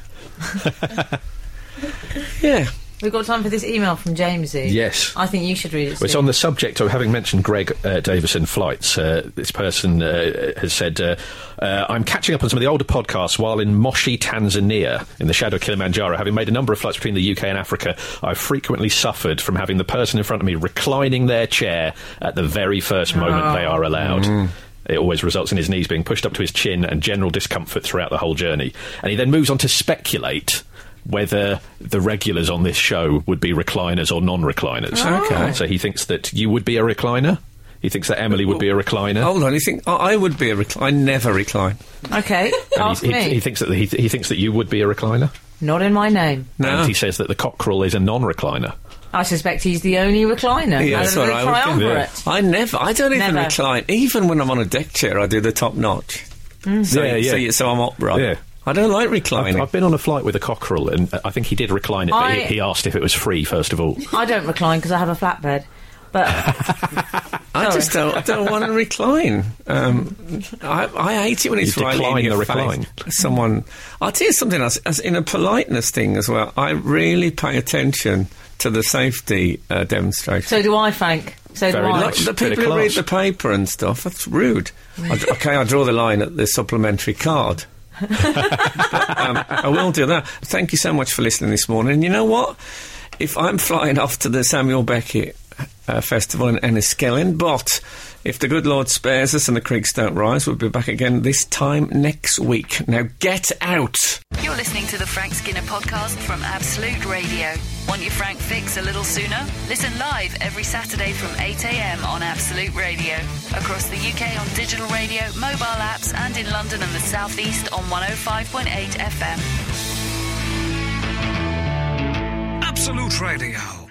[SPEAKER 2] yeah.
[SPEAKER 4] We've got time for this email from Jamesy.
[SPEAKER 3] Yes.
[SPEAKER 4] I think you should read it.
[SPEAKER 3] Well, It's
[SPEAKER 4] soon.
[SPEAKER 3] on the subject of having mentioned Greg uh, Davison flights. Uh, this person uh, has said, uh, uh, I'm catching up on some of the older podcasts while in Moshi, Tanzania, in the shadow of Kilimanjaro. Having made a number of flights between the UK and Africa, I've frequently suffered from having the person in front of me reclining their chair at the very first moment they are allowed. It always results in his knees being pushed up to his chin and general discomfort throughout the whole journey. And he then moves on to speculate whether the regulars on this show would be recliners or non-recliners.
[SPEAKER 2] Okay.
[SPEAKER 3] So he thinks that you would be a recliner. He thinks that Emily would be a recliner.
[SPEAKER 2] Hold on. You think oh, I would be a recliner? I never recline.
[SPEAKER 4] Okay,
[SPEAKER 3] And
[SPEAKER 4] ask
[SPEAKER 3] he, he-
[SPEAKER 4] me.
[SPEAKER 3] he thinks that he, he thinks that you would be a recliner.
[SPEAKER 4] Not in my name.
[SPEAKER 2] No.
[SPEAKER 3] And he says that the cockerel is a non-recliner.
[SPEAKER 4] I suspect he's the only recliner.
[SPEAKER 2] Yeah,
[SPEAKER 4] out
[SPEAKER 2] that's
[SPEAKER 4] of the
[SPEAKER 2] what I was gonna-
[SPEAKER 4] triumvirate.
[SPEAKER 2] I never. I don't even
[SPEAKER 4] Never.
[SPEAKER 2] recline. Even when I'm on a deck chair, I do the top notch. So,
[SPEAKER 3] Yeah,
[SPEAKER 2] So,
[SPEAKER 3] yeah.
[SPEAKER 2] so I'm upright.
[SPEAKER 3] Yeah.
[SPEAKER 2] I don't like
[SPEAKER 3] I've,
[SPEAKER 2] reclining.
[SPEAKER 3] I've been on a flight with a cockerel, and uh, I think he did recline it, but
[SPEAKER 4] I-
[SPEAKER 3] he, he asked if it was free first of all.
[SPEAKER 4] I don't recline because I have a flatbed. But
[SPEAKER 2] I, I just don't. I don't want to recline. Um, I, I hate it when it's
[SPEAKER 3] You
[SPEAKER 2] right in
[SPEAKER 3] decline
[SPEAKER 2] your
[SPEAKER 3] the
[SPEAKER 2] face.
[SPEAKER 3] recline.
[SPEAKER 2] Someone. I'll tell you something else. As in a politeness thing as well, I really pay attention to the safety uh, demonstration.
[SPEAKER 4] So do I, Frank. So
[SPEAKER 3] Very
[SPEAKER 4] do I.
[SPEAKER 3] nice.
[SPEAKER 2] The
[SPEAKER 3] Bit of
[SPEAKER 2] people who read
[SPEAKER 3] class.
[SPEAKER 2] the paper and stuff, that's rude. I d okay, I draw the line at the supplementary card. But, um, I will do that. Thank you so much for listening this morning. And you know what? If I'm flying off to the Samuel Beckett uh, Festival in Enniskillen, but if the good Lord spares us and the creeks don't rise, we'll be back again this time next week. Now get out!
[SPEAKER 1] You're listening to the Frank Skinner podcast from Absolute Radio. Want your Frank fix a little sooner? Listen live every Saturday from 8 a.m. on Absolute Radio. Across the UK on digital radio, mobile apps, and in London and the South East on 105.8 FM.
[SPEAKER 5] Absolute Radio.